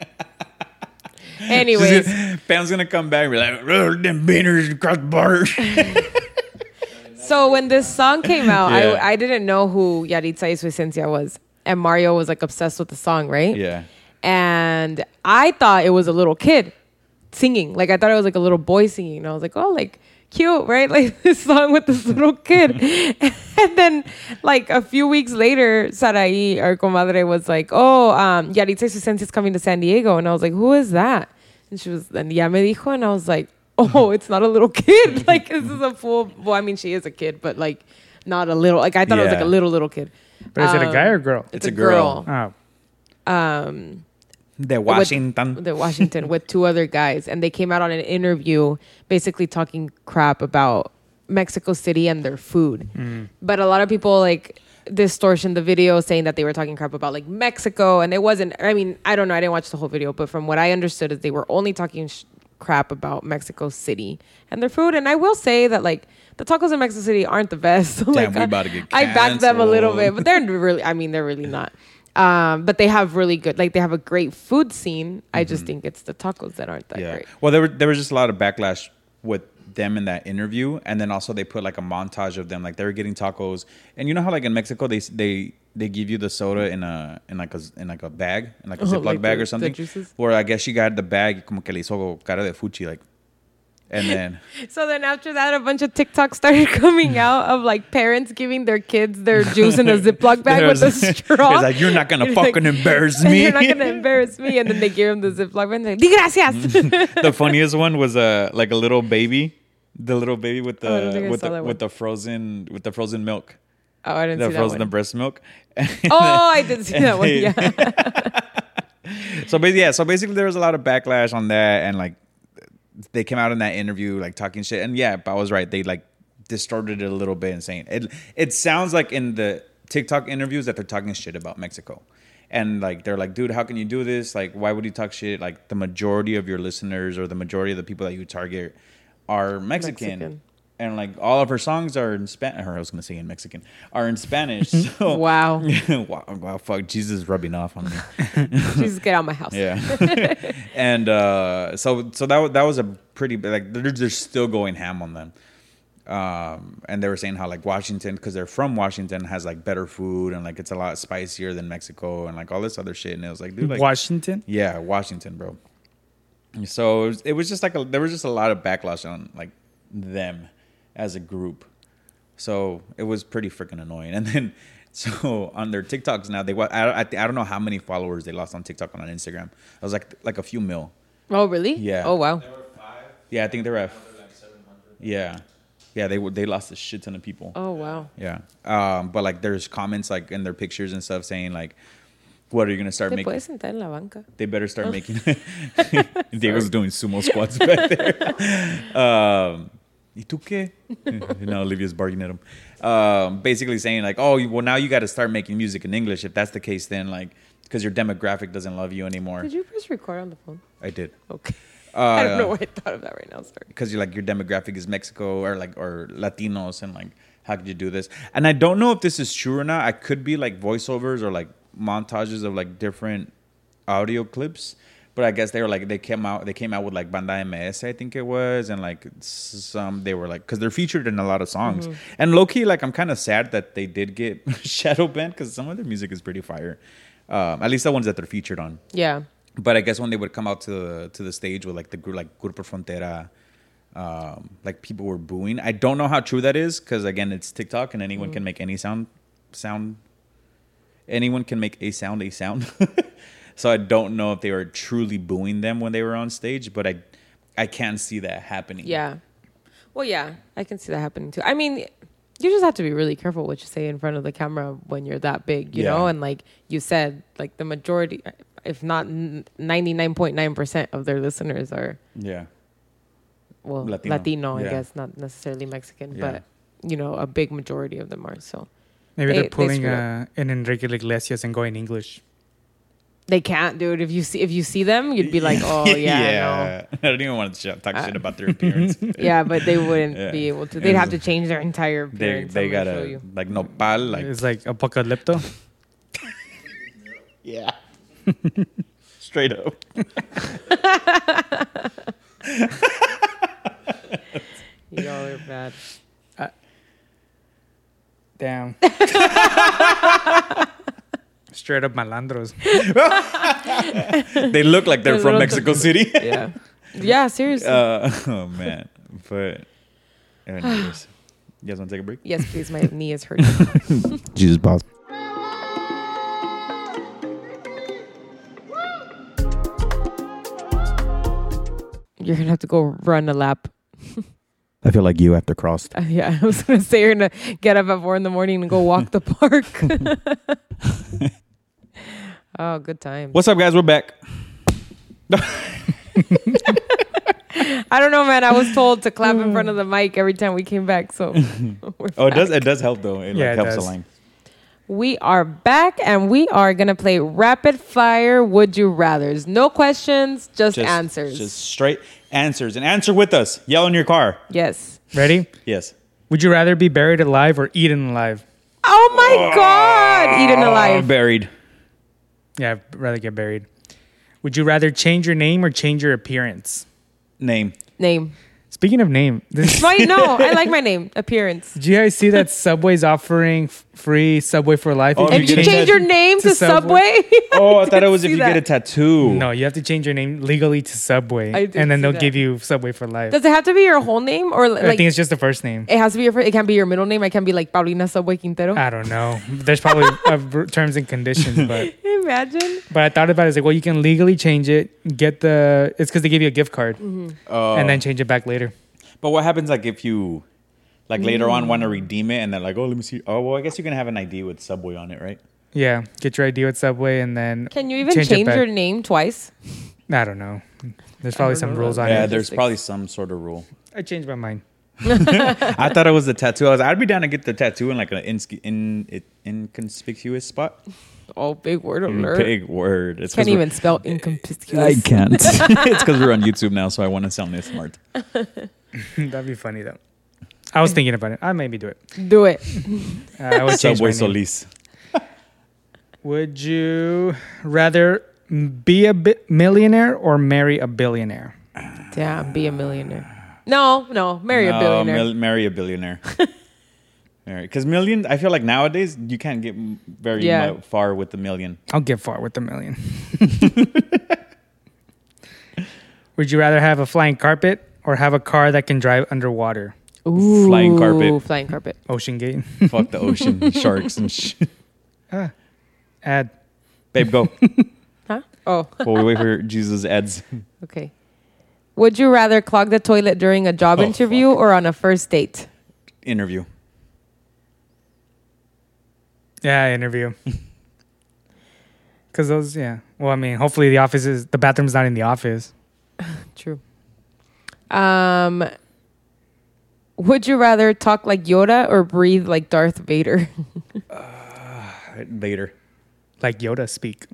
S5: She's
S4: Anyways,
S5: gonna- Pam's gonna come back and be like, "Oh, them beaners across the border.
S4: so when this song came out,
S5: Yeah.
S4: I I didn't know who Yaritza y su esencia was. And Mario was like obsessed with the song, right?
S5: yeah.
S4: and I thought it was a little kid singing. Like I thought it was like a little boy singing. And I was like, oh, like cute, right? Like this song with this little kid. and then like a few weeks later, Sarai, our comadre, was like, oh, um, Yaritza Susensi is coming to San Diego. And I was like, who is that? And she was, and ya me dijo. And I was like, oh, it's not a little kid. Like this is a full, well, I mean, she is a kid, but like not a little, like I thought it was like
S5: Yeah.
S4: a little, little kid.
S3: But is it a guy
S4: Um,
S3: or girl?
S5: It's a girl.
S3: Oh,
S4: Um,
S5: The
S4: with-
S5: Washington.
S4: the Washington with two other guys, and they came out on an interview basically talking crap about Mexico City and their food.
S5: Hmm.
S4: But a lot of people like distortion the video saying that they were talking crap about like Mexico, and it wasn't. I mean, I don't know. I didn't watch the whole video, but from what I understood is they were only talking sh- crap about Mexico City and their food. And I will say that like. The tacos in Mexico City aren't the best. So, like,
S5: we about to get
S4: I backed them a little bit,
S5: canceled.
S4: but they're really i mean they're really not um but they have really good like they have a great food scene i just think it's the tacos that aren't that
S5: Mm-hmm. yeah.
S4: great
S5: Well, there were there was just a lot of backlash with them in that interview, and then also they put like a montage of them, like they were getting tacos, and you know how like in Mexico they they they give you the soda in a in like a in like a bag, in like a
S4: Oh,
S5: Ziploc
S4: like
S5: bag
S4: the-
S5: or something.
S4: the juices?
S5: Where I guess she got the bag, como que le hizo cara de fuchi, like, and then
S4: so then after that a bunch of tiktoks started coming
S5: Mm.
S4: out of like parents giving their kids their juice in a ziploc bag with a
S5: There's-
S4: straw
S5: it's like, "You're not gonna
S4: It's
S5: fucking embarrass
S4: you're not
S5: me."
S4: gonna embarrass me and then they give them the ziploc bag and they're like "Di gracias
S5: the funniest one was uh, like a little baby, the little baby with
S4: Oh, I don't
S5: the
S4: think I
S5: with
S4: saw
S5: the
S4: that
S5: with
S4: one.
S5: the frozen with the frozen milk,
S4: oh i didn't
S5: the
S4: see that
S5: frozen
S4: one.
S5: breast milk.
S4: oh i did see that one
S5: they-
S4: yeah
S5: So basically, yeah. So basically, there was a lot of backlash on that, and like they came out in that interview like talking shit. And yeah, I was right. They like distorted it a little bit and saying it. It sounds like in the TikTok interviews that they're talking shit about Mexico, and like they're like, dude, how can you do this? Like, why would you talk shit? Like the majority of your listeners or the majority of the people that you target are Mexican.
S4: Mexican.
S5: And like all of her songs are in Spanish. I was gonna say in Mexican are in Spanish. So
S4: Wow.
S5: wow, wow, fuck, Jesus is rubbing off on me.
S4: jesus get out of my house
S5: Yeah. and uh, so so that wa- that was a pretty like they're, they're still going ham on them. um, and they were saying how like Washington, because they're from Washington, has like better food and like it's a lot spicier than Mexico and like all this other shit. And it was like, dude, like
S3: Washington.
S5: yeah, Washington, bro. So it was, it was just like a, there was just a lot of backlash on like them as a group. So it was pretty freaking annoying. And then so on their TikToks now they wa- I, I, I don't know how many followers they lost on TikTok and on Instagram. It was like like a few mil.
S4: Oh, really?
S5: Yeah.
S4: Oh, wow.
S5: Yeah, I think they're at yeah, yeah. They were- they lost a shit ton of people.
S4: Oh, wow.
S5: Yeah. Um, but like there's comments like in their pictures and stuff saying like, what are you gonna start
S4: Te
S5: making?
S4: puedes sentar en la banca.
S5: They better start making. Diego's doing sumo squats back there. Um, ¿Y tú qué? no, Olivia's barking at him. Um, basically saying like, oh, well now you got to start making music in English. If that's the case, then like, because your demographic doesn't love you anymore.
S4: Did you press record on the phone?
S5: I did.
S4: Okay. I don't
S5: yeah.
S4: know why I thought of that right now. Sorry.
S5: because you're like your demographic is Mexico or like or Latinos and like how could you do this? And I don't know if this is true or not. I could be like voiceovers or like montages of like different audio clips. But I guess they were like they came out they came out with like Banda MS I think it was and like s- some they were like because they're featured in a lot of songs and low key like I'm kind of sad that they did get shadow banned because some of their music is pretty fire um, at least the ones that they're featured on
S4: Yeah.
S5: but I guess when they would come out to the to the stage with like the group like Grupo Frontera, um, like people were booing. I don't know how true that is because again, it's TikTok and
S4: Mm-hmm.
S5: anyone can make any sound sound. Anyone can make a sound a sound. so I don't know if they were truly booing them when they were on stage, but I I can see that happening.
S4: Yeah. Well, yeah, I can see that happening too. I mean, you just have to be really careful what you say in front of the camera when you're that big, you
S5: Yeah.
S4: know? And like you said, like the majority, if not n- 99.9% of their listeners are,
S5: Yeah.
S4: well,
S5: Latino.
S4: Latino, I
S5: Yeah.
S4: guess, not necessarily Mexican,
S5: Yeah.
S4: but you know, a big majority of them are. So
S3: Maybe they,
S4: They-
S3: are
S4: they
S3: pulling
S4: screwed up.
S3: uh, an Enrique Iglesias and going English.
S4: they can't, dude. If you see, if you see them, you'd be like, oh, yeah. no.
S5: yeah. I don't even want to sh- talk shit about their appearance.
S4: Yeah, but they wouldn't
S5: Yeah.
S4: be able to. They'd have to change their entire
S5: they
S4: appearance.
S5: they
S4: I'm gonna show
S5: gotta
S4: you.
S5: like nopal like
S3: It's like apocalypto.
S5: Yeah. Straight up.
S4: Y'all are bad.
S3: Damn. Straight up malandros.
S5: They look like they're
S4: Those
S5: from
S4: little-
S5: Mexico City.
S4: Yeah. Yeah, seriously.
S5: Uh, oh man, but anyways, you guys want to take a break?
S4: yes, please. My knee is hurting.
S5: Jesus, boss.
S4: You're gonna have to go run a lap.
S5: I feel like you after crossed.
S4: Yeah, I was gonna say you're gonna get up at four in the morning and go walk the park. oh, good time.
S5: What's up, guys? We're back.
S4: I don't know, man. I was told to clap in front of the mic every time we came back, so we're
S5: Oh, it
S4: back.
S5: does. It does help though. It
S3: Yeah,
S5: like
S3: it
S5: helps a
S3: does.
S5: line.
S4: We are back and we are gonna play rapid fire would you rather's. No questions, just, answers.
S5: Just straight answers and answer with us. Yell in your car.
S4: yes.
S3: Ready?
S5: Yes.
S3: Would you rather be buried alive or eaten alive?
S4: Oh my god! Eaten
S5: Oh,
S4: alive.
S5: buried.
S3: Yeah, I'd rather get buried. Would you rather change your name or change your appearance?
S5: Name.
S4: Name.
S3: Speaking of name, this,
S4: Well, you know, I like my name. Appearance.
S3: do you guys see that Subway's offering f- free Subway for life?
S5: Oh,
S4: If
S5: you
S4: you
S5: get a
S4: change
S5: tat-
S4: your name
S3: to
S4: to Subway,
S5: Oh, I thought it was if
S4: see
S5: you get a
S4: that.
S5: tattoo.
S3: No, you have to change your name legally to Subway,
S4: I
S3: and
S4: did
S3: then
S4: see
S3: they'll
S4: that.
S3: give you Subway for life.
S4: does it have to be your whole name or like
S3: I think it's just the first name.
S4: it has to be your? fir- It can't be your middle name. I can be like Paulina Subway Quintero.
S3: I don't know. There's probably uh, r- terms and conditions, but
S4: Imagine.
S3: but I thought about it. It's like, well, you can legally change it. Get the it's because they give you a gift card,
S4: Mm-hmm.
S5: Oh.
S3: and then change it back later.
S5: But what happens like if you, like later on, want to
S4: Mm.
S5: redeem it and they're like, oh, let me see. Oh, well, I guess you can have an ID with Subway on it, right?
S3: Yeah, get your ID at Subway, and then
S4: Can you even
S3: Change
S4: change,
S3: it back.
S4: your name twice?
S3: I don't know. There's probably some rules on
S5: Yeah,
S3: it.
S5: there's
S4: Logistics.
S5: probably some sort of rule.
S3: I changed my mind.
S5: I thought it was the tattoo. I was, I'd be down to get the tattoo in like an in, in, it- inconspicuous spot.
S4: Oh, big word alert.
S5: Big word. It's 'cause
S4: Can't even
S5: we're-
S4: spell inconspicuous.
S5: can't. it's because we're on YouTube now, so I want to sound this smart.
S3: That'd be funny though. I was thinking about it. I maybe do it.
S4: Do it.
S3: Uh, I would change my
S5: Subway
S3: name.
S5: Solis.
S3: Would you rather m- be a bi- millionaire or marry a billionaire?
S4: Damn, be a millionaire. No, no, marry a
S5: No,
S4: billionaire.
S5: Oh, mil- marry a billionaire. Because million, I feel like nowadays you can't get m- very
S4: Yeah.
S5: mu- far with the million.
S3: I'll get far with a million. Would you rather have a flying carpet or have a car that can drive underwater?
S4: Ooh,
S5: Flying carpet.
S4: Flying carpet.
S3: Ocean Gate.
S5: Fuck the ocean, sharks and shit.
S3: Ad.
S5: Babe, go.
S4: Huh? Oh,
S5: While we wait for Jesus' ads.
S4: okay. Would you rather clog the toilet during a job
S5: Oh,
S4: interview or on a first date?
S5: Interview.
S3: Yeah, interview. Because those, yeah. Well, I mean, hopefully the office is, the bathroom's not in the office.
S4: True. Um, would you rather talk like Yoda or breathe like Darth Vader?
S5: Later.
S3: Like Yoda speak.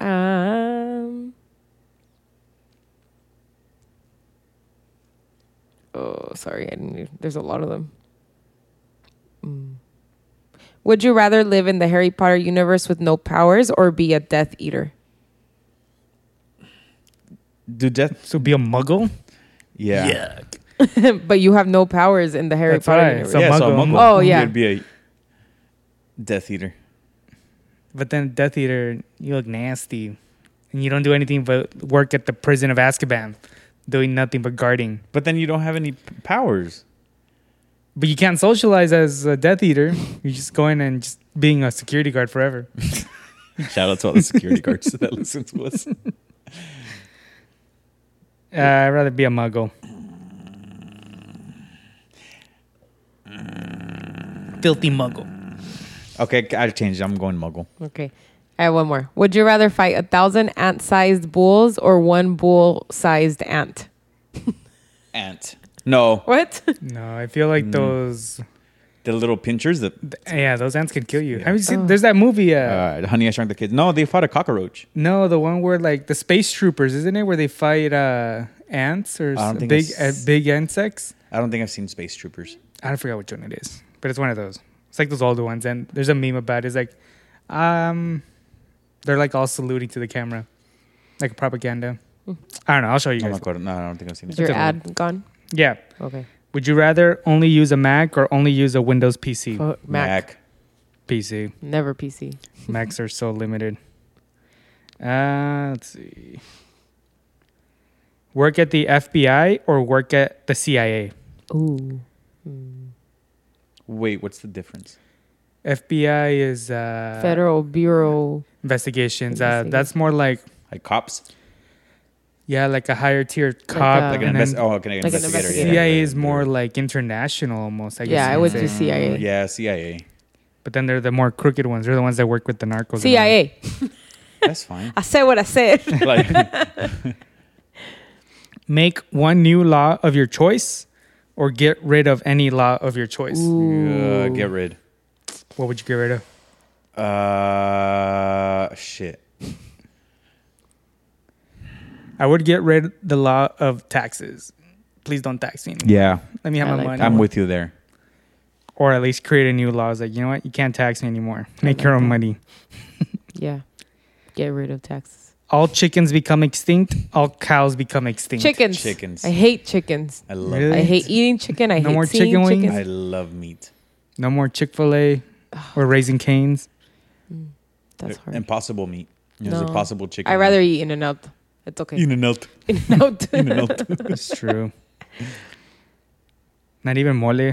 S4: Um. Oh, sorry. I didn't, there's a lot of them. Mm. Would you rather live in the Harry Potter universe with no powers or be a Death Eater?
S5: Do death?
S3: So be a muggle?
S5: Yeah.
S4: but you have no powers in the Harry
S3: That's
S4: Potter
S3: right.
S4: universe.
S3: So
S5: yeah, so a
S3: muggle.
S5: muggle.
S4: Oh, yeah.
S5: You'd be a Death Eater.
S3: But then Death Eater, you look nasty. And you don't do anything but work at the prison of Azkaban, doing nothing but guarding.
S5: But then you don't have any p- powers.
S3: But you can't socialize as a Death Eater. You're just going and just being a security guard forever.
S5: Shout out to all the security guards that listen to us.
S3: Uh, I'd rather be a muggle. Filthy muggle.
S5: Okay, I changed. I'm going muggle.
S4: Okay. I have one more. Would you rather fight a thousand ant sized bulls or one bull sized ant?
S5: Ant. No.
S4: What?
S3: No, I feel
S5: Mm.
S3: like those.
S5: The little pinchers. The,
S3: Yeah, those ants could kill you. Have you seen? There's that movie. Uh,
S5: uh, Honey, I Shrunk the Kids. No, they fought a cockroach.
S3: no, the one where like the space troopers, isn't it? Where they fight uh, ants or
S5: I don't
S3: s-
S5: think
S3: big uh,
S5: it's-
S3: big insects.
S5: I don't think I've seen Space Troopers.
S3: I don't forget which one it is, but it's one of those. It's like those older ones, and there's a meme about it. It's like, um, they're like all saluting to the camera, like propaganda. I don't know. I'll show you
S5: Oh my
S3: guys.
S5: God, no, I don't think I've seen
S4: Is
S5: it.
S4: your
S3: a good
S4: ad gone?
S3: Yeah.
S4: Okay.
S3: Would you rather only use a Mac or only use a Windows PC?
S4: Oh, Mac.
S3: PC.
S4: Never PC.
S3: Macs are so limited. Uh, let's see. Work at the FBI or work at the CIA?
S4: Ooh.
S5: Wait, what's the difference?
S3: FBI is uh,
S4: Federal Bureau.
S3: investigations. Uh, that's more like
S5: Like cops?
S3: yeah, like a higher tier cop.
S4: uh,
S5: Like
S4: Um,
S5: an
S3: and then
S5: invest- oh, okay, an
S4: Like an
S5: investigator.
S4: investigator.
S5: yeah.
S3: CIA is more like international almost. I guess
S4: Yeah,
S3: you
S4: I
S3: could
S4: would
S3: say.
S4: do CIA.
S5: Yeah, CIA.
S3: But then they're the more crooked ones. They're the ones that work with the narcos. and all
S4: CIA.
S5: That's fine.
S4: I said what I said.
S5: like,
S3: that. Make one new law of your choice, or get rid of any law of your choice.
S5: uh, get rid.
S3: What would you get rid of?
S5: Uh, shit.
S3: I would get rid of the law of taxes. Please don't tax me. anymore.
S5: Yeah,
S3: Let me have
S4: I
S3: my
S4: like
S3: money.
S5: I'm with you there.
S3: or at least create a new law. It's like, you know what? You can't tax me anymore. Make your own money.
S4: yeah. Get rid of taxes.
S3: All chickens become extinct. All cows become extinct.
S4: Chickens.
S5: Chickens.
S4: I hate chickens.
S5: I love.
S3: Really?
S4: I hate eating chicken. I
S3: No
S4: hate
S3: more
S4: seeing
S3: chicken wings?
S4: chickens.
S5: I love meat.
S3: No more Chick fil A or Raising Canes.
S4: That's hard.
S5: Impossible meat. There's
S4: No.
S5: impossible chicken.
S4: I'd rather eat in and out. It's okay.
S5: in and out.
S4: In and out.
S5: In and out.
S3: It's true. Not even mole.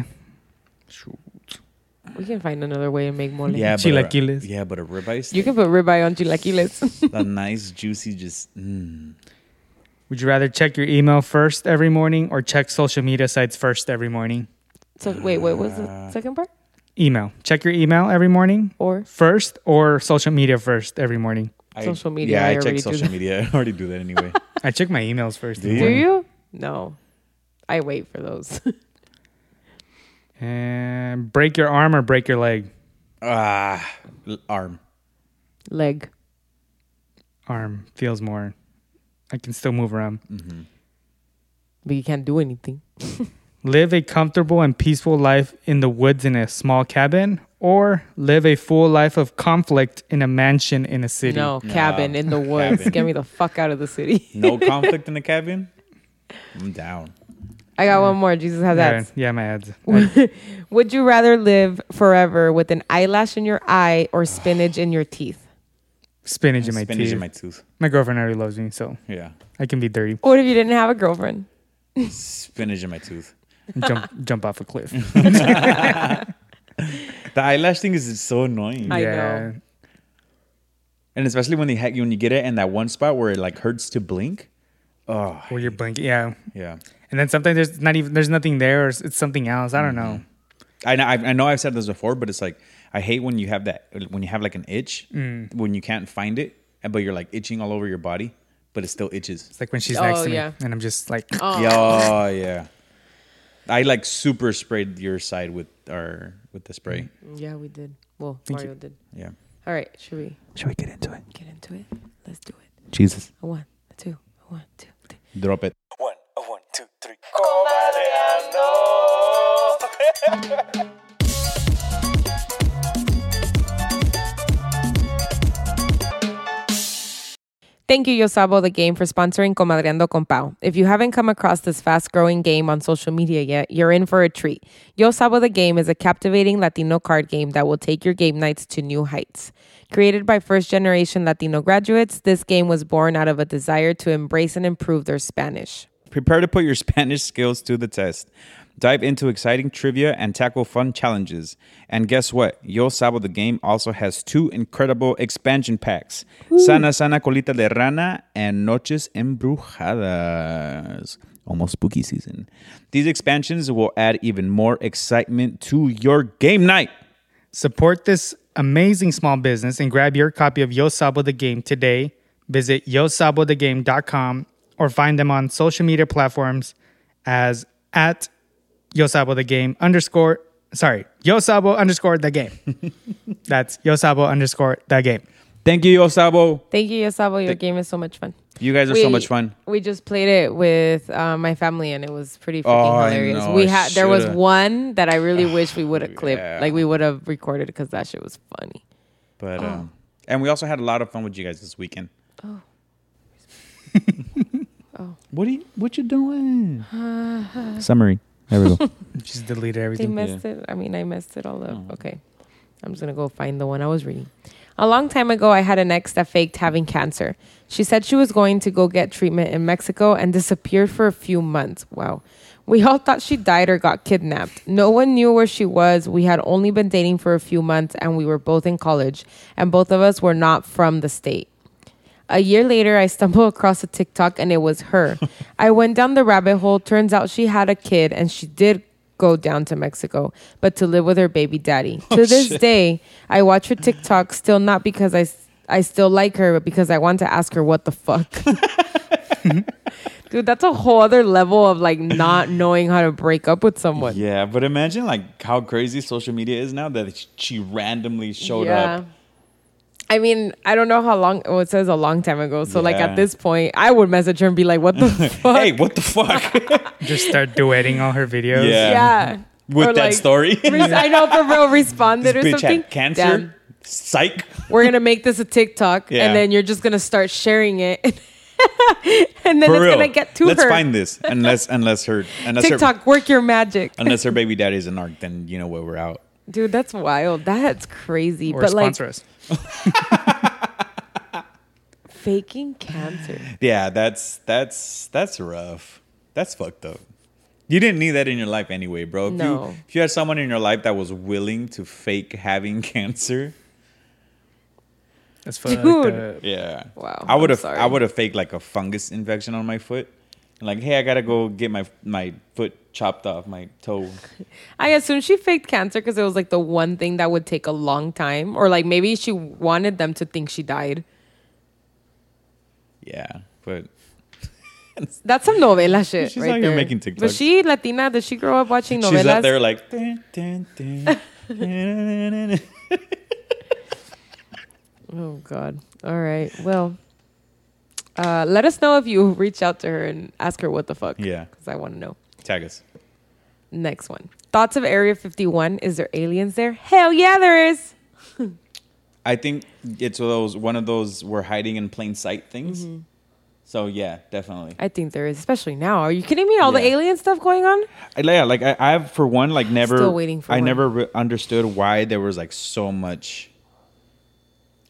S4: we can find another way to make mole.
S5: yeah, but
S3: Chilaquiles.
S5: A, yeah, but a ribeye.
S4: You
S5: steak,
S4: can put ribeye on chilaquiles.
S5: a nice juicy just. Mm.
S3: Would you rather check your email first every morning or check social media sites first every morning?
S4: so wait, wait, what's the second part?
S3: Email. Check your email every morning
S4: Or
S3: first or social media first every morning.
S5: I-
S4: Social media,
S5: Yeah,
S4: I
S5: I, check
S4: already do
S5: social
S4: that.
S5: media. I already do that anyway.
S3: I check my emails first.
S5: Do
S3: in the
S5: you?
S4: do
S3: morning.
S4: you? No. I wait for those.
S3: And break your arm or break your leg?
S5: Ah, l- arm.
S4: Leg.
S3: Arm feels more. I can still move around.
S4: But you can't do anything.
S3: Live a comfortable and peaceful life in the woods in a small cabin or live a full life of conflict in a mansion in a city.
S4: No, cabin in the woods.
S5: cabin.
S4: Get me the fuck out of the city.
S5: No conflict in the cabin. I'm down.
S4: I got one more. Jesus has
S3: Yeah,
S4: ads.
S3: yeah, my ads.
S4: Would you rather live forever with an eyelash in your eye or spinach in your teeth?
S3: Spinach in my
S5: Spinach
S3: teeth.
S5: in my
S3: my,
S5: tooth.
S3: girlfriend already loves me, so
S5: Yeah.
S3: I can be dirty
S4: What if you didn't have a girlfriend?
S5: Spinach in my tooth.
S3: and jump jump off a cliff.
S5: The eyelash thing is so annoying.
S4: I
S3: yeah.
S4: know.
S5: and especially when they ha- when you get it in that one spot where it like hurts to blink. Oh,
S3: Or your blanket. Yeah.
S5: yeah.
S3: And then sometimes there's not even there's nothing there or it's something else. I don't
S4: Mm-hmm.
S3: know.
S5: I know, I I know I've said this before, but it's like I hate when you have that when you have like an itch when you can't find it, and- but you're like itching all over your body, but it still itches.
S3: It's like when she's
S4: Oh,
S3: next to me
S4: yeah.
S3: and I'm just like
S5: Yeah, oh, yeah. I like super sprayed your side with our with the spray.
S4: Yeah, we did. Well, Mario did.
S5: Yeah.
S4: All right, should we
S5: Should we get into it?
S4: get into it? Let's do it.
S5: Jesus,
S4: A one, a two, a one, two, three.
S5: drop it.
S4: Thank you, Yosabo the Game, for sponsoring Comadreando con Pau. If you haven't come across this fast growing game on social media yet, you're in for a treat. Yosabo the Game is a captivating Latino card game that will take your game nights to new heights. Created by first generation Latino graduates, this game was born out of a desire to embrace and improve their Spanish.
S5: Prepare to put your Spanish skills to the test. Dive into exciting trivia and tackle fun challenges. And guess what? Yo Sabo the Game also has two incredible expansion packs Sana Sana Colita de Rana and Noches Embrujadas. Almost spooky season. These expansions will add even more excitement to your game night.
S3: Support this amazing small business and grab your copy of Yo Sabo the Game today. Visit yosabodegame.com or find them on social media platforms as at Yosabo the Game underscore, sorry, Yosabo underscore the game. That's Yosabo underscore the game.
S5: Thank you, Yo Sabo.
S4: Thank you, Yosabo. Your game is so much fun.
S5: You guys are so much fun.
S4: We just played it with uh, my family, and it was pretty freaking
S5: Oh, I
S4: hilarious.
S5: know.
S4: we
S5: I
S4: had there was
S5: shoulda.
S4: one that I really wish we would have clipped,
S5: Yeah.
S4: like we would have recorded because that shit was funny.
S5: But
S4: Oh.
S5: um, and we also had a lot of fun with you guys this weekend. Oh.
S4: Oh.
S5: What are you what you doing? Summary. There we go.
S3: Just deleted
S4: They
S3: everything.
S4: messed it. I mean, I messed it all up. Okay, I'm just gonna go find the one I was reading. A long time ago, I had an ex that faked having cancer. She said she was going to go get treatment in Mexico and disappeared for a few months. Wow. We all thought she died or got kidnapped. No one knew where she was. We had only been dating for a few months and we were both in college, and both of us were not from the state. A year later, I stumbled across a TikTok and it was her. I went down the rabbit hole. Turns out she had a kid and she did go down to Mexico, but to live with her baby daddy.
S5: Oh,
S4: to this day, I watch her TikTok still not because I, s- I still like her, but because I want to ask her what the fuck. Dude, that's a whole other level of like not knowing how to break up with someone.
S5: yeah, but imagine like how crazy social media is now that she randomly showed up.
S4: I mean, I don't know how long. Well, it says a long time ago. So, like
S5: Yeah.
S4: at this point, I would message her and be like, "What the fuck?"
S5: Hey, what the fuck?
S3: Just start duetting all her videos.
S5: Yeah.
S4: yeah.
S5: with
S4: Or,
S5: that
S4: like,
S5: story.
S4: res- I know for real responded
S5: This
S4: or
S5: bitch
S4: something.
S5: had cancer.
S4: Damn,
S5: Psych.
S4: we're gonna make this a TikTok,
S5: Yeah.
S4: and then you're just gonna start sharing it, and then
S5: For
S4: it's
S5: real.
S4: gonna get to
S5: Let's
S4: her.
S5: find this. Unless unless her unless her
S4: TikTok, work your magic,
S5: unless her baby daddy's an narc, then you know what we're out.
S4: dude. That's wild. That's crazy.
S3: Or
S4: but like
S3: sponsor us.
S4: faking cancer.
S5: Yeah, that's that's that's rough. That's fucked up. You didn't need that in your life anyway, bro. If
S4: No.
S5: you if you had someone in your life that was willing to fake having cancer,
S3: That's fucked
S4: Dude.
S3: up.
S5: yeah.
S4: Wow,
S5: I would
S4: I'm
S5: have
S4: sorry.
S5: I would have faked like a fungus infection on my foot. Like, hey, I gotta go get my my foot chopped off, my toe.
S4: I assume she faked cancer because it was like the one thing that would take a long time, or like maybe she wanted them to think she died.
S5: Yeah. But
S4: That's some novela shit.
S5: She's
S4: right
S5: out here
S4: there.
S5: making
S4: Was
S5: TikToks.
S4: she Latina? Did she grow up watching novelas?
S5: she's out there like dun, dun, dun, dun, dun, dun, dun.
S4: Oh God. All right. Well, uh, let us know if you reach out to her and ask her what the fuck.
S5: Yeah.
S4: Because I want to know.
S5: Tag us.
S4: Next one. Thoughts of Area 51. Is there aliens there? Hell yeah, there is. Mm-hmm.
S5: I think it's one of those one of those we're hiding in plain sight things. So yeah, definitely.
S4: I think there is, especially now. Are you kidding me? All the
S5: Yeah.
S4: alien stuff going on?
S5: I- yeah, like I, I've for one, like never.
S4: Still waiting for
S5: I
S4: one.
S5: never re- understood why there was like so much.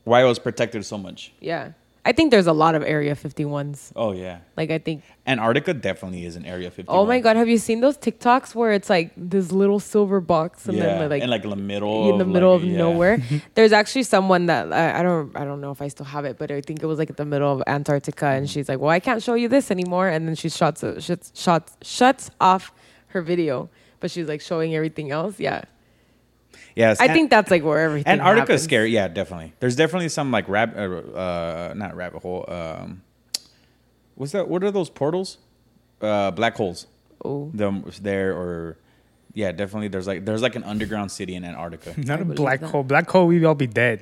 S5: Why it was protected so much.
S4: Yeah. I think there's a lot of Area 51s.
S5: Oh yeah,
S4: Like I think
S5: Antarctica definitely is an Area 51.
S4: Oh my god, have you seen those TikToks where it's like this little silver box and
S5: yeah,
S4: then like,
S5: in like the middle,
S4: in the
S5: of,
S4: middle
S5: like,
S4: of
S5: yeah.
S4: nowhere. There's actually someone that I, I don't I don't know if I still have it, but I think it was like at the middle of Antarctica, and she's like, "Well, I can't show you this anymore," and then she shuts shuts shuts, shuts off her video, but she's like showing everything else. Yeah,
S5: Yes,
S4: I
S5: An-
S4: think that's like where everything.
S5: Antarctica's
S4: happens.
S5: scary. Yeah, definitely. There's definitely some like rab, uh, uh, not rabbit hole. Um, what's that? What are those portals? Uh, black holes.
S4: Oh.
S5: Them there or yeah, definitely. There's like there's like an underground city in Antarctica.
S3: Not a
S4: believe
S3: black
S4: that.
S3: hole. Black hole, we'd all be dead.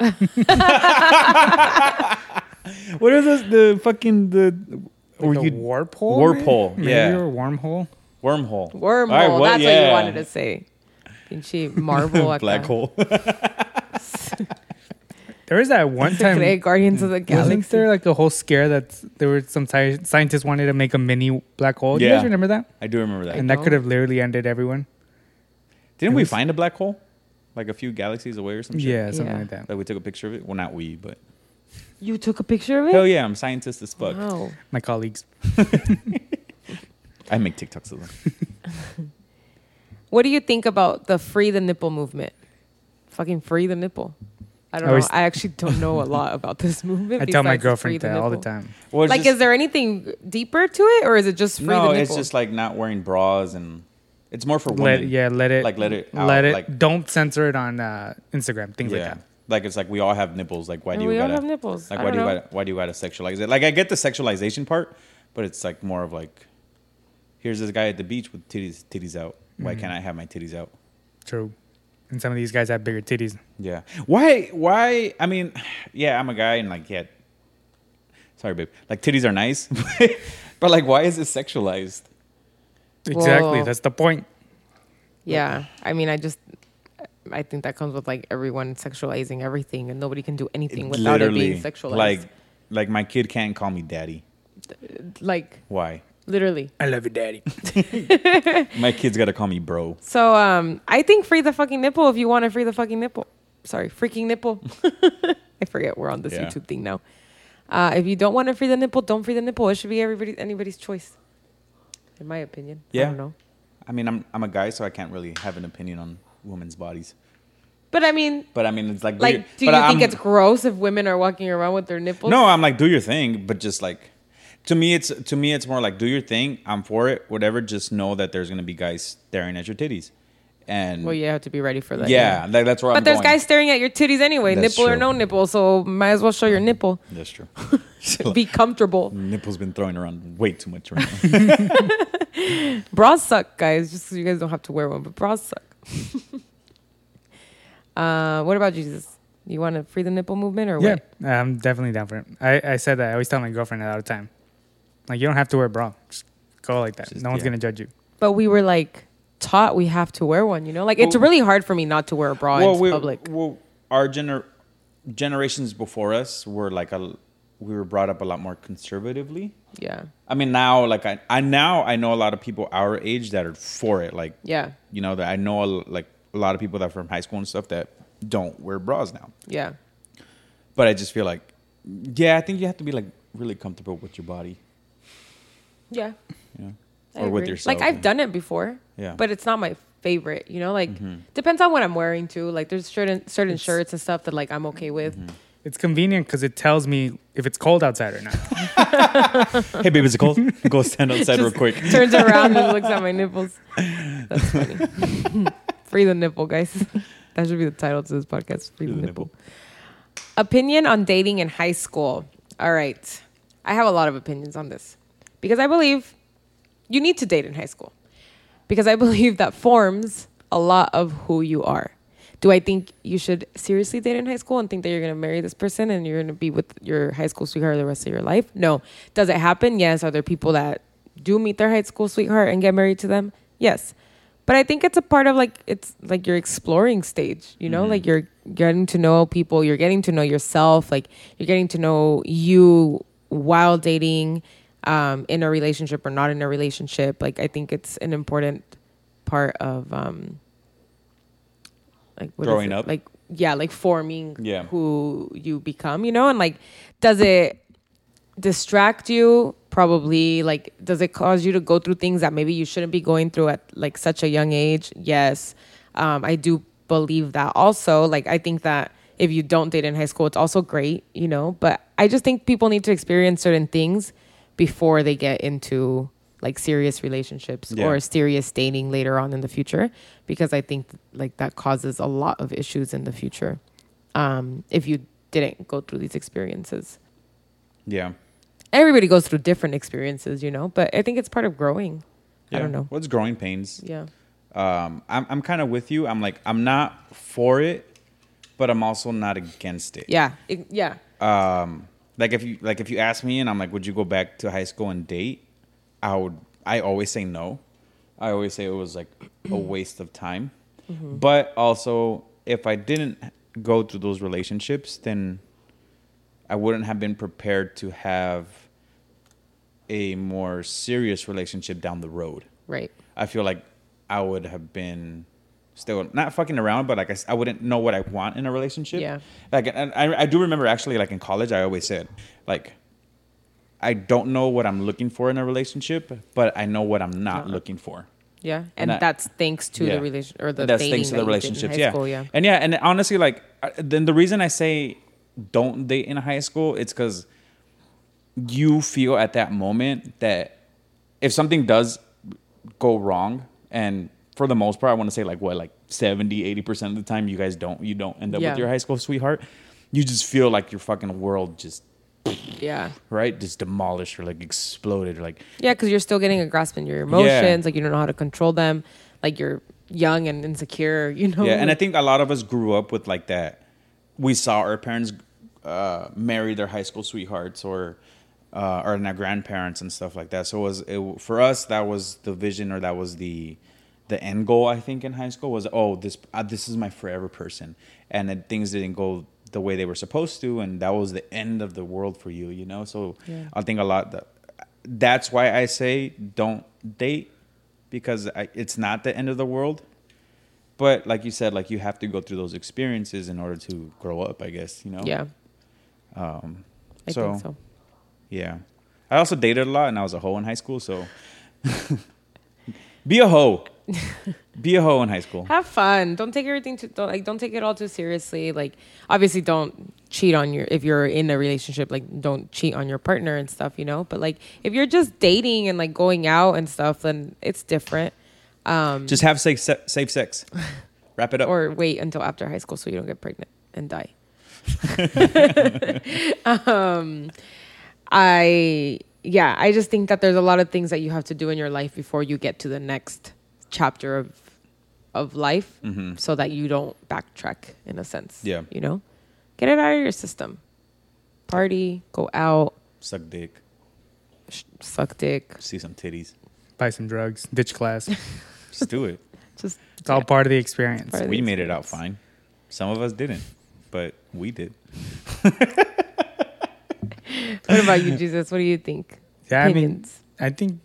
S5: what are those? The fucking the.
S3: Like a warp hole?
S5: warp
S3: maybe?
S5: hole,
S3: Maybe,
S5: yeah.
S3: or wormhole.
S5: wormhole.
S4: Wormhole.
S5: All right, what-
S4: that's what
S5: yeah.
S4: you wanted to say. Pinchy Marvel. acá.
S5: Black hole.
S3: There was that one
S4: Today,
S3: time.
S4: Guardians of the
S3: Wasn't
S4: Galaxy.
S3: there like a whole scare that there were some sci- scientists wanted to make a mini black hole? Do you
S5: Yeah.
S3: guys remember that?
S5: I do remember that.
S3: And that
S4: don't.
S3: could have literally ended everyone.
S5: Didn't we
S3: was-
S5: find a black hole? Like a few galaxies away or some shit?
S3: Yeah, something
S4: Yeah.
S3: like that.
S5: Like we took a picture of it. Well, not we, but
S4: You took a picture of it. Oh.
S5: hell yeah, I'm scientist as fuck.
S4: Wow.
S3: My colleagues.
S5: I make TikToks of them.
S4: What do you think about the free the nipple movement? Fucking free the nipple. I don't
S3: I always-
S4: know. I actually don't know a lot about this movement.
S3: I tell my
S4: besides free
S3: girlfriend that all the
S4: nipple.
S3: time.
S5: Well, it's
S4: like,
S5: just-
S4: is there anything deeper to it, or is it just free
S5: no,
S4: the nipple?
S5: it's just like not wearing bras and it's more for women.
S3: Let yeah, let it
S5: like let it out,
S3: let it
S5: like,
S3: don't censor it on uh, Instagram things like
S5: yeah.
S3: that.
S5: Like it's like we all have nipples. Like why
S4: And
S5: do you
S4: we all
S5: gotta
S4: have nipples.
S5: Like
S4: I
S5: why do
S4: don't
S5: you
S4: know.
S5: gotta why do you gotta sexualize it? Like I get the sexualization part, but it's like more of like here's this guy at the beach with titties titties out. Why
S4: Mm-hmm.
S5: can't I have my titties out?
S3: True. And some of these guys have bigger titties.
S5: Yeah. Why why I mean, yeah, I'm a guy and like yeah. Sorry, babe. Like titties are nice. but like why is it sexualized?
S3: Exactly.
S4: Whoa.
S3: That's the point.
S4: yeah. I mean, I just, I think that comes with like everyone sexualizing everything, and nobody can do anything without it being sexualized.
S5: Like like my kid can't call me daddy.
S4: like
S5: Why?
S4: literally.
S3: I love you, daddy.
S5: My kid's gotta call me bro.
S4: So, um, I think free the fucking nipple if you want to free the fucking nipple. Sorry, freaking nipple. I forget we're on this
S5: Yeah.
S4: YouTube thing now. Uh, if you don't want to free the nipple, don't free the nipple. It should be everybody anybody's choice. In my opinion. I
S5: Yeah.
S4: don't know.
S5: I mean, I'm I'm a guy, so I can't really have an opinion on women's bodies.
S4: But I mean,
S5: But I mean, it's like
S4: like,
S5: weird.
S4: do
S5: But
S4: you
S5: I-
S4: think
S5: I'm-
S4: it's gross if women are walking around with their nipples?
S5: no? I'm like, do your thing, but just like, to me, it's to me, it's more like, do your thing. I'm for it, whatever. Just know that there's gonna be guys staring at your titties, and
S4: Well, you have to be ready for that.
S5: yeah, like, that's where
S4: But
S5: I'm.
S4: there's
S5: going.
S4: guys staring at your titties anyway,
S5: That's
S4: nipple or no
S5: true.
S4: nipple. So might as well show your nipple.
S5: That's true.
S4: Be comfortable.
S5: Nipples been throwing around way too much right now.
S4: Bras suck, guys. Just so you guys don't have to wear one, but bras suck. uh, what about Jesus? You want to free the nipple movement or
S3: yeah,
S4: what?
S3: I'm definitely down for it. I, I said that. I always tell my girlfriend that all the time. Like, you don't have to wear a bra. Just go like that.
S5: Just-
S3: no one's
S5: yeah.
S3: going to judge you.
S4: But we were like taught we have to wear one. You know, like it's really hard for me not to wear a bra in
S5: we-
S4: public.
S5: well, our gener- generations before us were like a, we were brought up a lot more conservatively.
S4: yeah,
S5: I mean, now like I, I now I know a lot of people our age that are for it. Like
S4: Yeah.
S5: you know that I know a, like a lot of people that are from high school and stuff that don't wear bras now.
S4: yeah.
S5: But I just feel like, yeah, I think you have to be like really comfortable with your body,
S4: Yeah.
S5: you know,
S4: I
S5: or with
S4: agree.
S5: yourself.
S4: Like I've done it before.
S5: Yeah. Mm-hmm.
S4: But it's not my favorite, you know, like depends on what I'm wearing too. Like there's certain certain shirts and stuff that like I'm okay
S5: Mm-hmm.
S4: with.
S3: It's convenient because it tells me if it's cold outside or not.
S5: Hey, baby, is it cold? Go stand outside real
S4: Just
S5: quick.
S4: Turns around and looks at my nipples. That's funny. Free the nipple, guys. That should be the title to this podcast. Free, the,
S5: the
S4: nipple.
S5: nipple.
S4: Opinion on dating in high school. All right. I have a lot of opinions on this because I believe you need to date in high school because I believe that forms a lot of who you are. Do I think you should seriously date in high school and think that you're going to marry this person and you're going to be with your high school sweetheart the rest of your life? No. Does it happen? Yes. Are there people that do meet their high school sweetheart and get married to them? Yes. But I think it's a part of like it's like your exploring stage, you know,
S5: Mm-hmm.
S4: like you're getting to know people, you're getting to know yourself, like you're getting to know you while dating um, in a relationship or not in a relationship. Like I think it's an important part of um, like what is
S5: Growing
S4: it?
S5: up?
S4: Like yeah, like forming
S5: Yeah.
S4: who you become. You know, and like does it distract you probably like does it cause you to go through things that maybe you shouldn't be going through at like such a young age yes um, i do believe that also like i think that if you don't date in high school it's also great you know but i just think people need to experience certain things before they get into like serious relationships
S5: Yeah.
S4: or serious dating later on in the future because i think like that causes a lot of issues in the future um, if you didn't go through these experiences
S5: Yeah.
S4: everybody goes through different experiences, you know, but I think it's part of growing.
S5: yeah.
S4: I don't know.
S5: What's growing pains?
S4: Yeah.
S5: Um, I'm, I'm kind of with you. I'm like, I'm not for it, but I'm also not against it.
S4: Yeah. It- yeah.
S5: um like if you like if you ask me and I'm like, would you go back to high school and date? I would. I always say no. I always say it was like a waste of time. But also, if I didn't go through those relationships, then I wouldn't have been prepared to have a more serious relationship down the road.
S4: Right.
S5: I feel like I would have been still not fucking around, but like I, s- I wouldn't know what I want in a relationship.
S4: Yeah.
S5: Like, and I, I do remember actually, like in college, I always said, like, I don't know what I'm looking for in a relationship, but I know what I'm not looking for.
S4: Yeah. And,
S5: I-
S4: that's thanks to
S5: Yeah.
S4: the relation or the
S5: And that's
S4: dating
S5: thanks to
S4: that
S5: the
S4: you did in
S5: relationships.
S4: high
S5: Yeah.
S4: school, yeah.
S5: And yeah, and honestly, like I- then the reason I say don't date in high school, it's because you feel at that moment that if something does go wrong and for the most part i want to say like what like 70 80% of the time you guys don't you don't end up
S4: Yeah.
S5: with your high school sweetheart you just feel like your fucking world just
S4: Yeah.
S5: right just demolished or like exploded or like
S4: Yeah. Cause you're still getting a grasp in your emotions. Like you don't know how to control them. Like you're young and insecure, you know?
S5: Yeah, and I
S4: like-
S5: think a lot of us grew up with like that. We saw our parents uh, marry their high school sweethearts or uh, or their grandparents and stuff like that. So it was it, for us that was the vision or that was the the end goal. I think in high school was oh this uh, this is my forever person, and then things didn't go the way they were supposed to, and that was the end of the world for you. You know, so I think a lot that that's why I say don't date because I, it's not the end of the world but like you said like you have to go through those experiences in order to grow up i guess you know
S4: yeah. I
S5: Um, so,
S4: think so.
S5: yeah i also dated a lot and i was a hoe in high school so be a hoe be a hoe in high school
S4: have fun don't take everything too don't, like don't take it all too seriously like obviously don't cheat on your if you're in a relationship like don't cheat on your partner and stuff you know but like if you're just dating and like going out and stuff then it's different
S5: just have safe, se- safe sex wrap it up
S4: or wait until after high school so you don't get pregnant and die um i yeah i just think that there's a lot of things that you have to do in your life before you get to the next chapter of of life so that you don't backtrack in a sense
S5: Mm-hmm. Yeah.
S4: you know get it out of your system party go out
S5: suck dick
S4: sh- suck dick
S5: see some titties
S3: Buy some drugs, ditch class. It's
S5: just do it
S4: just
S3: all part of the experience.
S4: Part of
S5: we
S4: the
S5: made it out fine some of us didn't but we did
S4: what about you jesus what do you think
S3: Yeah,
S4: Opinions.
S3: I mean, I think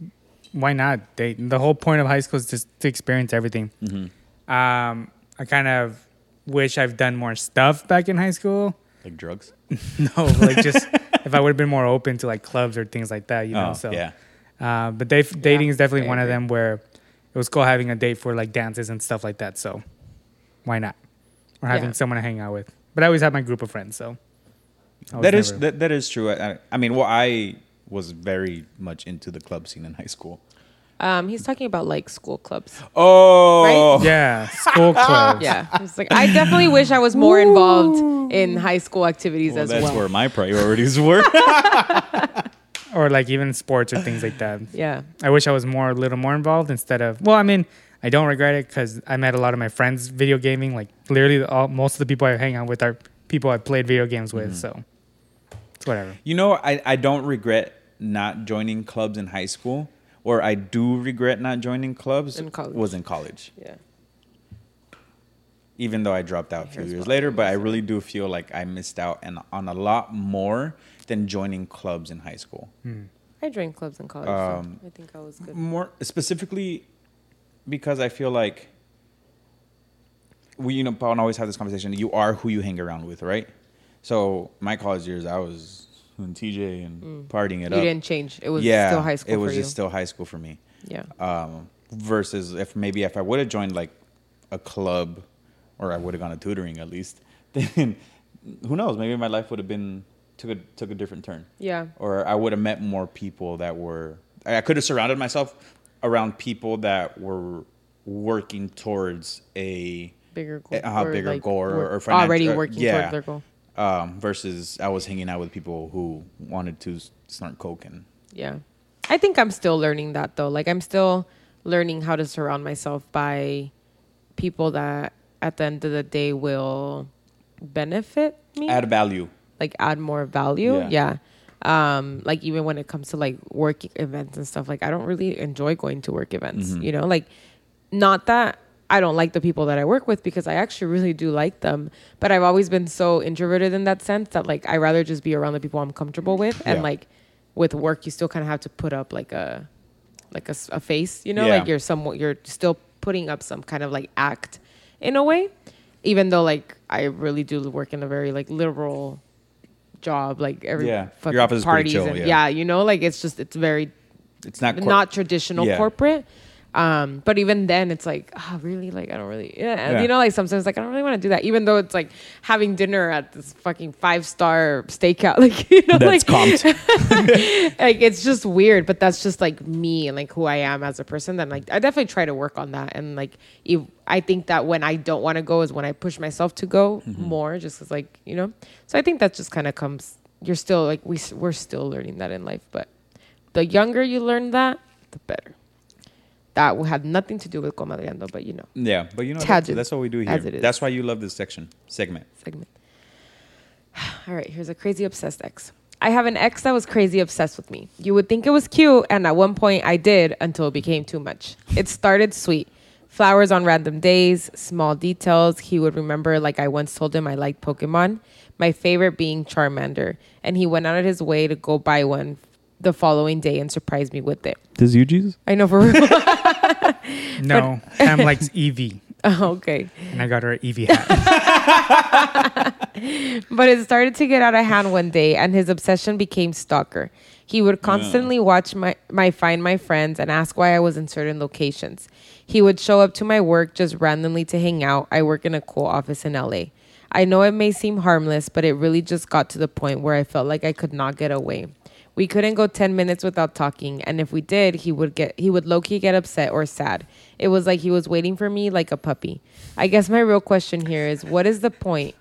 S3: why not date? The whole point of high school is just to experience everything.
S5: Mm-hmm.
S3: Um, I kind of wish I've done more stuff back in high school.
S5: like drugs
S3: No, like just if I would have been more open to like clubs or things like that, you know.
S5: Oh,
S3: so
S5: yeah.
S3: Uh, but they, dating is definitely
S4: I
S3: one of
S4: agree.
S3: them where it was cool having a date for like dances and stuff like that. So why not? Or having
S4: Yeah.
S3: someone to hang out with. But I always had my group of friends, so I was
S5: That is
S3: never-
S5: that, that is true I, I- I mean well i was very much into the club scene in high school
S4: um he's talking about like school clubs
S5: oh
S3: yeah school clubs.
S4: Yeah, it's like I definitely wish I was more involved in high school activities
S5: Well,
S4: as
S5: that's
S4: well.
S5: where my priorities were.
S3: or like even sports or things like that.
S4: Yeah,
S3: I wish I was more a little more involved instead of well, I mean, I don't regret it because I met a lot of my friends video gaming. Like literally, all most of the people I hang out with are people I played video games with. So it's whatever.
S5: you know, I, I don't regret not joining clubs in high school, or I do regret not joining clubs.
S4: In college.
S5: Was in college,
S4: yeah,
S5: even though I dropped out a few
S4: Here's
S5: years
S4: what
S5: later. But I really do feel like I missed out and on a lot more than joining clubs in high school.
S4: I joined clubs in college.
S5: Um,
S4: so I think I was good.
S5: more specifically because I feel like we, you know, Paul and I always have this conversation. You are who you hang around with, right? So my college years, I was in TJ and partying it
S4: Mm. You
S5: up.
S4: didn't change. It was
S5: uh, yeah,
S4: still high school
S5: It was
S4: for
S5: just
S4: you.
S5: still high school for me.
S4: yeah.
S5: Um, versus if maybe if I would have joined like a club, or I would have gone to tutoring at least, then who knows? Maybe my life would have been took a took a different turn
S4: Yeah.
S5: or I would have met more people that were. I I could have surrounded myself around people that were working towards a
S4: Bigger goal.
S5: goal, uh,
S4: or,
S5: bigger
S4: like,
S5: goal, or,
S4: work-
S5: or financial,
S4: already
S5: or-
S4: working
S5: yeah,
S4: toward their goal.
S5: Um, versus, I was hanging out with people who wanted to s- snort coke and
S4: Yeah. I think I'm still learning that though. Like I'm still learning how to surround myself by people that at the end of the day will benefit me.
S5: add value.
S4: like add more value.
S5: Yeah.
S4: Yeah. Um, like even when it comes to like work events and stuff, like I don't really enjoy going to work events,
S5: Mm-hmm.
S4: you know, like not that I don't like the people that I work with because I actually really do like them, but I've always been so introverted in that sense that like I rather just be around the people I'm comfortable with and
S5: Yeah.
S4: like with work you still kind of have to put up like a like a, s- a face, you know,
S5: Yeah.
S4: like you're somewhat you're still putting up some kind of like act in a way, even though like I really do work in a very like liberal job, like every
S5: Yeah.
S4: fucking
S5: Your office is
S4: parties
S5: pretty chill,
S4: and
S5: yeah.
S4: yeah. you know, like it's just it's very
S5: It's not cor-
S4: not traditional
S5: Yeah.
S4: corporate. Um, but even then, it's like, oh, really? Like, I don't really, yeah.
S5: Yeah.
S4: You know, like sometimes, like, I don't really want to do that, even though it's like having dinner at this fucking five star steakout. Like, you know,
S5: That's
S4: like,
S5: comped.
S4: like it's just weird but that's just like me and like who i am as a person then like i definitely try to work on that and like if i think that when i don't want to go is when i push myself to go more just 'cause, like you know so i think that just kind of comes you're still like we, s- we're still learning that in life but the younger you learn that the better that will have nothing to do with comadreando but you know
S5: Yeah, but you know that's,
S4: Tangent,
S5: that's what we do here.
S4: as it is.
S5: That's why you love this section segment.
S4: segment. All right, here's a crazy obsessed ex. I have an ex that was crazy obsessed with me. You would think it was cute, and at one point I did until it became too much. It started sweet. Flowers on random days, small details. He would remember, like I once told him I liked Pokemon, my favorite being Charmander, and he went out of his way to go buy one the following day and surprised me with it.
S5: Does you Jesus?
S4: I know for real.
S3: No, Pam likes Evie,
S4: okay.
S3: and I got her an Evie hat.
S4: But it started to get out of hand one day, and his obsession became stalker. He would constantly watch my, my find my friends and ask why I was in certain locations. He would show up to my work just randomly to hang out. I work in a cool office in LA. I know it may seem harmless, but it really just got to the point where I felt like I could not get away. We couldn't go 10 minutes without talking, and if we did, he would get he would low-key get upset or sad. It was like he was waiting for me like a puppy. I guess my real question here is what is the point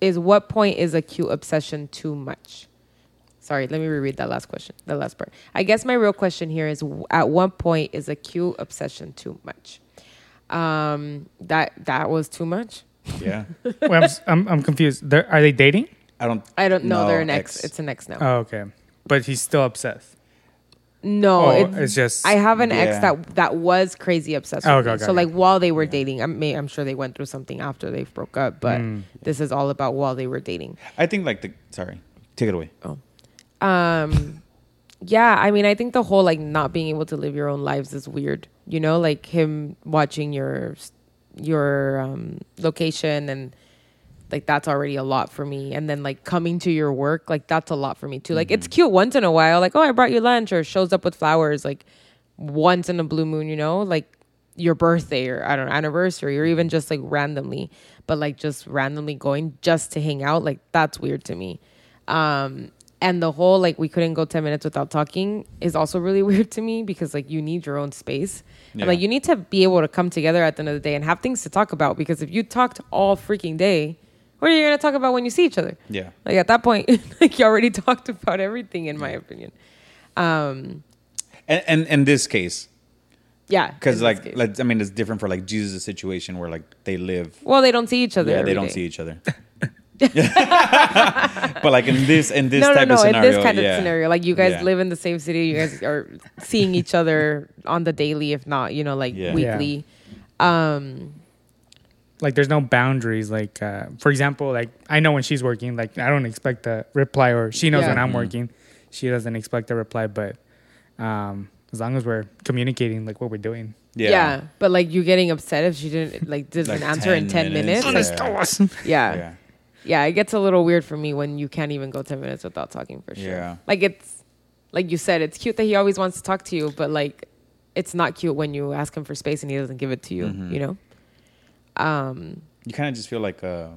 S4: is what point is a cute obsession too much? Sorry, let me reread that last question, the last part. I guess my real question here is w- at what point is a cute obsession too much? Um, that that was too much.
S5: Yeah,
S3: Wait, I'm, s- I'm, I'm confused. They're, are they dating?
S5: I don't.
S4: I don't know.
S5: No,
S4: they're an ex.
S5: ex.
S4: It's an ex now.
S3: Oh, okay. But he's still obsessed.
S4: no,
S3: Oh,
S4: it's,
S3: it's just-
S4: I have an ex
S5: Yeah.
S4: that that was crazy obsessed.
S3: Oh,
S4: with me.
S3: okay,
S4: so
S3: okay.
S4: like while they were dating, I mean, I'm sure they went through something after they broke up, but
S3: Hmm.
S4: this is all about while they were dating.
S5: I think like the sorry, take it away.
S4: Oh. yeah, I mean, I think the whole like not being able to live your own lives is weird. You know, like him watching your your um, location and like that's already a lot for me. And then like coming to your work, like that's a lot for me too. Like it's cute once in a while, like oh I brought you lunch or shows up with flowers, like once in a blue moon. You know, like your birthday or I don't know, anniversary or even just like randomly, but like just randomly going just to hang out, like that's weird to me. Um, and the whole like we couldn't go 10 minutes without talking is also really weird to me because like you need your own space.
S5: Yeah.
S4: And like you need to be able to come together at the end of the day and have things to talk about because if you talked all freaking day, what are you going to talk about when you see each other?
S5: Yeah.
S4: Like at that point, like you already talked about everything in my opinion. Um,
S5: And and in this case,
S4: yeah. in
S5: because
S4: this
S5: like,
S4: case.
S5: like I mean, it's different for like Jesus' situation where like they live.
S4: well, they don't see each other.
S5: Yeah,
S4: every
S5: they don't
S4: day.
S5: see each other. but like in this in this
S4: no,
S5: type
S4: no,
S5: of
S4: no.
S5: scenario,
S4: in this kind
S5: yeah.
S4: of scenario, like you guys
S5: Yeah.
S4: live in the same city, you guys are seeing each other on the daily, if not, you know, like
S5: Yeah. Yeah.
S4: weekly. Um,
S3: Like, there's no boundaries. Like, uh, for example, like I know when she's working. Like, I don't expect a reply, or she knows
S4: Yeah.
S5: Mm-hmm.
S3: when I'm working. she doesn't expect a reply, but um, as long as we're communicating like what we're doing.
S4: Yeah. but like you getting upset if she didn't like doesn't
S5: Like
S4: answer in 10 minutes.
S5: Yeah.
S4: Yeah.
S5: Yeah.
S4: yeah. it gets a little weird for me when you can't even go 10 minutes without talking for sure.
S5: Yeah.
S4: Like it's like you said it's cute that he always wants to talk to you, but like it's not cute when you ask him for space and he doesn't give it to you,
S5: Mm-hmm.
S4: you know? Um
S5: You kind of just feel like uh,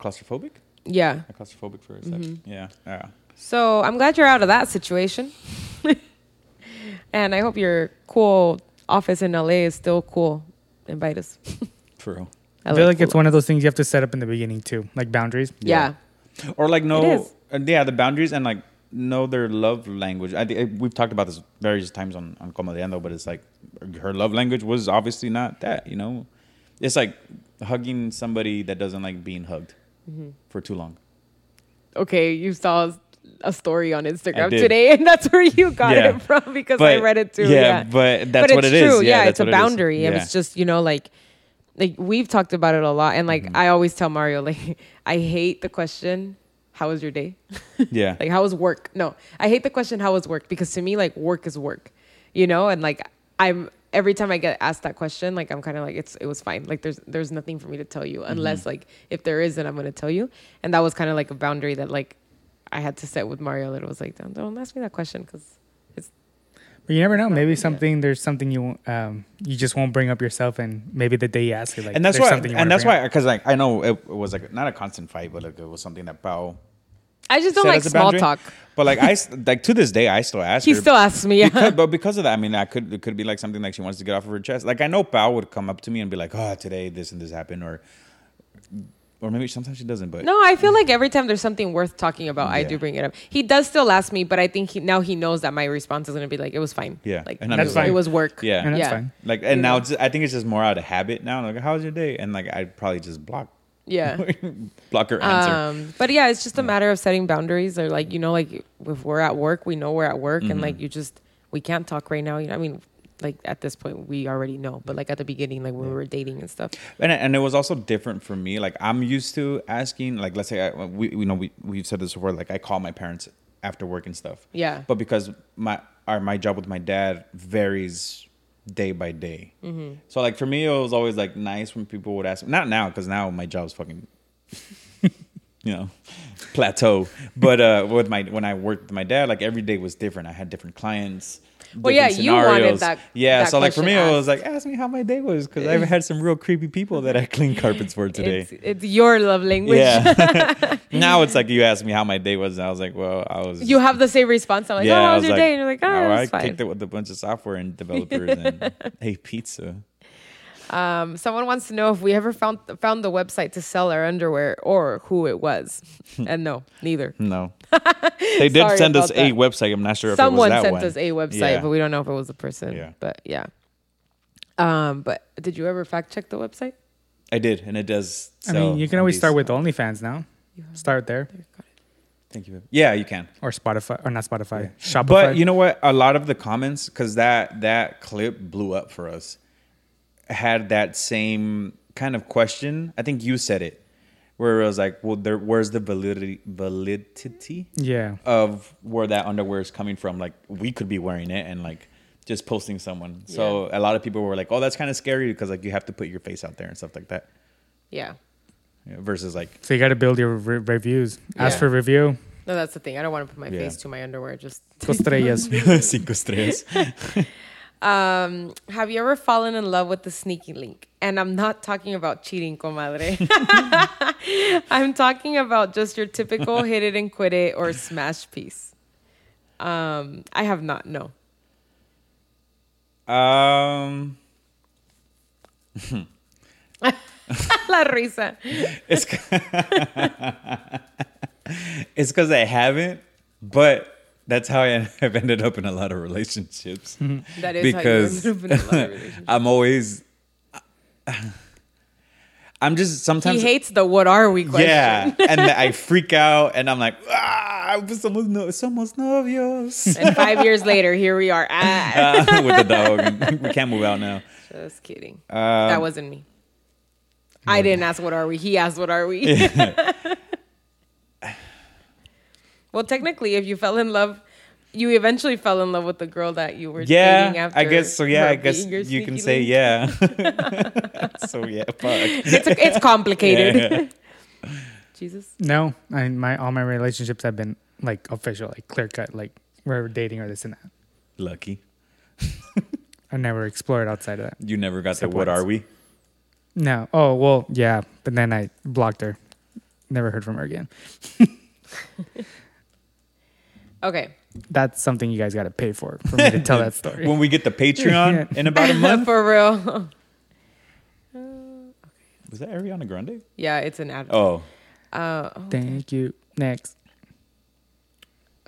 S5: claustrophobic.
S4: yeah.
S5: Like claustrophobic for a 2nd
S4: Mm-hmm.
S5: Yeah. Yeah.
S4: So, I'm glad you're out of that situation. and I hope your cool office in LA is still cool. Invite us.
S5: For real.
S3: I feel like
S4: cool
S3: it's one of those things you have to set up in the beginning too, like boundaries.
S4: Yeah.
S5: or like
S4: It
S5: no
S4: is.
S5: uh, yeah the boundaries and like know their love language I, thi- I we've talked about this various times on on comediando but it's like her love language was obviously not that you know it's like hugging somebody that doesn't like being hugged
S4: Mm-hmm.
S5: for too long
S4: okay, you saw a story on Instagram
S5: did.
S4: today, and that's where you got
S5: Yeah.
S4: it from because I
S5: But-
S4: read it too.
S5: yeah,
S4: Yeah,
S5: but that's what
S4: it's
S5: it is.
S4: true.
S5: Yeah,
S4: Yeah,
S5: that's
S4: it's a
S5: what it is.
S4: boundary. and
S5: Yeah.
S4: It's just you know like like we've talked about it a lot, and like
S5: Mm-hmm.
S4: I always tell Mario like I hate the question. How was your day?
S5: Yeah.
S4: like how was work? No, I hate the question how was work because to me like work is work, you know, and like I'm every time I get asked that question like I'm kind of like it's it was fine. Like there's there's nothing for me to tell you
S5: Mm-hmm.
S4: unless like if there is then I'm going to tell you. And that was kind of like a boundary that like I had to set with Mario that it was like don't, don't ask me that question cuz it's
S3: But you never know. Maybe something there's something you um you just won't bring up yourself, and maybe the day you ask it, like
S5: and that's
S3: there's
S5: why
S3: something you
S5: and
S3: wanna
S5: that's
S3: bring
S5: why because like i know it, it was like not a constant fight but like it was something that Pao
S4: I just don't
S5: said
S4: like
S5: as a
S4: small
S5: boundary.
S4: talk.
S5: but like i s- like to this day i still ask
S4: He
S5: her,
S4: still asks me. Yeah.
S5: Because- but because of that, I mean, I could it could be like something like she wants to get off of her chest. Like I know Pal would come up to me and be like, "Oh, today this and this happened," or or maybe sometimes she doesn't. But
S4: No, I feel like every time there's something worth talking about, I
S5: Yeah.
S4: do bring it up. He does still ask me, but I think he, now he knows that my response is going to be like, "It was fine."
S5: Yeah,
S4: like
S5: and
S4: it
S5: I'm
S4: was-
S3: just like-
S4: It was work.
S5: yeah,
S3: And that's
S4: yeah.
S3: fine.
S5: like and
S4: You
S5: now
S4: know.
S5: it's, I think it's just more out of habit now. Like, how was your day? And like I'd probably just block
S4: Yeah.
S5: block her answer.
S4: Um, but yeah, it's just a matter of setting boundaries. Or like you know, like if we're at work, we know we're at work, and
S5: Mm-hmm.
S4: like you just we can't talk right now. You know, I mean, like at this point, we already know. But like at the beginning, like when we were dating and stuff,
S5: and and it was also different for me. Like I'm used to asking. Like let's say I, we you know we we've said this before. Like I call my parents after work and stuff.
S4: Yeah.
S5: But because my our my job with my dad varies day by day.
S4: Mm-hmm.
S5: So like for me it was always like nice when people would ask. Not now because now my job's fucking. You know, plateau. But uh, with my when I worked with my dad, like every day was different. I had different clients.
S4: Well, yeah,
S5: different
S4: you wanted
S5: scenarios.
S4: that-
S5: Yeah,
S4: that
S5: so like for me,
S4: question
S5: it
S4: asked.
S5: was like like, ask me how my day was because I've had some real creepy people that I cleaned carpets for
S4: it's,
S5: today.
S4: it's your love language.
S5: Yeah. now it's like you asked me how my day was, and I was like, well, I was.
S4: You have the same response. I'm like,
S5: yeah,
S4: oh,
S5: I
S4: how was
S5: was
S4: your
S5: like,
S4: day? And you're like, oh,
S5: "No,
S4: it
S5: I
S4: was fine.
S5: kicked it with a bunch of software and developers and ate pizza.
S4: Um, someone wants to know if we ever found found the website to sell our underwear or who it was, and no, neither.
S5: No, they did
S4: Sorry
S5: send us
S4: about
S5: a
S4: that.
S5: website. I'm not sure if
S4: Someone
S5: it was that
S4: sent
S5: one.
S4: us a website,
S5: Yeah.
S4: but we don't know if it was a person.
S5: Yeah.
S4: But yeah. Um, but did you ever fact check the website?
S5: I did, and it does.
S3: I mean,
S5: sell
S3: you can always
S5: these.
S3: start with OnlyFans now. Start there
S5: Thank you. babe. Yeah, you can.
S3: or Spotify or not Spotify, Shopify.
S5: But you know what? A lot of the comments, because that that clip blew up for us, had that same kind of question. I think you said it, where it was like, "Well, there, where's the validity validity
S3: yeah,
S5: of where that underwear is coming from? Like, we could be wearing it and like just posting someone." So a lot of people were like, "Oh, that's kind of scary because like you have to put your face out there and stuff like that."
S4: Yeah.
S5: You know, versus like,
S3: so you got to build your re- reviews. Ask
S4: Yeah.
S3: for review.
S4: No, that's the thing. I don't want to put my
S5: Yeah.
S4: face to my underwear. Just
S3: Costrellas.
S5: cinco estrellas.
S4: um, have you ever fallen in love with the sneaky link? And I'm not talking about cheating, comadre. I'm talking about just your typical hit it and quit it or smash piece. Um, I have not. No.
S5: Um,
S4: La risa.
S5: It's it's because I haven't, but that's how I have ended up in a lot of relationships.
S4: That is
S5: because
S4: how you end up in a love relationship.
S5: I'm always, I'm just
S4: He
S5: sometimes
S4: hates the "What are we?" question.
S5: yeah, and I freak out, and I'm like, ah, somos, no, somos novios
S4: And five years later, here we are. Ah,
S5: Uh, with the dog. and we can't move out now.
S4: just kidding.
S5: um,
S4: that wasn't me. I didn't ask what are we. He asked what are we. Well, technically, if you fell in love, you eventually fell in love with the girl that you were dating
S5: Yeah,
S4: after.
S5: I guess so. Yeah,
S4: her
S5: I guess
S4: being your
S5: you can
S4: sneaky
S5: say
S4: link.
S5: yeah. so yeah, fuck.
S4: It's, it's complicated. Jesus.
S3: No, I mean, my all my relationships have been like official, like clear cut, like we're dating or this and that.
S5: Lucky
S3: I never explored outside of that.
S5: you never got the what
S3: once.
S5: are we?
S3: No. Oh well, yeah. But then I blocked her. Never heard from her again.
S4: Okay.
S3: That's something you guys got to pay for for me to tell that story.
S5: When we get the Patreon in about a month.
S4: For real.
S5: Was that Ariana Grande?
S4: yeah, it's an ad.
S5: Oh,
S3: Thank you. Next.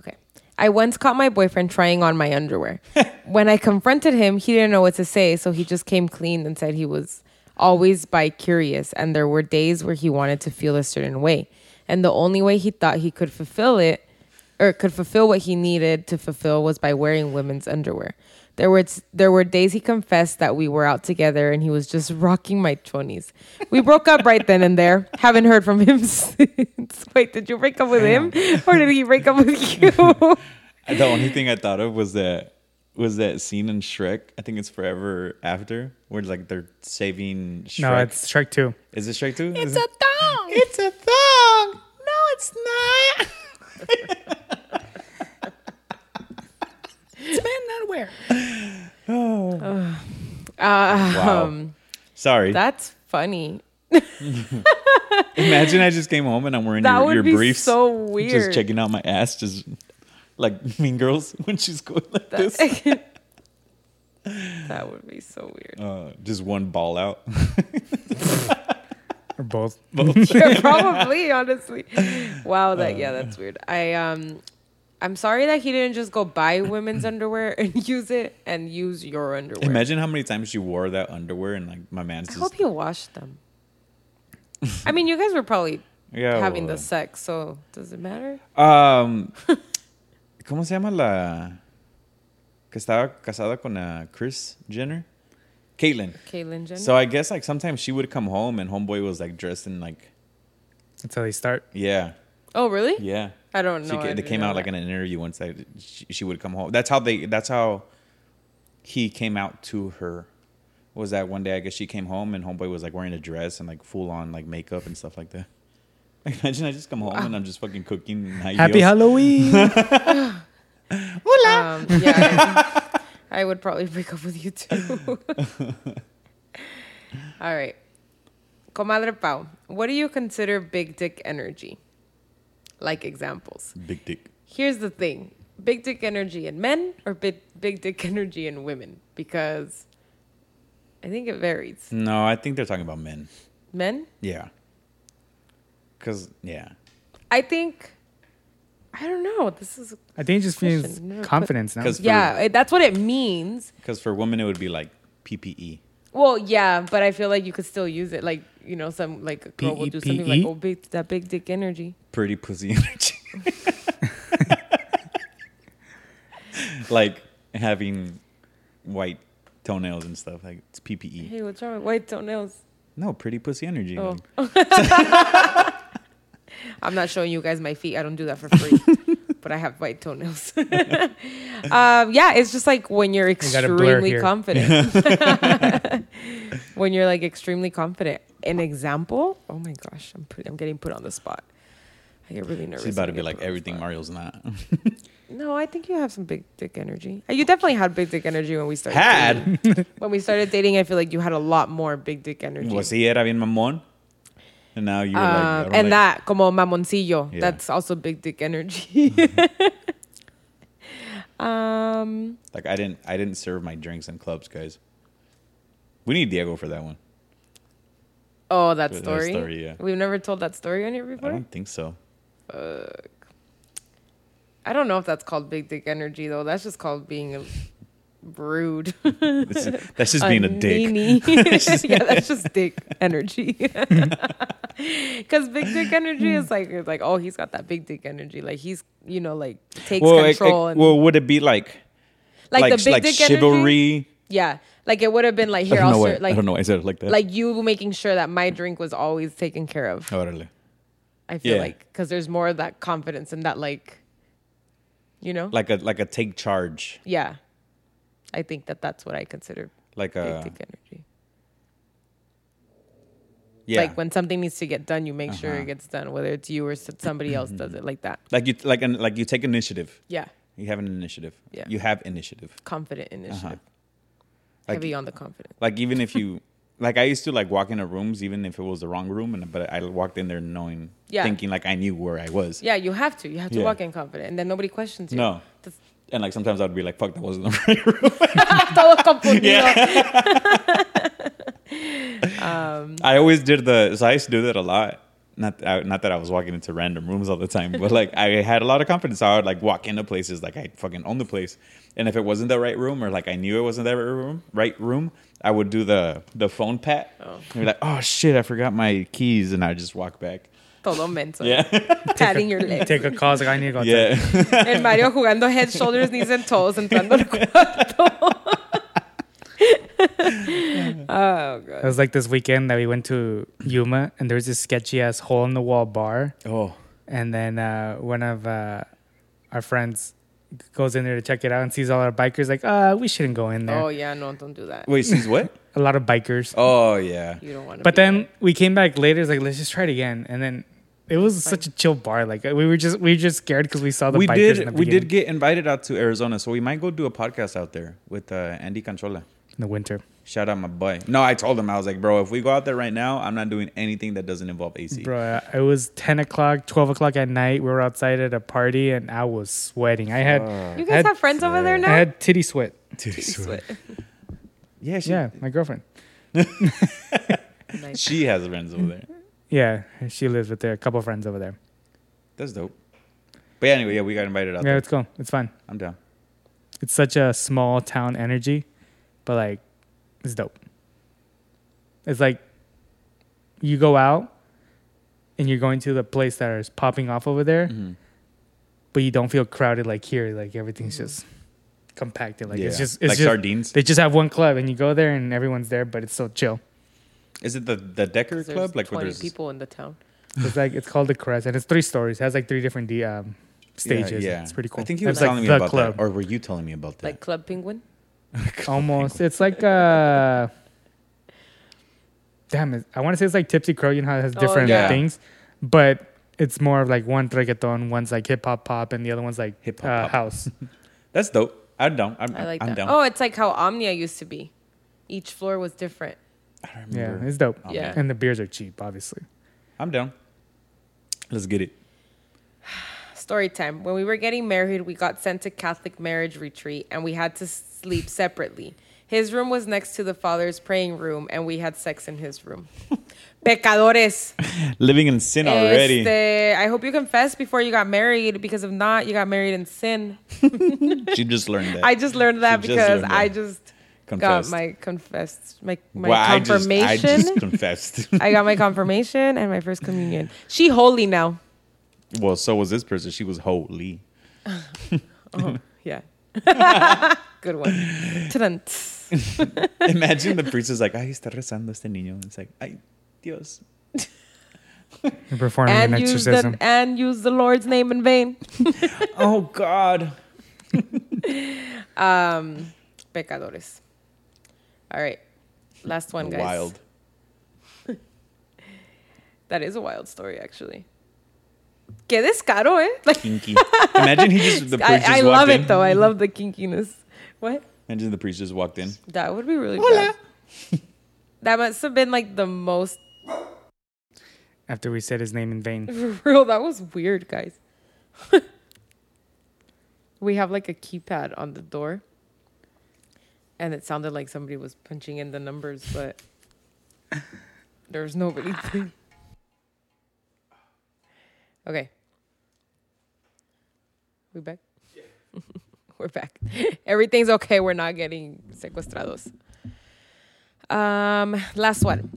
S4: Okay. I once caught my boyfriend trying on my underwear. when I confronted him, he didn't know what to say, so he just came clean and said he was always bi curious and there were days where he wanted to feel a certain way. And the only way he thought he could fulfill it or could fulfill what he needed to fulfill was by wearing women's underwear. There were there were days he confessed that we were out together and he was just rocking my chonies. We broke up right then and there. Haven't heard from him since. Wait, did you break up with him or did he break up with you?
S5: the only thing I thought of was that was that scene in Shrek. I think it's Forever After, where like they're saving Shrek.
S3: No, it's Shrek Two.
S5: is it Shrek too?
S4: it's a thong.
S5: it's a thong. No, it's not.
S4: um,
S5: it's men underwear. Oh. wow. Sorry.
S4: That's funny.
S5: Imagine I just came home and I'm wearing
S4: That
S5: your,
S4: would
S5: your
S4: be
S5: briefs.
S4: so
S5: Just
S4: weird.
S5: checking out my ass, just like Mean Girls when she's going like this.
S4: That, that would be so weird.
S5: Uh, just one ball out.
S3: Or both.
S4: Probably, honestly. Wow, that yeah, that's weird. I um I'm sorry that he didn't just go buy women's underwear and use it and use your underwear.
S5: Imagine how many times she wore that underwear and like my man's
S4: I
S5: just
S4: hope he washed them. I mean, you guys were probably
S5: yeah,
S4: having the
S5: well, uh,
S4: sex, so does it matter?
S5: Um, ¿Cómo se llama la que estaba casada con uh, Chris Jenner? Caitlyn.
S4: Caitlyn Jenner.
S5: So I guess like sometimes she would come home and homeboy was like dressed in like
S3: That's how they start.
S5: yeah
S4: oh, really?
S5: yeah.
S4: I don't
S5: She
S4: know.
S5: ca-
S4: I
S5: they
S4: didn't
S5: came
S4: know
S5: out like
S4: that.
S5: in an interview once that she, she would come home. That's how they. That's how he came out to her. Was that one day? I guess she came home and homeboy was like wearing a dress and like full on like makeup and stuff like that. Imagine I just come
S4: Ah.
S5: home and I'm just fucking cooking. in high
S3: Happy
S5: heels.
S3: Halloween.
S4: Um, yeah, I, I would probably break up with you too. All right. Comadre Pau, what do you consider big dick energy? Like examples.
S5: Big dick.
S4: Here's the thing big dick energy in men or big, big dick energy in women? Because I think it varies.
S5: No, I think they're talking about men.
S4: Men?
S5: Yeah. Cause yeah,
S4: I think, I don't know. This is,
S3: I think it just means
S4: Question. Never put-
S3: confidence now.
S5: cause for,
S4: Um, yeah, it- that's what it means.
S5: cause for women it would be like E. PPE.
S4: Well, yeah, but I feel like you could still use it. Like you know, some like a girl will do
S5: E
S4: something like,
S3: PEPE?
S4: "Oh, big that big dick energy."
S5: Pretty pussy energy. like having white toenails and stuff. Like it's PPE.
S4: Hey, what's wrong with white toenails?
S5: No, pretty pussy energy.
S4: Oh.
S5: Like,
S4: I'm not showing you guys my feet. I don't do that for free, but I have white toenails. um, yeah, it's just like when you're
S3: gotta blur
S4: extremely
S3: here.
S4: confident. when you're like extremely confident. An example? Oh my gosh, I'm put, I'm getting put on the spot. I get really nervous.
S5: She's about to
S4: when I get
S5: be like
S4: put on the
S5: everything
S4: spot.
S5: Mario's not.
S4: No, I think you have some big dick energy. Uh, You definitely had big dick energy when we started. dating.
S5: Had.
S4: when we started dating, I feel like you had a lot more big dick energy.
S5: Was he era bien mamón? And now you were like, I
S4: Um,
S5: don't
S4: and
S5: like-
S4: that, como mamoncillo,
S5: Yeah. Mm-hmm.
S4: that's also big dick energy. um,
S5: like I didn't I didn't serve my drinks in clubs, guys. We need Diego for that one.
S4: oh, that
S5: That
S4: story.
S5: story, yeah.
S4: We've never told that story on here
S5: I
S4: before. I don't,
S5: don't think so.
S4: know if that's called big dick energy though. That's just called being a rude.
S5: That's just, that's just being a dick.
S4: nini. yeah, that's just dick energy. Because big dick energy is like, it's like, oh, he's got that big dick energy. Like he's, you know, like takes
S5: Well, it-
S4: control.
S5: it-
S4: and,
S5: well, would it be like
S4: like,
S5: like
S4: the big
S5: like
S4: dick energy.
S5: chivalry?
S4: Yeah, like it would have been like
S5: I
S4: here.
S5: don't know
S4: I'll
S5: why.
S4: ser- like
S5: I don't know why I said it like that.
S4: like you making sure that my drink was always taken care of.
S5: Órale.
S4: I feel
S5: yeah.
S4: like because there's more of that confidence and that like You know?
S5: like a like a take charge,
S4: yeah. I think that that's what I consider
S5: like
S4: big
S5: a
S4: dick energy.
S5: yeah, Uh-huh.
S4: Like when something needs to get done, you make sure it gets done, whether it's you or s- somebody else
S5: Mm-hmm.
S4: does it like that.
S5: like you like an, like you take initiative.
S4: Yeah.
S5: You have an initiative.
S4: Yeah.
S5: You have initiative.
S4: Confident initiative.
S5: Uh-huh. Like-
S4: Heavy on the confident.
S5: Like even if you like I used to like walk into rooms even if it was the wrong room and but I walked in there knowing
S4: Yeah.
S5: thinking like I knew where I was.
S4: Yeah, you have to. You have to
S5: Yeah.
S4: walk in confident, and then nobody questions you.
S5: No.
S4: That's-
S5: And like sometimes I'd be like, fuck, that wasn't the right room.
S4: Todo confundido.
S5: I always did the so I used to do that a lot. Not I, not that I was walking into random rooms all the time, but like I had a lot of confidence. So I would like walk into places like I fucking own the place, and if it wasn't the right room or like I knew it wasn't the right room, right room, I would do the the phone pat and be like, oh shit, I forgot my keys, and I just walk back.
S4: Todo menso.
S5: Yeah,
S4: Patting your leg.
S3: Take a call. It's like, I need to go.
S5: yeah.
S4: El Mario jugando head, shoulders, knees, and toes, entrando al cuarto. oh, God.
S3: It was like this weekend that we went to Yuma, and there was this sketchy ass hole in the wall bar.
S5: Oh,
S3: And then uh, one of uh, our friends goes in there to check it out and sees all our bikers. Like, uh, we shouldn't go in there.
S4: Oh, yeah, no, don't do that.
S5: wait, she's what?
S3: A lot of bikers.
S5: Oh yeah.
S4: You don't want to
S3: But then we came back later. It's like let's just try it again. And then it was such a chill bar. Like we were just we were just scared because we saw the
S5: We
S3: bikers. in the
S5: did. We
S3: beginning,
S5: did get invited out to Arizona, so we might go do a podcast out there with uh, Andy Controla.
S3: in the winter.
S5: Shout out my boy. No, I told him I was like, bro, if we go out there right now, I'm not doing anything that doesn't involve AC.
S3: Bro, uh, it was ten o'clock, twelve o'clock at night. We were outside at a party, and I was sweating. I had
S4: You
S3: I
S4: guys
S3: had,
S4: have friends over there
S3: I
S4: now?
S3: had titty sweat.
S5: Yeah, she,
S3: Yeah, my girlfriend.
S4: Nice.
S5: she has friends over there.
S3: Yeah, she lives with a couple friends over there.
S5: That's dope. But yeah, anyway, yeah, we got invited out
S3: Yeah,
S5: there.
S3: it's cool. It's fun.
S5: I'm down.
S3: It's such a small town energy, but like, it's dope. It's like you go out and you're going to the place that is popping off over there,
S5: Mm-hmm.
S3: but you don't feel crowded like here. Like everything's just compacted. Like it's
S5: Yeah.
S3: just it's
S5: Like
S3: just-
S5: sardines?
S3: They just have one club, and you go there, and everyone's there, but it's so chill.
S5: Is it the, the Decker
S4: There's
S5: Club? Like where
S4: 20
S5: there's
S4: people in the town.
S3: It's like it's called the Crest, and it's three stories. It has like three different D, um,
S5: Yeah,
S3: stages.
S5: yeah.
S3: it's pretty cool.
S5: I think he
S3: It's
S5: was
S3: like
S5: telling me
S3: the
S5: about
S3: club.
S5: that, or were you telling me about that?
S4: Like Club Penguin?
S3: almost. It's like uh Damn it! I want to say it's like Tipsy Crow. You know how it has
S4: Oh,
S3: different
S5: yeah.
S3: things, but it's more of like one reggaeton, one's like hip hop pop, and the other one's like
S5: Hip
S3: hip
S5: hop
S3: hop
S5: pop.
S3: house.
S5: That's dope. I'm down. I'm,
S4: I like
S5: I'm
S4: that.
S5: down.
S4: Oh, it's like how Omnia used to be. Each floor was different. Oh.
S5: I
S3: yeah,
S5: remember.
S3: it's dope.
S4: Yeah.
S3: and the beers are cheap, obviously.
S5: I'm down. Let's get it.
S4: Story time. When we were getting married, we got sent to Catholic marriage retreat and we had to sleep separately. His room was next to the father's praying room and we had sex in his room. Pecadores.
S5: Living in sin already.
S4: Este, I hope you confessed before you got married because if not, you got married in sin.
S5: She just learned that.
S4: I just learned that
S5: She just
S4: because
S5: learned
S4: I
S5: that.
S4: just
S5: Confessed.
S4: got my confessed my, my
S5: Well, I just-
S4: confirmation. I,
S5: I just confessed.
S4: got my confirmation and my first communion. She holy now.
S5: well, so was this person. She was holy.
S4: Yeah. Good one. Ta-dun.
S5: Imagine the priest is like, ay, está rezando este niño. And it's like, ay, Dios.
S3: You're performing
S4: And
S3: an
S4: use the
S3: exorcism.
S4: and use the Lord's name in vain.
S5: Oh, God.
S4: Pecadores. All right. Last one, guys.
S5: Wild.
S4: That is a wild story, actually. Que descaro, eh? Like,
S5: Kinky. Imagine he just, the priest just
S4: I, I
S5: walked
S4: love
S5: in.
S4: it though. I love the kinkiness. What?
S5: Imagine the priest just walked in.
S4: That would be really bad. That must have been like the most
S3: After we said his name in vain,
S4: for real. That was weird, guys. we have like a keypad on the door, and it sounded like somebody was punching in the numbers, but there's nobody. there. okay, we back. We're back. Everything's okay. We're not getting secuestrados. Um, last one.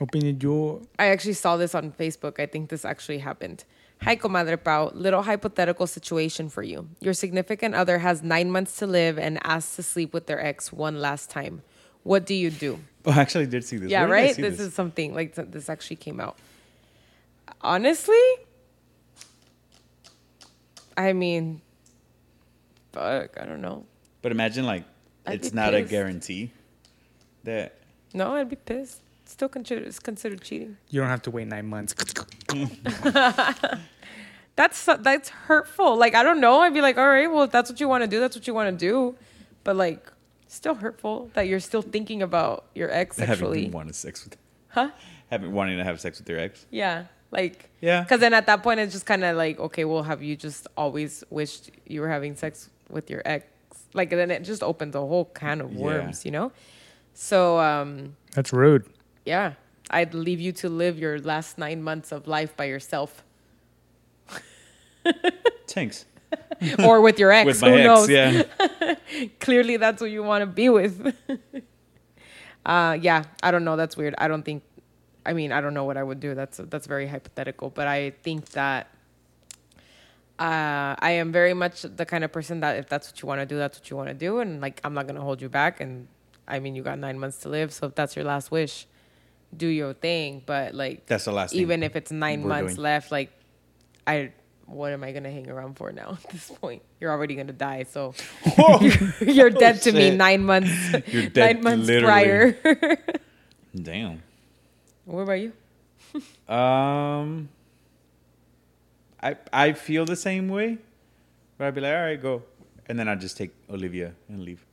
S3: open the door.
S4: I actually saw this on Facebook. I think this actually happened. Hi, Comadre Pau. Little hypothetical situation for you. Your significant other has nine months to live and asks to sleep with their ex one last time. What do you do?
S5: Oh, I actually did see this.
S4: Yeah,
S5: Where did I
S4: right?
S5: see
S4: This, is something like th- this actually came out. Honestly, I mean, fuck, I don't know.
S5: But imagine like
S4: I'd
S5: it's
S4: be
S5: not a
S4: pissed.
S5: guarantee that
S4: No, I'd be pissed. Still consider it's considered cheating.
S3: You don't have to wait nine months.
S4: That's so- that's hurtful. Like I don't know. I'd be like, all right, well, if that's what you want to do, that's what you want to do. But like, still hurtful that you're still thinking about your ex
S5: having
S4: sexually,
S5: wanted sex with
S4: huh?
S5: having wanting to have sex with your ex.
S4: Yeah, like
S5: Yeah.
S4: Because then at that point, it's just kind of like, okay, well, have you just always wished you were having sex with your ex? Like then it just opens a whole can of
S5: Yeah.
S4: worms, you know. So um,
S3: That's rude.
S4: yeah, I'd leave you to live your last nine months of life by yourself
S5: Thanks.
S4: or with your ex.
S5: With
S4: Who
S5: my ex,
S4: knows?
S5: yeah.
S4: clearly that's who you want to be with. uh, yeah, I don't know. That's weird. I don't think. I mean, I don't know what I would do. That's that's very hypothetical. But I think that uh, I am very much the kind of person that if that's what you want to do, that's what you want to do, and like I'm not gonna hold you back. And I mean, you got nine months to live, so if that's your last wish, do your thing. But like
S5: That's the last thing
S4: Even if it's 9
S5: we're
S4: months
S5: doing.
S4: left, like I. What am I gonna hang around for now? At this point, you're already gonna die. So you're dead to me
S5: shit.
S4: nine months
S5: You're dead
S4: nine months
S5: literally.
S4: prior.
S5: Damn.
S4: what about you?
S5: Um, I I feel the same way, but I'd be like, all right, go, and then I just take Olivia and leave.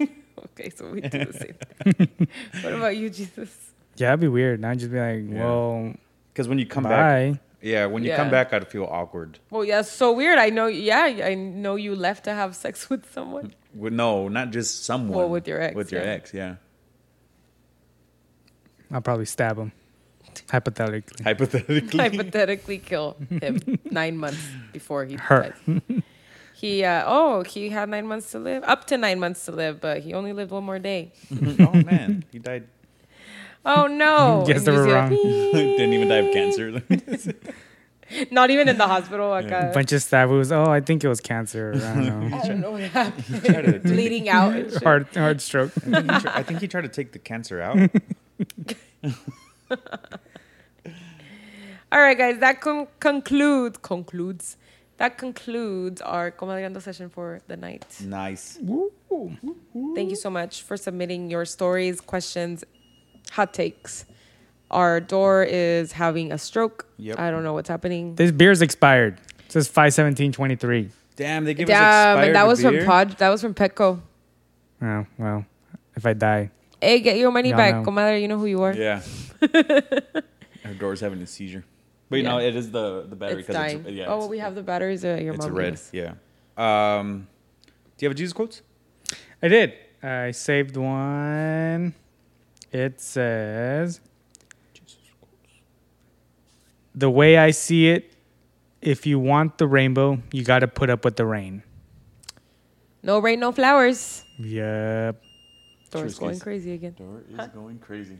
S4: Okay, so we do the same. thing. what about you, Jesus?
S3: Yeah, it'd be weird. I'd just be like, well,
S5: Because when you come back,
S3: bye.
S5: yeah, when you
S4: Yeah.
S5: come back, I'd feel awkward.
S4: Well, Oh, yeah, so weird. I know. Yeah, I know you left to have sex with someone.
S5: Well, no, not just someone.
S4: Well, with your ex,
S5: With your
S4: yeah.
S5: ex, yeah.
S3: I'll probably stab him. Hypothetically.
S5: Hypothetically.
S4: Hypothetically, kill him nine months before he
S3: Her.
S4: dies. He uh, oh, he had nine months to live, up to nine months to live, but he only lived one more day.
S5: oh man, he died.
S4: Oh no!
S3: Guess
S4: And
S3: they
S4: you
S3: were
S4: see,
S3: wrong.
S5: Didn't even die of cancer.
S4: Not even in the hospital. Like, uh,
S3: Bunch of stab wounds. Oh, I think it was cancer. I don't know.
S4: I don't know what happened.
S5: Tried to take-
S4: Bleeding out. and shit.
S3: Heart, heart stroke.
S5: I think he tried to take the cancer out.
S4: All right, guys, that con- concludes concludes that concludes our Comadreando session for the night.
S5: nice.
S4: Thank you so much for submitting your stories, questions, hot takes. Our door is having a stroke.
S5: Yep.
S4: I don't know what's happening.
S3: This beer's expired. It says 51723.
S5: Damn, they give us
S4: Damn,
S5: expired
S4: and that was
S5: beer?
S4: from Pod. That was from Petco.
S3: Oh, well, if I die.
S4: Hey, get your money
S3: Y'all
S4: back,
S3: know.
S4: comadre. You know who you are.
S5: Yeah. Her door's having a seizure. But you
S4: Yeah.
S5: know, it is the the battery
S4: It's dying.
S5: yeah,
S4: oh,
S5: it's,
S4: we have the batteries. Uh, your
S5: it's
S4: mom.
S5: red.
S4: gave us.
S5: Yeah. Um, do you have a Jesus quotes?
S3: I did. I saved one. It says, The way I see it, if you want the rainbow, you got to put up with the rain.
S4: No rain, no flowers.
S3: Yep.
S4: Door's
S5: True,
S4: going
S5: excuse.
S4: crazy again.
S5: Door is going crazy.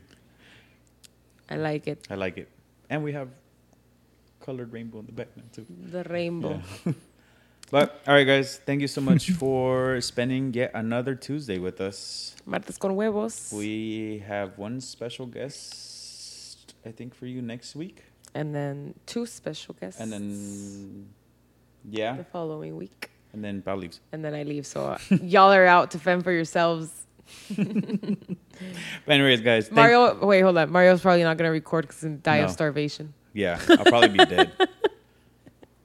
S4: I like it.
S5: I like it, and we have colored rainbow in the back now too.
S4: The rainbow.
S5: But all right, guys, thank you so much for spending yet another Tuesday with us.
S4: Martes con huevos.
S5: We have one special guest, I think, for you next week,
S4: and then two special guests.
S5: and then
S4: the
S5: yeah,
S4: following week,
S5: and then Pal leaves.
S4: and then I leave. So uh, y'all are out to fend for yourselves.
S5: But anyways, guys, thank-
S4: Mario, wait, hold on. Mario's probably not gonna record because he'll die of
S5: No.
S4: starvation.
S5: Yeah, I'll probably be dead.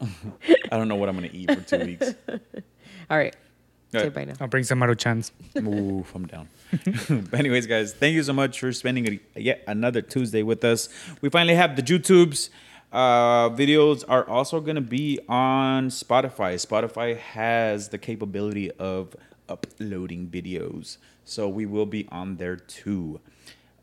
S5: I don't know what I'm gonna eat for two weeks.
S4: All right,
S5: All
S4: say
S5: right.
S4: bye now.
S3: I'll bring some Maruchans.
S5: Oof, I'm down. but anyways, guys, thank you so much for spending yet another Tuesday with us. We finally have the YouTubes. Uh, videos are also gonna be on Spotify. Spotify has the capability of uploading videos, so we will be on there too.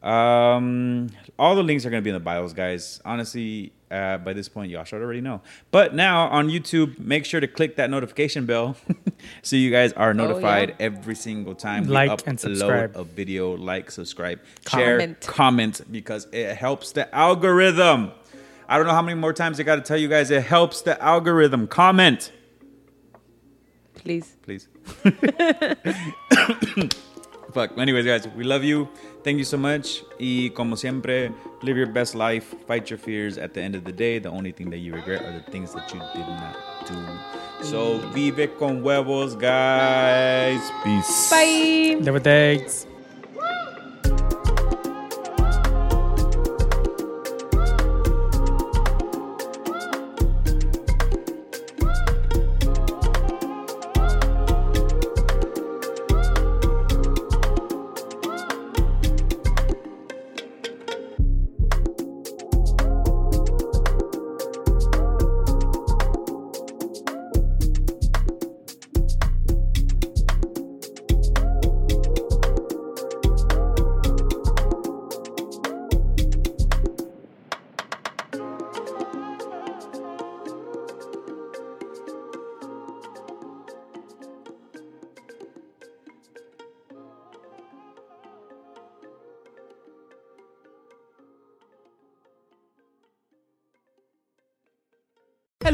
S5: Um, all the links are gonna be in the bios, guys. Honestly, uh, by this point, y'all should already know. But now on YouTube, make sure to click that notification bell, so you guys are notified every single time we
S3: Like and
S5: upload
S3: subscribe.
S5: a video. Like, subscribe,
S4: Comment.
S5: share, comment because it helps the algorithm. I don't know how many more times I got to tell you guys. It helps the algorithm. Comment,
S4: Please.
S5: please. Fuck. Anyways, guys, we love you. Thank you so much. Y como siempre, live your best life. Fight your fears. At the end of the day, the only thing that you regret are the things that you did not to. So vive con huevos, guys. Peace.
S4: Bye.
S3: Never thanks.